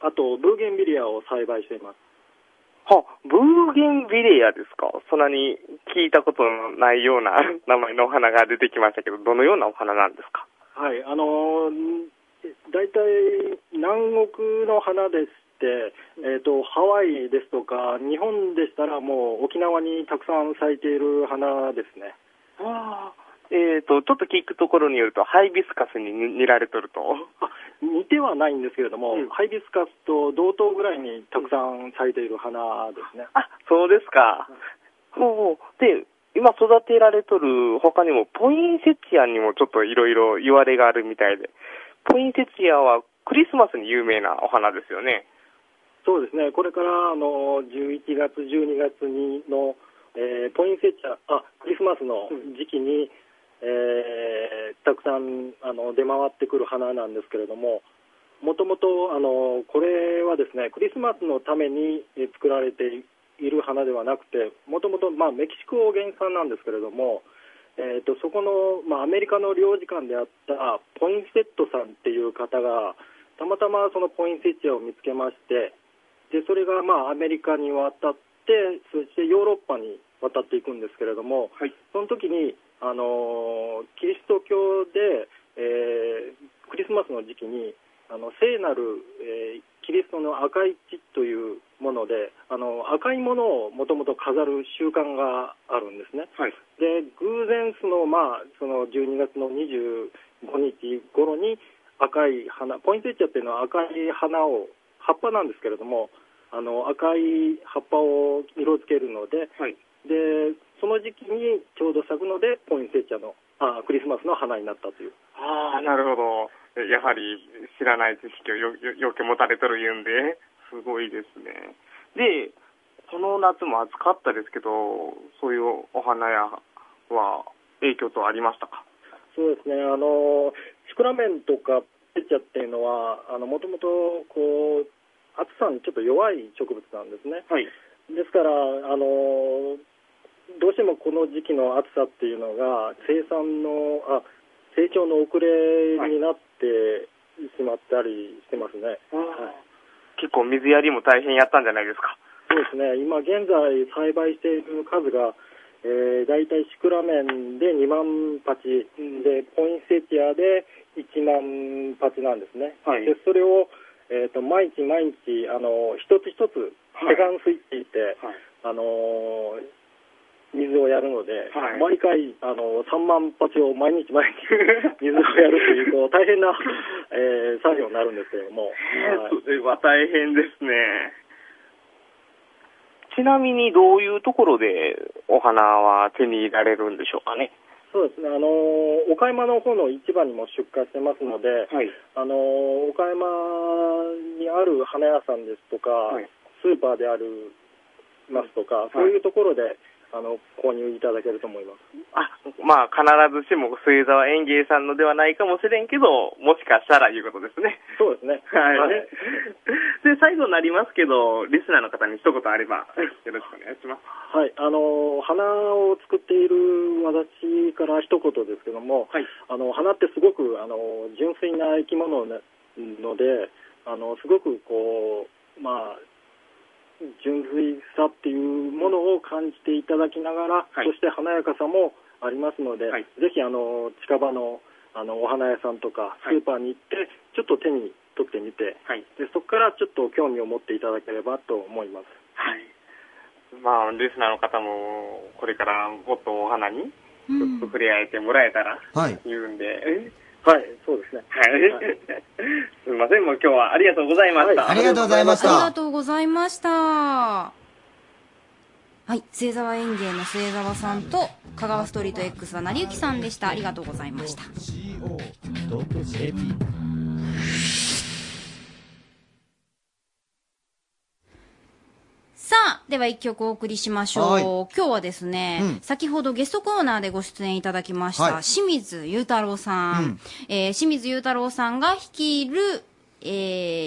S9: あと、ブーゲンビリアを栽培しています。
S24: は、ブーゲンビレアですかそんなに聞いたことのないような 名前のお花が出てきましたけど、どのようなお花なんですか
S9: はい、あのー、大体、南国の花でして、えっ、と、ハワイですとか、日本でしたらもう沖縄にたくさん咲いている花ですね。
S24: えっ、と、ちょっと聞くところによると、ハイビスカスに似似られとると。
S9: 似てはないんですけれども、ハイビスカスと同等ぐらいにたくさん咲いている花ですね。
S24: そうですか。ほうほう。で、今育てられとる他にも、ポインセチアにもちょっといろいろ言われがあるみたいで、ポインセチアはクリスマスに有名なお花ですよね。
S9: そうですね、これからあの11月、12月にの、えーポインセチアあ、クリスマスの時期に、えーたくさんあの出回ってくる花なんですけれども、もともとあのこれはですねクリスマスのためにえー作られていいる花ではなくてもともとまあメキシコ原産なんですけれども、えー、とそこの、まあ、アメリカの領事館であったポインセットさんっていう方がたまたまそのポインセチアを見つけましてでそれがまあアメリカに渡ってそしてヨーロッパに渡っていくんですけれども、その時に、あのーキリスト教で、えークリスマスの時期にあの聖なる、えーキリストの赤い血というものであの赤いものをもともと飾る習慣があるんですね、で偶然その、まあ、その12月の25日頃に赤い花ポインセチアっていうのは赤い花を葉っぱなんですけれどもあの赤い葉っぱを色づけるので,、でその時期にちょうど咲くのでポインセチアのあクリスマスの花になったという。
S24: ああ、なるほど。えやはり知らない知識をよよよけ持たれとる言うんで、すごいですね。で、この夏も暑かったですけど、そういうお花やは影響とありましたか
S9: そうですね、あのシクラメンとかペチャっていうのは、もともとこう暑さにちょっと弱い植物なんですね。ですからあの、どうしてもこの時期の暑さっていうのが、生産のあ成長の遅れになってしまったりしてますね。はい
S24: 結構水やりも大変やったんじゃないですか。
S9: そうですね、今現在栽培している数が、えー、大体シクラメンで2万鉢、で、ポインセチアで1万鉢なんですね。
S24: はい
S9: でそれを、えー、と毎日毎日、あの一つ一つ、
S24: い
S9: セカンスイッチって、あのー水をやるので、
S24: はい
S9: 毎回あの3万鉢を毎日毎日水をやるというこう大変な、えー作業になるんですけれども、はい
S24: それは大変ですね。ちなみにどういうところでお花は手に入れられるんでしょうかね。
S9: そうですね、あの岡山の方の市場にも出荷してますので、あの岡山にある花屋さんですとか、スーパーでありますとか、そういうところであの購入いただけると思います。
S24: まあ必ずしも末沢園芸さんのではないかもしれんけど、もしかしたらいうことですね。
S9: そうですね。
S24: はい
S9: はい
S24: で、最後になりますけど、リスナーの方に一言あれば、よろしくお願いします。
S9: はい、あの花を作っている私から一言ですけども、あの花ってすごくあの純粋な生き物なので、あのすごくこうまあ純粋さっていうものを感じていただきながら、そして華やかさもありますので、ぜひあの近場のあのお花屋さんとかスーパーに行って、ちょっと手に取ってみて、でそこからちょっと興味を持っていただければと思います。
S24: まあ、リスナーの方も、これからもっとお花に触れ合えてもらえたら、
S25: はい
S24: 言うんで、
S9: はい、そうですね。
S24: はい。 すみません、もう今日はありがとうございました。
S3: ありがとうございました。はい、末沢園芸の末沢さんと、香川ストリート X は成幸さんでした。ありがとうございました。さあ、では一曲お送りしましょう。
S19: はい
S3: 今日はですね、
S19: うん
S3: 先ほどゲストコーナーでご出演いただきました、
S19: はい
S3: 清水裕太郎さん。
S19: うん
S3: えー清水裕太郎さんが率いる、え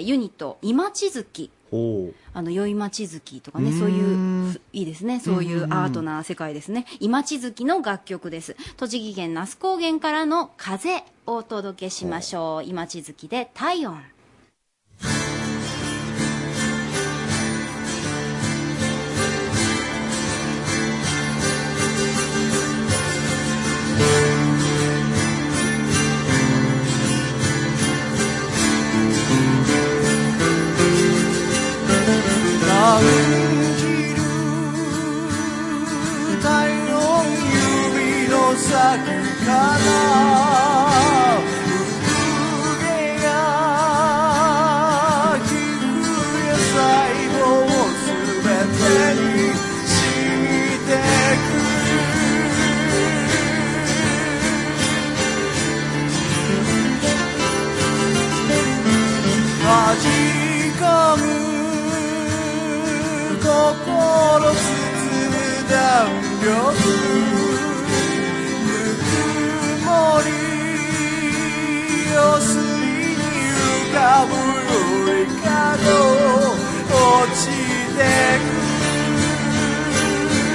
S3: ーユニット、今地月。
S19: ほう
S3: あの、宵町月とかね、そういう、ふいいですね。そういうアートな世界ですね。今地月の楽曲です。栃木県那須高原からの風をお届けしましょう。今地月で体温。
S1: 感じる太陽指の先から産毛が聞く野菜を全てに染みてく弾かむ心包む弾力ぬくもりを吸いに浮かぶより角落ちてく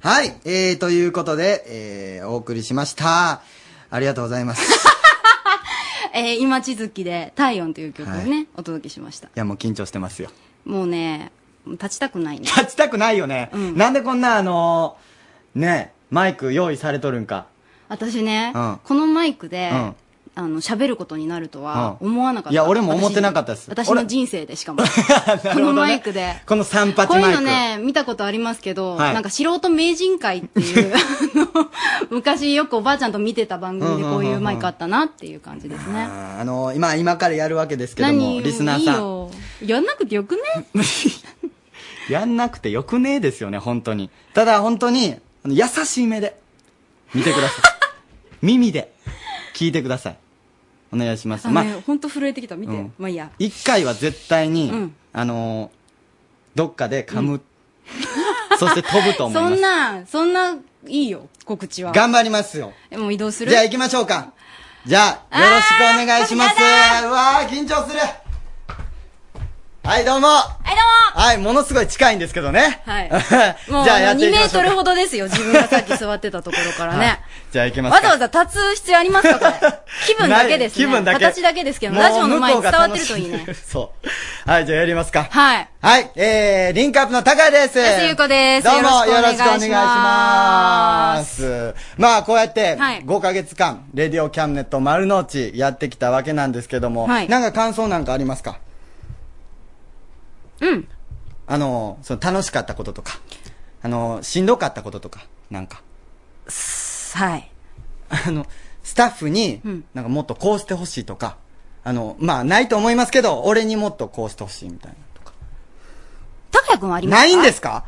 S2: はい、えー、ということで、えー、お送りしました。ありがとうござい ます。
S3: えー今地図記で「体温」という曲をね、
S2: はい
S3: お届けしました
S2: いや、もう緊張してますよ。
S3: もうね立ちたくないね
S2: 立ちたくないよね。なんでこんな、あのーね、マイク用意されとるんか。
S3: 私ね、
S2: うん
S3: このマイク
S2: う
S3: で、
S2: ん。
S3: あの喋ることになるとは
S2: うん
S3: 思わなかった、
S2: いや、俺も思ってなかったです。
S3: 私
S2: 俺
S3: の人生でしか も
S2: な
S3: こ
S2: るほ
S3: の
S2: ど
S3: マ
S2: ね
S3: イクで
S2: この三八
S3: こう
S2: マ
S3: い
S2: イ
S3: う
S2: ク。
S3: のね、見たことありますけど、
S2: はい
S3: なんか素人名人会って いう、あの昔よくおばあちゃんと見てた番組でこういうマイクあったなっていう感じですね。
S2: あーあのー今、今からやるわけですけど
S3: 何
S2: も、
S3: よ
S2: リスナーさん。
S3: いいよ。やんなくてよくね
S2: やんなくてよくねえですよね、本当に。ただ、本当に、あの優しい目で、見てくだ さい。耳で、聞いてください。お願いします。
S3: あ
S2: まあ、
S3: のね、ほんと震えてきた。見て。
S2: うん
S3: まあいいや。
S2: 一回は絶対に、
S3: うん
S2: あのーどっかで噛む、そして飛ぶと思い
S3: そ
S2: ます
S3: ん。な、そんな、いいよ、告知は。
S2: 頑張りますよ。
S3: えもう移動する
S2: じゃあ行きましょうか。じゃあ、よろしくお願いします。うわー、緊張する。はい、どうも。はい、どうも。はい、ものすごい近いんですけどね。
S3: はい
S2: じ
S3: もう
S2: ゃあや
S3: あ
S2: っ
S3: の
S2: て
S3: 2
S2: いき
S3: メ
S2: ま
S3: ー
S2: しょ
S3: ト
S2: う
S3: ル
S2: か。
S3: ほどですよ、自分がさっき座ってたところからね。
S2: じゃあ行きます
S3: わ
S2: か。
S3: ざわざ立つ必要ありますか これ気分だけですね。
S2: ない気分だけ
S3: 形だけですけど、
S2: もう
S3: ラジオの前に
S2: 向こ
S3: 伝
S2: うが
S3: わっ
S2: 楽
S3: てる
S2: し
S3: といいね。。
S2: そう。はい、じゃあやりますか。
S3: はい。
S2: はい、えー、リンクアップの高井です。
S3: 安井優子です
S2: どうも、よろ
S3: よろ
S2: し
S3: し
S2: く
S3: く
S2: お願
S3: お願
S2: い
S3: い
S2: し
S3: し
S2: ま。
S3: ます
S2: まあ、こうやって
S3: はい、
S2: 5ヶ月間、レディオキャンネット丸の内やってきたわけなんですけども、
S3: はい
S2: なんか感想なんかありますか
S3: うん。
S2: あの、その楽しかったこととか、あの、しんどかったこととか、なんか。
S3: はい。
S2: あの、スタッフに、なんかもっとこうしてほしいとか、あの、まあ、ないと思いますけど、俺にもっとこうしてほしいみたいなとか。
S3: 高谷くんはありますか
S2: ないんですか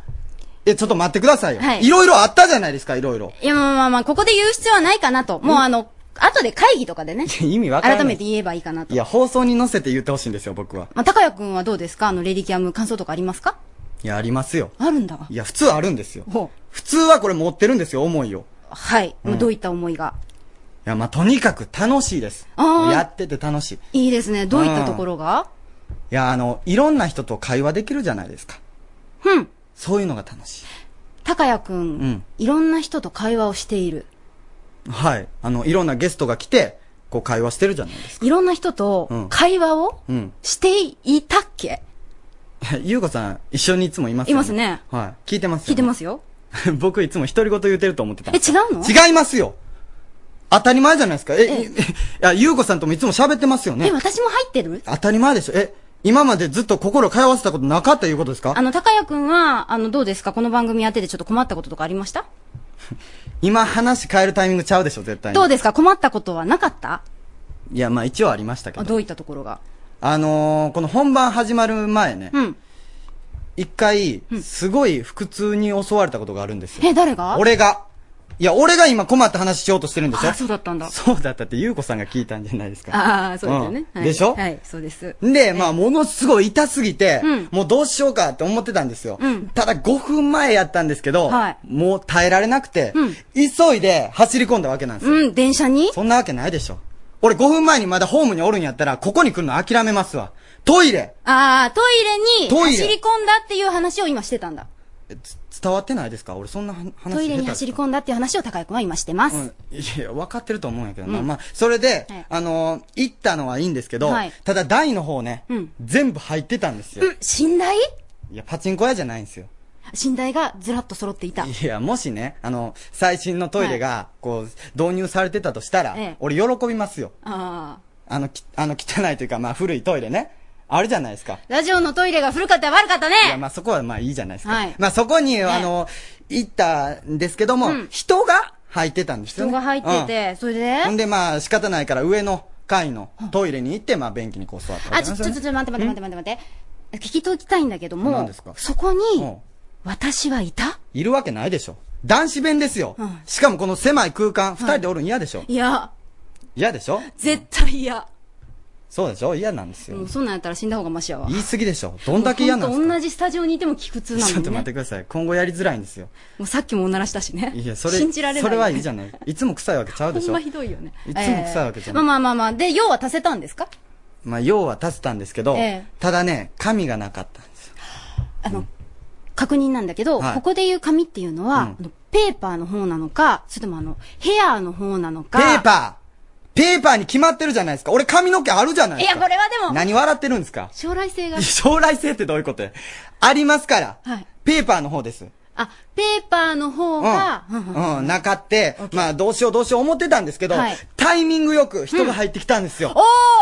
S2: え、ちょっと待ってくださいよ。。
S3: はいい
S2: ろいろあったじゃないですか、いろい ろ。
S3: いや、まあまあまあ、ここで言う必要はないかなと。もうあの、後で会議とかでね。
S2: 意味わからない。
S3: 改めて言えばいいかなと。
S2: いや、放送に載せて言ってほしいんですよ、僕は。
S3: まあ、高谷くんはどうですかあの、レディキャム感想とかありますか
S2: いや、ありますよ。
S3: あるんだわ。
S2: いや、普通あるんですよ。
S3: ほ
S2: 普通はこれ持ってるんですよ、思いを。
S3: う。はい。
S2: うん
S3: どういった思いが。
S2: いや、まあ、とにかく楽しいです。
S3: あー
S2: やってて楽しい。い
S3: いいですね。どういったところが
S2: や、あの、いろんな人と会話できるじゃないですか。
S3: うん。
S2: そういうのが楽しい。
S3: 高谷くん、
S2: うん。
S3: いろんな人と会話をしている。
S2: はい。あの、いろんなゲストが来て、こう会話してるじゃないですか。
S3: いろんな人
S2: うん
S3: と会話を
S2: うん。
S3: していたっけ、
S2: ゆうこさん、一緒にいつもいます
S3: い
S2: よ、
S3: ますね。
S2: はい。聞いてます
S3: 聞い
S2: よ
S3: てますよ。
S2: 僕いつ も独り言言ってると思ってたん
S3: え、
S2: で
S3: 違うの
S2: す。違いますよ当たり前じゃないですか。え、
S3: え
S2: いい や、ゆうこさんともいつも喋ってますよね
S3: え、。私も入ってる
S2: 当たり前でしょ。え、今までずっと心通わせたことなかったいうことですか
S3: あの、高谷くんは、あの、どうですかこの番組やっててちょっと困ったこととかありました
S2: 今話変えるタイミングちゃうでしょ、絶対に。
S3: どうですか困ったことはなかった
S2: いや、まあ一応ありましたけ
S3: あ
S2: ど。
S3: どういったところが
S2: あのー、この本番始まる前ね。
S3: うん
S2: 一回、すごい腹痛に襲われたことがあるんですよ。
S3: え、誰が
S2: 俺が。いや、俺が今困った話しようとしてるんでしょ
S3: あ、そうだったんだ。
S2: そうだったって、ゆうこさんが聞いたんじゃないですか。
S3: ああ、そうですよね。
S2: うん
S3: はい
S2: でしょ
S3: はい、そうです。
S2: で、まあ、ものすごい痛すぎて、
S3: うん
S2: もうどうしようかって思ってたんですよ。
S3: うん
S2: ただ5分前やったんですけど、
S3: はい
S2: もう耐えられなくて、
S3: うん
S2: 急いで走り込んだわけなんですよ。
S3: うん、電車に
S2: そんなわけないでしょ。俺5分前にまだホームにおるんやったら、ここに来るの諦めますわ。トイレ
S3: ああ、トイレ
S2: トイ
S3: に
S2: レ
S3: 走り込んだっていう話を今してたんだ。
S2: 伝わってないですか俺そんな話下手
S3: トイレに走り込んだっていう話を高谷くんは今してます。
S2: うん、いや、分かってると思うんやけどな。
S3: うん
S2: まあ、それで、
S3: はい
S2: あのー行ったのはいいんですけど、
S3: はい
S2: ただ台の方ね、
S3: うん
S2: 全部入ってたんですよ。
S3: うん、寝台
S2: いや、パチンコ屋じゃないんですよ。
S3: 寝台がずらっと揃っていた。
S2: いや、もしね、あの、最新のトイレが、こう、導入されてたとしたら、
S3: ええ
S2: 俺喜びますよ。
S3: ああ。
S2: あの、きあの、汚いというか、まあ、古いトイレね。あるじゃないですか。
S3: ラジオのトイレが古かったら悪かったね
S2: いや、まあ、そこはまあいいじゃないですか。
S3: はい
S2: まあ、そこに、あの、行ったんですけども、
S3: うん
S2: 人が入ってたんですよ、
S3: 人
S2: ね。
S3: が入ってて、それで
S2: うん。ほんで、まあ、仕方ないから、上の階のトイレに行って、まあ、便器にこう座ったわ
S3: あ、
S2: け
S3: ち
S2: なん
S3: ょ、ち
S2: で
S3: ょ、
S2: す
S3: ち
S2: よね
S3: ょ、ちょ待って待って待って待って。聞きときたいんだけども
S2: 何ですか、
S3: そこに、
S2: うん
S3: 私はいた
S2: いるわけないでしょ。男子弁ですよ。
S3: うん
S2: しかもこの狭い空間、二人でおるん嫌でしょ。
S3: いや、
S2: 嫌でしょ
S3: 絶対嫌。
S2: そうでしょ嫌なんですよ。
S3: もうそんなんやったら死んだ方がマシやわ。
S2: 言い過ぎでしょどんだけ嫌なんです
S3: もうほと同じスタジオにいても気苦痛なの
S2: ちょっ
S3: に、
S2: と
S3: ね。
S2: 待ってください。今後やりづらいんですよ。
S3: もうさっきもおならしたしね。
S2: いや、それ、
S3: 信じられない、
S2: それはいいじゃない。いつも臭いわけちゃうでし
S3: ほん
S2: ょ
S3: ま。ひどいよね。
S2: いつも臭いわけじゃない
S3: ええまあまあまあまあ。で、用は足せたんですか
S2: まあ、用は立てたんですけど
S3: ええ、
S2: ただね、神がなかったんですよ。
S3: 確認なんだけど、
S2: はい
S3: ここで言う紙っていうのは、あのペーパーの方なのか、それともあの、ヘアーの方なの
S2: ペ
S3: か。
S2: ーパーペーパーに決まってるじゃないですか。俺髪の毛あるじゃない
S3: い
S2: です
S3: や、
S2: か。
S3: これはでも、
S2: 何笑ってるんですか
S3: 将来性 が。
S2: 将来性ってどういうことやありますから。
S3: はい。
S2: ペーパーの方です。
S3: あ、ペーパーの方が、うんうん
S2: うん、なかって、まあどうしようどうしよう思ってたんですけど、
S3: はい
S2: タイミングよく人が入ってきたんですよ。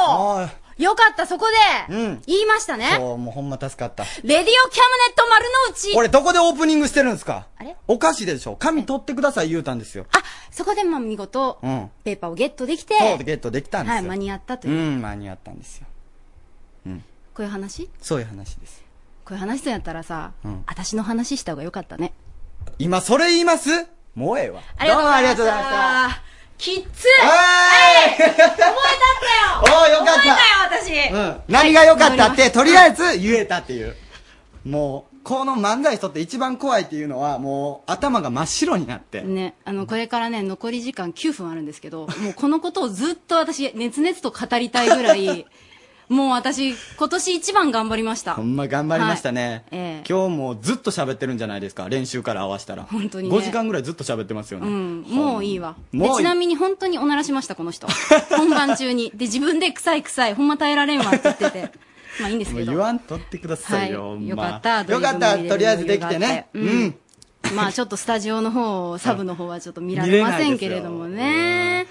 S3: お
S2: ー
S3: よかった、そこで、
S2: うん
S3: 言いましたね。
S2: そう、もうほんま助かった。
S3: レディオキャムネット丸の内
S2: 俺どこでオープニングしてるんですか
S3: あれ
S2: おかしいでしょ紙取ってください言うたんですよ。
S3: そこでまあ見事、
S2: うん。
S3: ペーパーをゲットできて、
S2: そう、ゲットできたんですよ。
S3: はい、間に合ったと
S2: う
S3: いう、
S2: ん、間に合ったんですよ。うん。
S3: こういう話
S2: そういう話です。
S3: こういう話とやったらさ、
S2: うん。
S3: 私の話した方がよかったね。
S2: 今それ言いますもうええわ。
S3: ありがとうご
S2: どうも
S3: ざいました
S2: ありがとうございました。
S3: きっつ
S2: はい覚えたったよおーよかった
S3: 覚えたよ、私。
S2: うん、何が良かったって、とりあえず言えたっていう。もう、この漫才人って一番怖いっていうのは、もう頭が真っ白になって。
S3: ね、あの、これからね、残り時間9分あるんです けど、もうこのことをずっと私、熱々と語りたいぐらい、もう私、今年一番頑張りました
S2: ほ。んま頑張りましたね。
S3: ええ
S2: 今日もずっと喋ってるんじゃないですか、練習から合わせたら。
S3: 本当にね
S2: 5時間ぐらいずっと喋ってますよ
S3: う
S2: ね。
S3: ん、もういいわ。
S2: もう
S3: で
S2: いい
S3: ちなみに本当におならしました、こ の人。本番中に。で、自分で臭い臭い、ほんま耐えられんわって言ってて。まあいいんです
S2: も
S3: け
S2: う
S3: ど。
S2: 言わんとってくださいよ、
S3: は
S2: ほ
S3: い、
S2: ん
S3: よ
S2: ま
S3: かった。
S2: よかった、とりあえずできてね。
S3: う。
S2: うんん。
S3: まあちょっとスタジオの方、サブの方はちょっと見られませんけれどもね。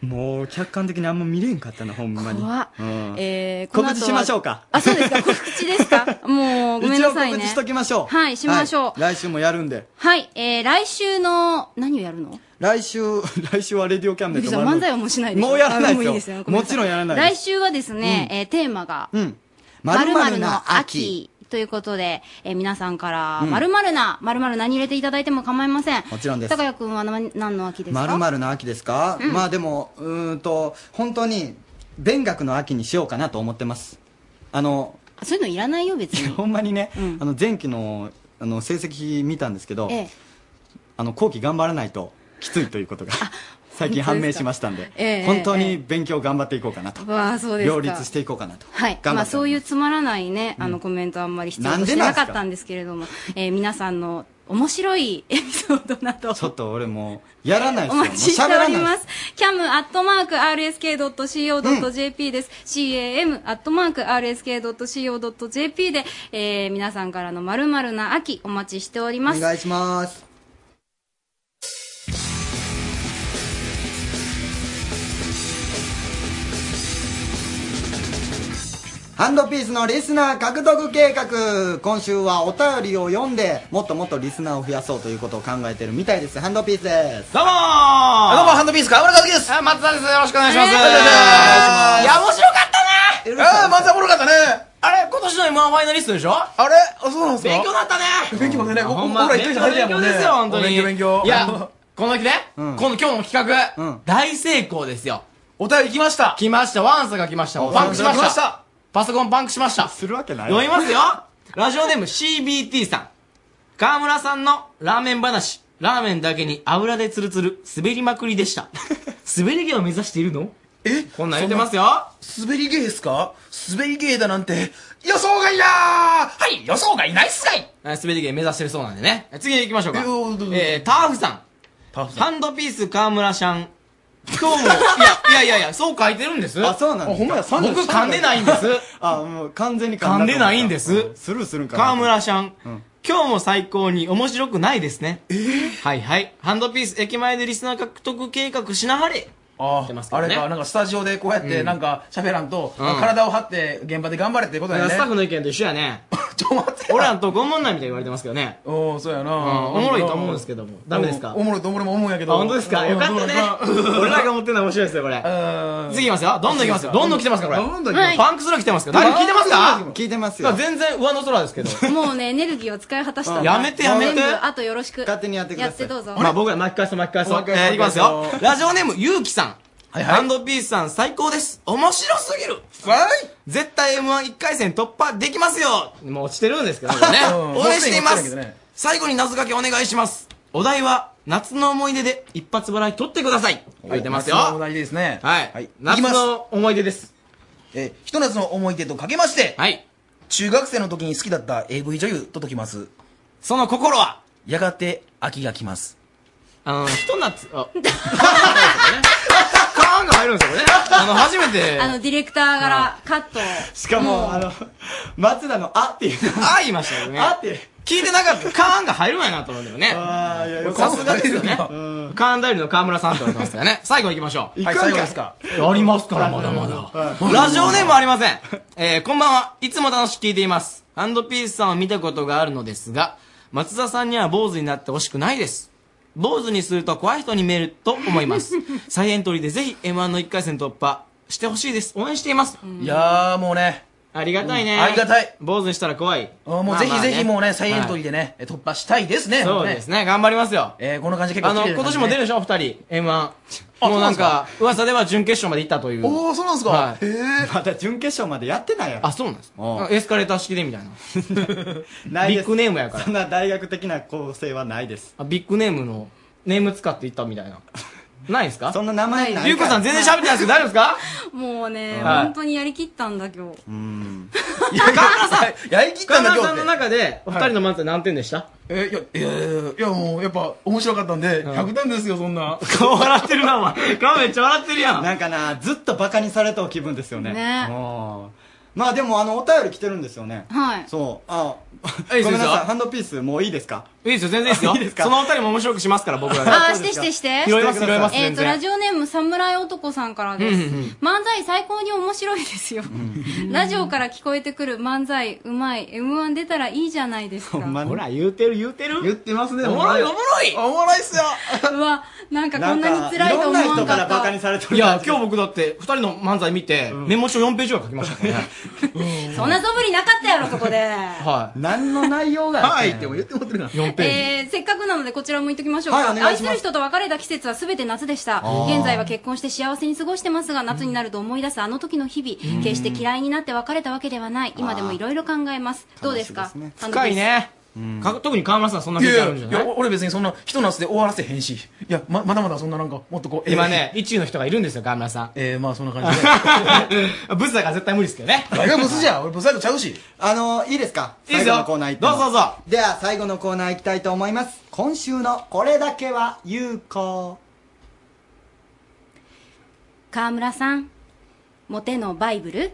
S2: もう客観的にあんま見れんかったな、ほんまに。
S3: 怖っ
S2: うん
S3: えー、この
S2: 告
S3: 後は
S2: 知しましょう。か。
S3: あ、そうですか、告知ですか。もう、ごめんなさい
S2: 一応
S3: ね
S2: 告知。しときましょう。
S3: はいしましょう
S2: はい来週もやるんで。
S3: はい、えー、来週の、何をやるの
S2: 来週、 来週はレディオキャン
S3: ゆ
S2: ネ
S3: き
S2: ル
S3: さん漫才はもうしないでしょ
S2: もうやらないですよ。
S3: あもういいですよごめん
S2: も
S3: なさい
S2: ちろんやらない
S3: 来
S2: です。
S3: 週はですね、えー、テーマが、
S2: うん。
S3: 〇
S2: まる
S3: 〇の。秋ということで、えー皆さんから、
S2: うん
S3: 〇〇な、〇〇何入れていただいても構いません。
S2: もちろんです
S3: 高谷くんは何何の秋ですか
S2: まるまるの秋ですか、
S3: うん
S2: まあでも、うーんと、本当に、勉学の秋にしようかなと思ってます。あの、
S3: そういうのいらないよ、別に。
S2: ほんまにね、あの、前期の、あの、成績見たんですけど、
S3: ええ
S2: あの、後期頑張らないと、きついということが、 最近判明しましたんで、
S3: ええええ
S2: 本当に勉強頑張っていこうかなと。
S3: わあ、そうですか。
S2: 両立していこうかなと。
S3: はい。
S2: 頑
S3: ま
S2: 張
S3: あ、
S2: って
S3: そういうつまらないね、
S2: うん
S3: あの、コメントあんまり必要
S2: なん
S3: と
S2: で
S3: して
S2: なん
S3: な
S2: すか
S3: かったんですけれども、えー皆さんの面白いエピソードなど、
S2: ちょっと俺もう、やらないで
S3: お
S2: すよ。
S3: 待ちして
S2: もう喋らない
S3: おり
S2: です
S3: ます。cam.rsk.co.jp です。cam.rsk.co.jp で、えー皆さんからの〇〇な秋お待ちしております。
S2: お願いします。ハンドピースのリスナー獲得計画今週はお便りを読んでもっともっとリスナーを増やそうということを考えてるみたいですハンドピースです
S5: どうもーどうもハンドピース川村和樹ですあ松田ですよろしくお願いします、いや面白かったねあ松田おもろかったねあれ今年の M1 ファイナリストでしょあれあそうなんですか勉強になったね勉強ねほんま
S6: 僕ら一人じゃない
S5: 勉
S6: やも
S5: 強
S6: んね
S5: ですよ本当に
S6: 勉強勉強
S5: い やこの日ね、この今日の企画、大成功ですよお便り来ました来ましたワンサが来ました
S6: お
S5: パンクしま
S6: 来
S5: した
S6: ました
S5: パソコンパンクしましたするわけな読みますよラジオネーム CBT さん川村さんのラーメン話、ラーメンだけに油でツルツル、滑りまくりでした。滑り芸を目指しているのえこんなん言ってますよ。
S6: 滑り芸ですか滑り芸だなんて予想外だーはい予想外ナイスガイ
S5: えー滑り芸目指してるそうなんでね。え次行きましょうか。え
S6: えーどうぞ
S5: ー、ターフさん。ターフさん。ハンドピース川村シャン。どう も。いや、いやいやいや、そう書いてるんです。あ、そうなんですほんまや、僕噛んでないん です。
S2: あもう完全に
S5: 噛んでないん
S2: で
S5: です。
S2: スルーするんかな
S5: 川村シャン。
S2: うん
S5: 今日も最高に面白くないですね。はいはい。ハンドピース駅前でリスナー獲得計画しなはれ。
S6: あ
S5: ますけ
S6: あ
S5: どね
S6: れか、なんかスタジオでこうやって、
S5: うん
S6: なんか喋らんと、
S5: うん
S6: 体を張って現場で頑張れってことだよね。
S5: スタッフの意見と一緒や ね。ちょ、待って。俺らのとこおもんないみたいに言われてますけどね。
S6: おお、そうやな。
S5: おもろいと思うんですけども。ダメですか
S6: おおもろいと俺も思うんやけど。
S5: あ本当ですかよかったね俺らが思ってるのは面白いですよこれ次いきますよどんどんいきますよどんどん来てますからこ
S6: どんど
S5: れ
S6: ん行きます
S5: パンクスラ来てますから誰か聞いてますか
S2: 聞いてます
S5: よ全然上の空ですけど
S3: もうね、エネルギーを使い果たした
S5: うん
S3: んだ
S5: やめてやめて
S3: 全部あとよろしく。勝手にやってください。やってどうぞ。
S5: まあ僕ら巻き返そう巻き返そう
S6: 巻き返そう
S5: えーいきますよ
S6: 巻き返そう
S5: ラジオネームゆうきさんハンドピースさん最高です面白すぎる絶対 m 1 1回戦突破できますよもう落ちてるんです けどね
S6: うん
S5: 応援していま
S6: もうすでに落ちてるけど
S5: す
S6: ね
S5: 最後に謎かけお願いしますお題は夏の思い出で一発笑い取ってください
S6: お
S5: 言ってますよ
S6: 夏のお題ですね。
S5: はい。夏
S6: いきます
S5: の思い出です。
S6: えー、ひと夏の思い出とかけまして、中学生の時に好きだった AV 女優と解きます。
S5: その心は
S6: やがて秋が来ます。
S5: あの、ひと夏、 あ、カーンが入るんですよ、これね。あの、初めて
S3: あ、の、ディレクターからカットを。
S5: しかも、あの、松田のあっていう。あ言いましたよね。あって。聞いてなかった。カーンが入る前やなと思うんだよね。ああ、いや、さすがですよね。カーンダイルの河村さんと思ってますからね。最後行きましょう。
S6: はい
S5: 最後
S6: 最後
S5: で
S6: ですす
S5: か
S6: か。
S5: ありますから、まだまだ。ラジオネームありません。えー、こんばんは。いつも楽しく聞いています。ハンドピースさんを見たことがあるのですが、松田さんには坊主になってほしくないです。坊主にすると怖い人に見えると思い ます。再エントリーでぜひ M1 の1回戦突破してほしいです。応援しています。いやーもうね。ありがたいね。
S6: うんありがた
S5: い。坊主にしたら怖い。
S6: あもうぜひぜひもうね、再エントリー
S5: で。
S6: でね、突破したいですね。
S5: そうですね。頑張りますよ。
S6: えー、この感じ結
S5: あ
S6: 構
S5: の、
S6: 綺麗な
S5: 今
S6: 感じ
S5: 年
S6: ね
S5: も出るでしょ、二人。M1。もうなんか、噂では準決勝まで行ったという。
S2: おーそうなんすか
S5: へえ。まだ準決勝までやってないやろ。あ、そうなんですか。エスカレーター式 でみたいな。ビッグネームやから。そんな大学的な構成はないです。あ、ビッグネームの、ネーム使って行ったみ たいな。ないですかそんな名前
S3: ない
S5: ゆうこさん全然喋ってないですけど、大丈夫ですか
S3: もうね、
S5: はい
S3: 本当にやりきったんだ、今日。
S5: やりき
S6: ったんだ
S5: さんの中で、お二人の漫才何点でした
S6: えー、いや、いやいや、いやもうやっぱ面白かったんで、100点ですよ、そんな。
S5: 顔笑ってるな、お前。顔めっちゃ笑ってるやん。
S2: なんかな、ずっとバカにされた気分ですよね。
S3: ね
S2: もうまあでも、あの、お便り来てるんですよね。
S3: はい。
S2: そう。あ、ご
S5: いいです
S2: め
S5: よ
S2: んなさい。ハンドピース、もういいですか
S5: いいですよ、全然いいですよ。
S2: いいですか
S5: そのお二人も面白くしますから、僕らが。
S3: あー、してしてして。
S5: 拾います、拾います。
S3: えっ
S5: 全
S3: と、
S5: 然
S3: ラジオネーム、侍男さんからです。
S5: うんうんうん
S3: 漫才最高に面白いですよ。ラジオから聞こえてくる漫才、うまい、M1 出たらいいじゃないですか。
S5: ほら、言うてる言うてる言ってますねおもろいおもろい
S3: おもろいっすよ。うわ、なんかこんなに辛いと思わんかった。
S5: にされてるいや今日僕だって2人の漫才見て、メモ帳4ページは書きましたからね
S3: そんな素振りなかったやろ、そこで。
S5: はい
S2: 何の内容が
S5: はいっても言ってもらってるな4ページ、
S3: えー、せっかくなのでこちらも言っときましょうか、
S5: はいお願
S3: 愛
S5: いし
S3: す
S5: ます
S3: る人と別れた季節は全て夏でした
S5: あー
S3: 現在は結婚して幸せに過ごしてますが夏になると思い出すあの時の日々、決して嫌いになって別れたわけではない今でもいろいろ考えますどうですか
S5: 深いねか特に川村さんそんなページあるんじゃない
S6: いやいや俺別にそんなひと夏で終わらせへんしいやままだまだそんななんかもっとこう
S5: 今ね、一中の人がいるんですよ、河村さん。
S6: えー、まあそんな感じで
S5: ブスだから絶対無理ですけどね
S6: 大 学ブスじゃん俺ブサイクちゃうし
S2: あの、いいですか
S5: いいですよ
S2: 最後のコーナー行っても
S5: どうぞどうぞ
S2: では、最後のコーナー行きたいと思います。今週のこれだけは有効。
S3: 川村さんモテのバイブル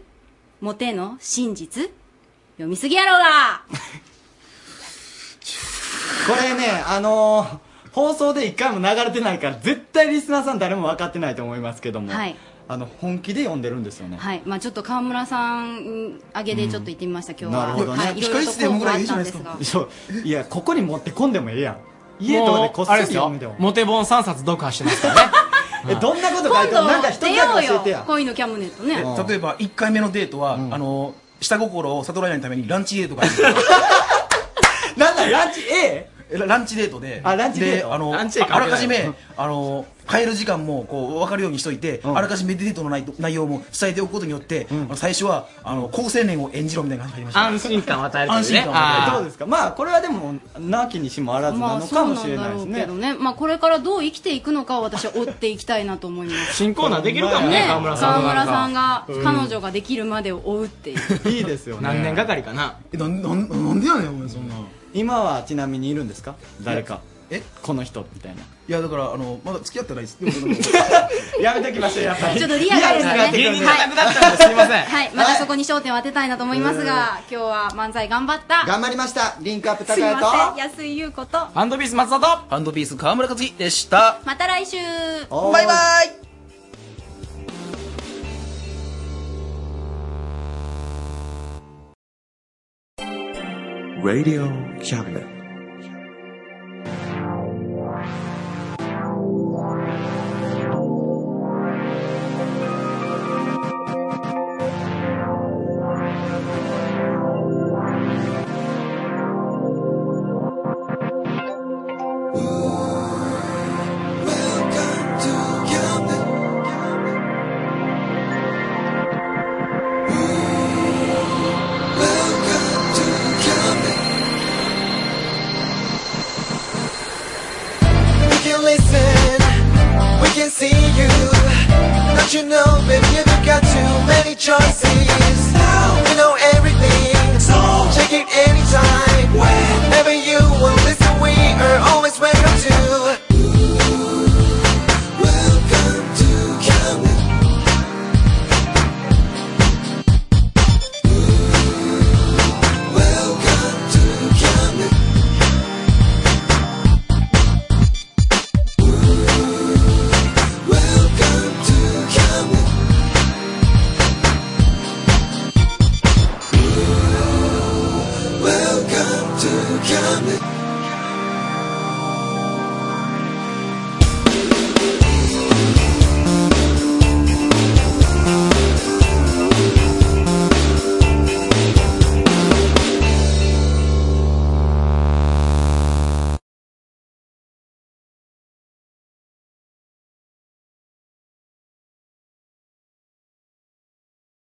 S3: モテの真実読みすぎやろうが
S2: これね、あのー放送で一回も流れてないから、絶対リスナーさん誰も分かってないと思いますけども。
S3: はい
S2: あの、本気で読んでるんですよね。
S3: はいまあ、ちょっと川村さん上げでちょっと言ってみました、今日は
S2: なるほどね。
S3: はい、いろいろと候補あったんですが
S2: そういや、ここに持ってこんでもええやん。家
S5: もう
S2: とかでこっそ
S5: あれ
S2: り
S5: ですよ
S2: 読んでも。
S5: モテ本3冊読破してますからね
S2: どんな
S3: 今度出ようよ
S6: え
S3: 恋のキャムネットね
S6: 例えば1回目のデートは、あの下心を悟られないためにランチデートが
S2: なんだランチ A?
S6: ランチデートで、
S2: あランチデート
S6: であの
S2: ラ
S6: あ
S2: ンチ A 関係
S6: あ
S2: ない
S6: らかじめあの帰る時間もこう分かるようにしといて、あらかじめデートの内内容も伝えておくことによって、あの最初はあの高青年を演じろみたいな感じになりました。
S5: 安心感を与える
S6: 安心感を与える
S2: どうですかまあこれはでもなきにしもあらず
S3: ま
S2: な
S3: あ
S2: の
S3: そ
S2: か
S3: う
S2: も
S3: な
S2: し
S3: ん
S2: れ
S3: だ
S2: ないで
S3: ろ
S2: す
S3: う
S2: ね
S3: けどね、まあ、これからどう生きていくのかを私は追っていきたいなと思います
S5: 新 コーナーできるかもね川村さん
S3: 川村さんが
S5: うん
S3: 彼女ができるまでを追うっていう、
S2: いいですよね
S5: 何年がかりかな
S6: えなんなんなんでやねんお前そんな
S2: 今はちなみにいるんですか誰か
S6: え
S2: この人みたいない
S6: やだからあのまだ付き合ってない ですでも
S2: やめときましょうやっぱり
S3: ちょっとリアルですね
S6: リアルになってくるんで
S3: はい、またそこに焦点を当てたいなと思いますが、今日は漫才頑張った
S2: 頑張りましたリンクアップ
S3: すいません安井優子と
S6: ハンドピース松田とハンドピース川村克樹でした
S3: また来週
S6: おーバイバイ
S26: Radio Cabinet.
S11: We can listen, we can see you. Don't you know, baby, you've got too many choices.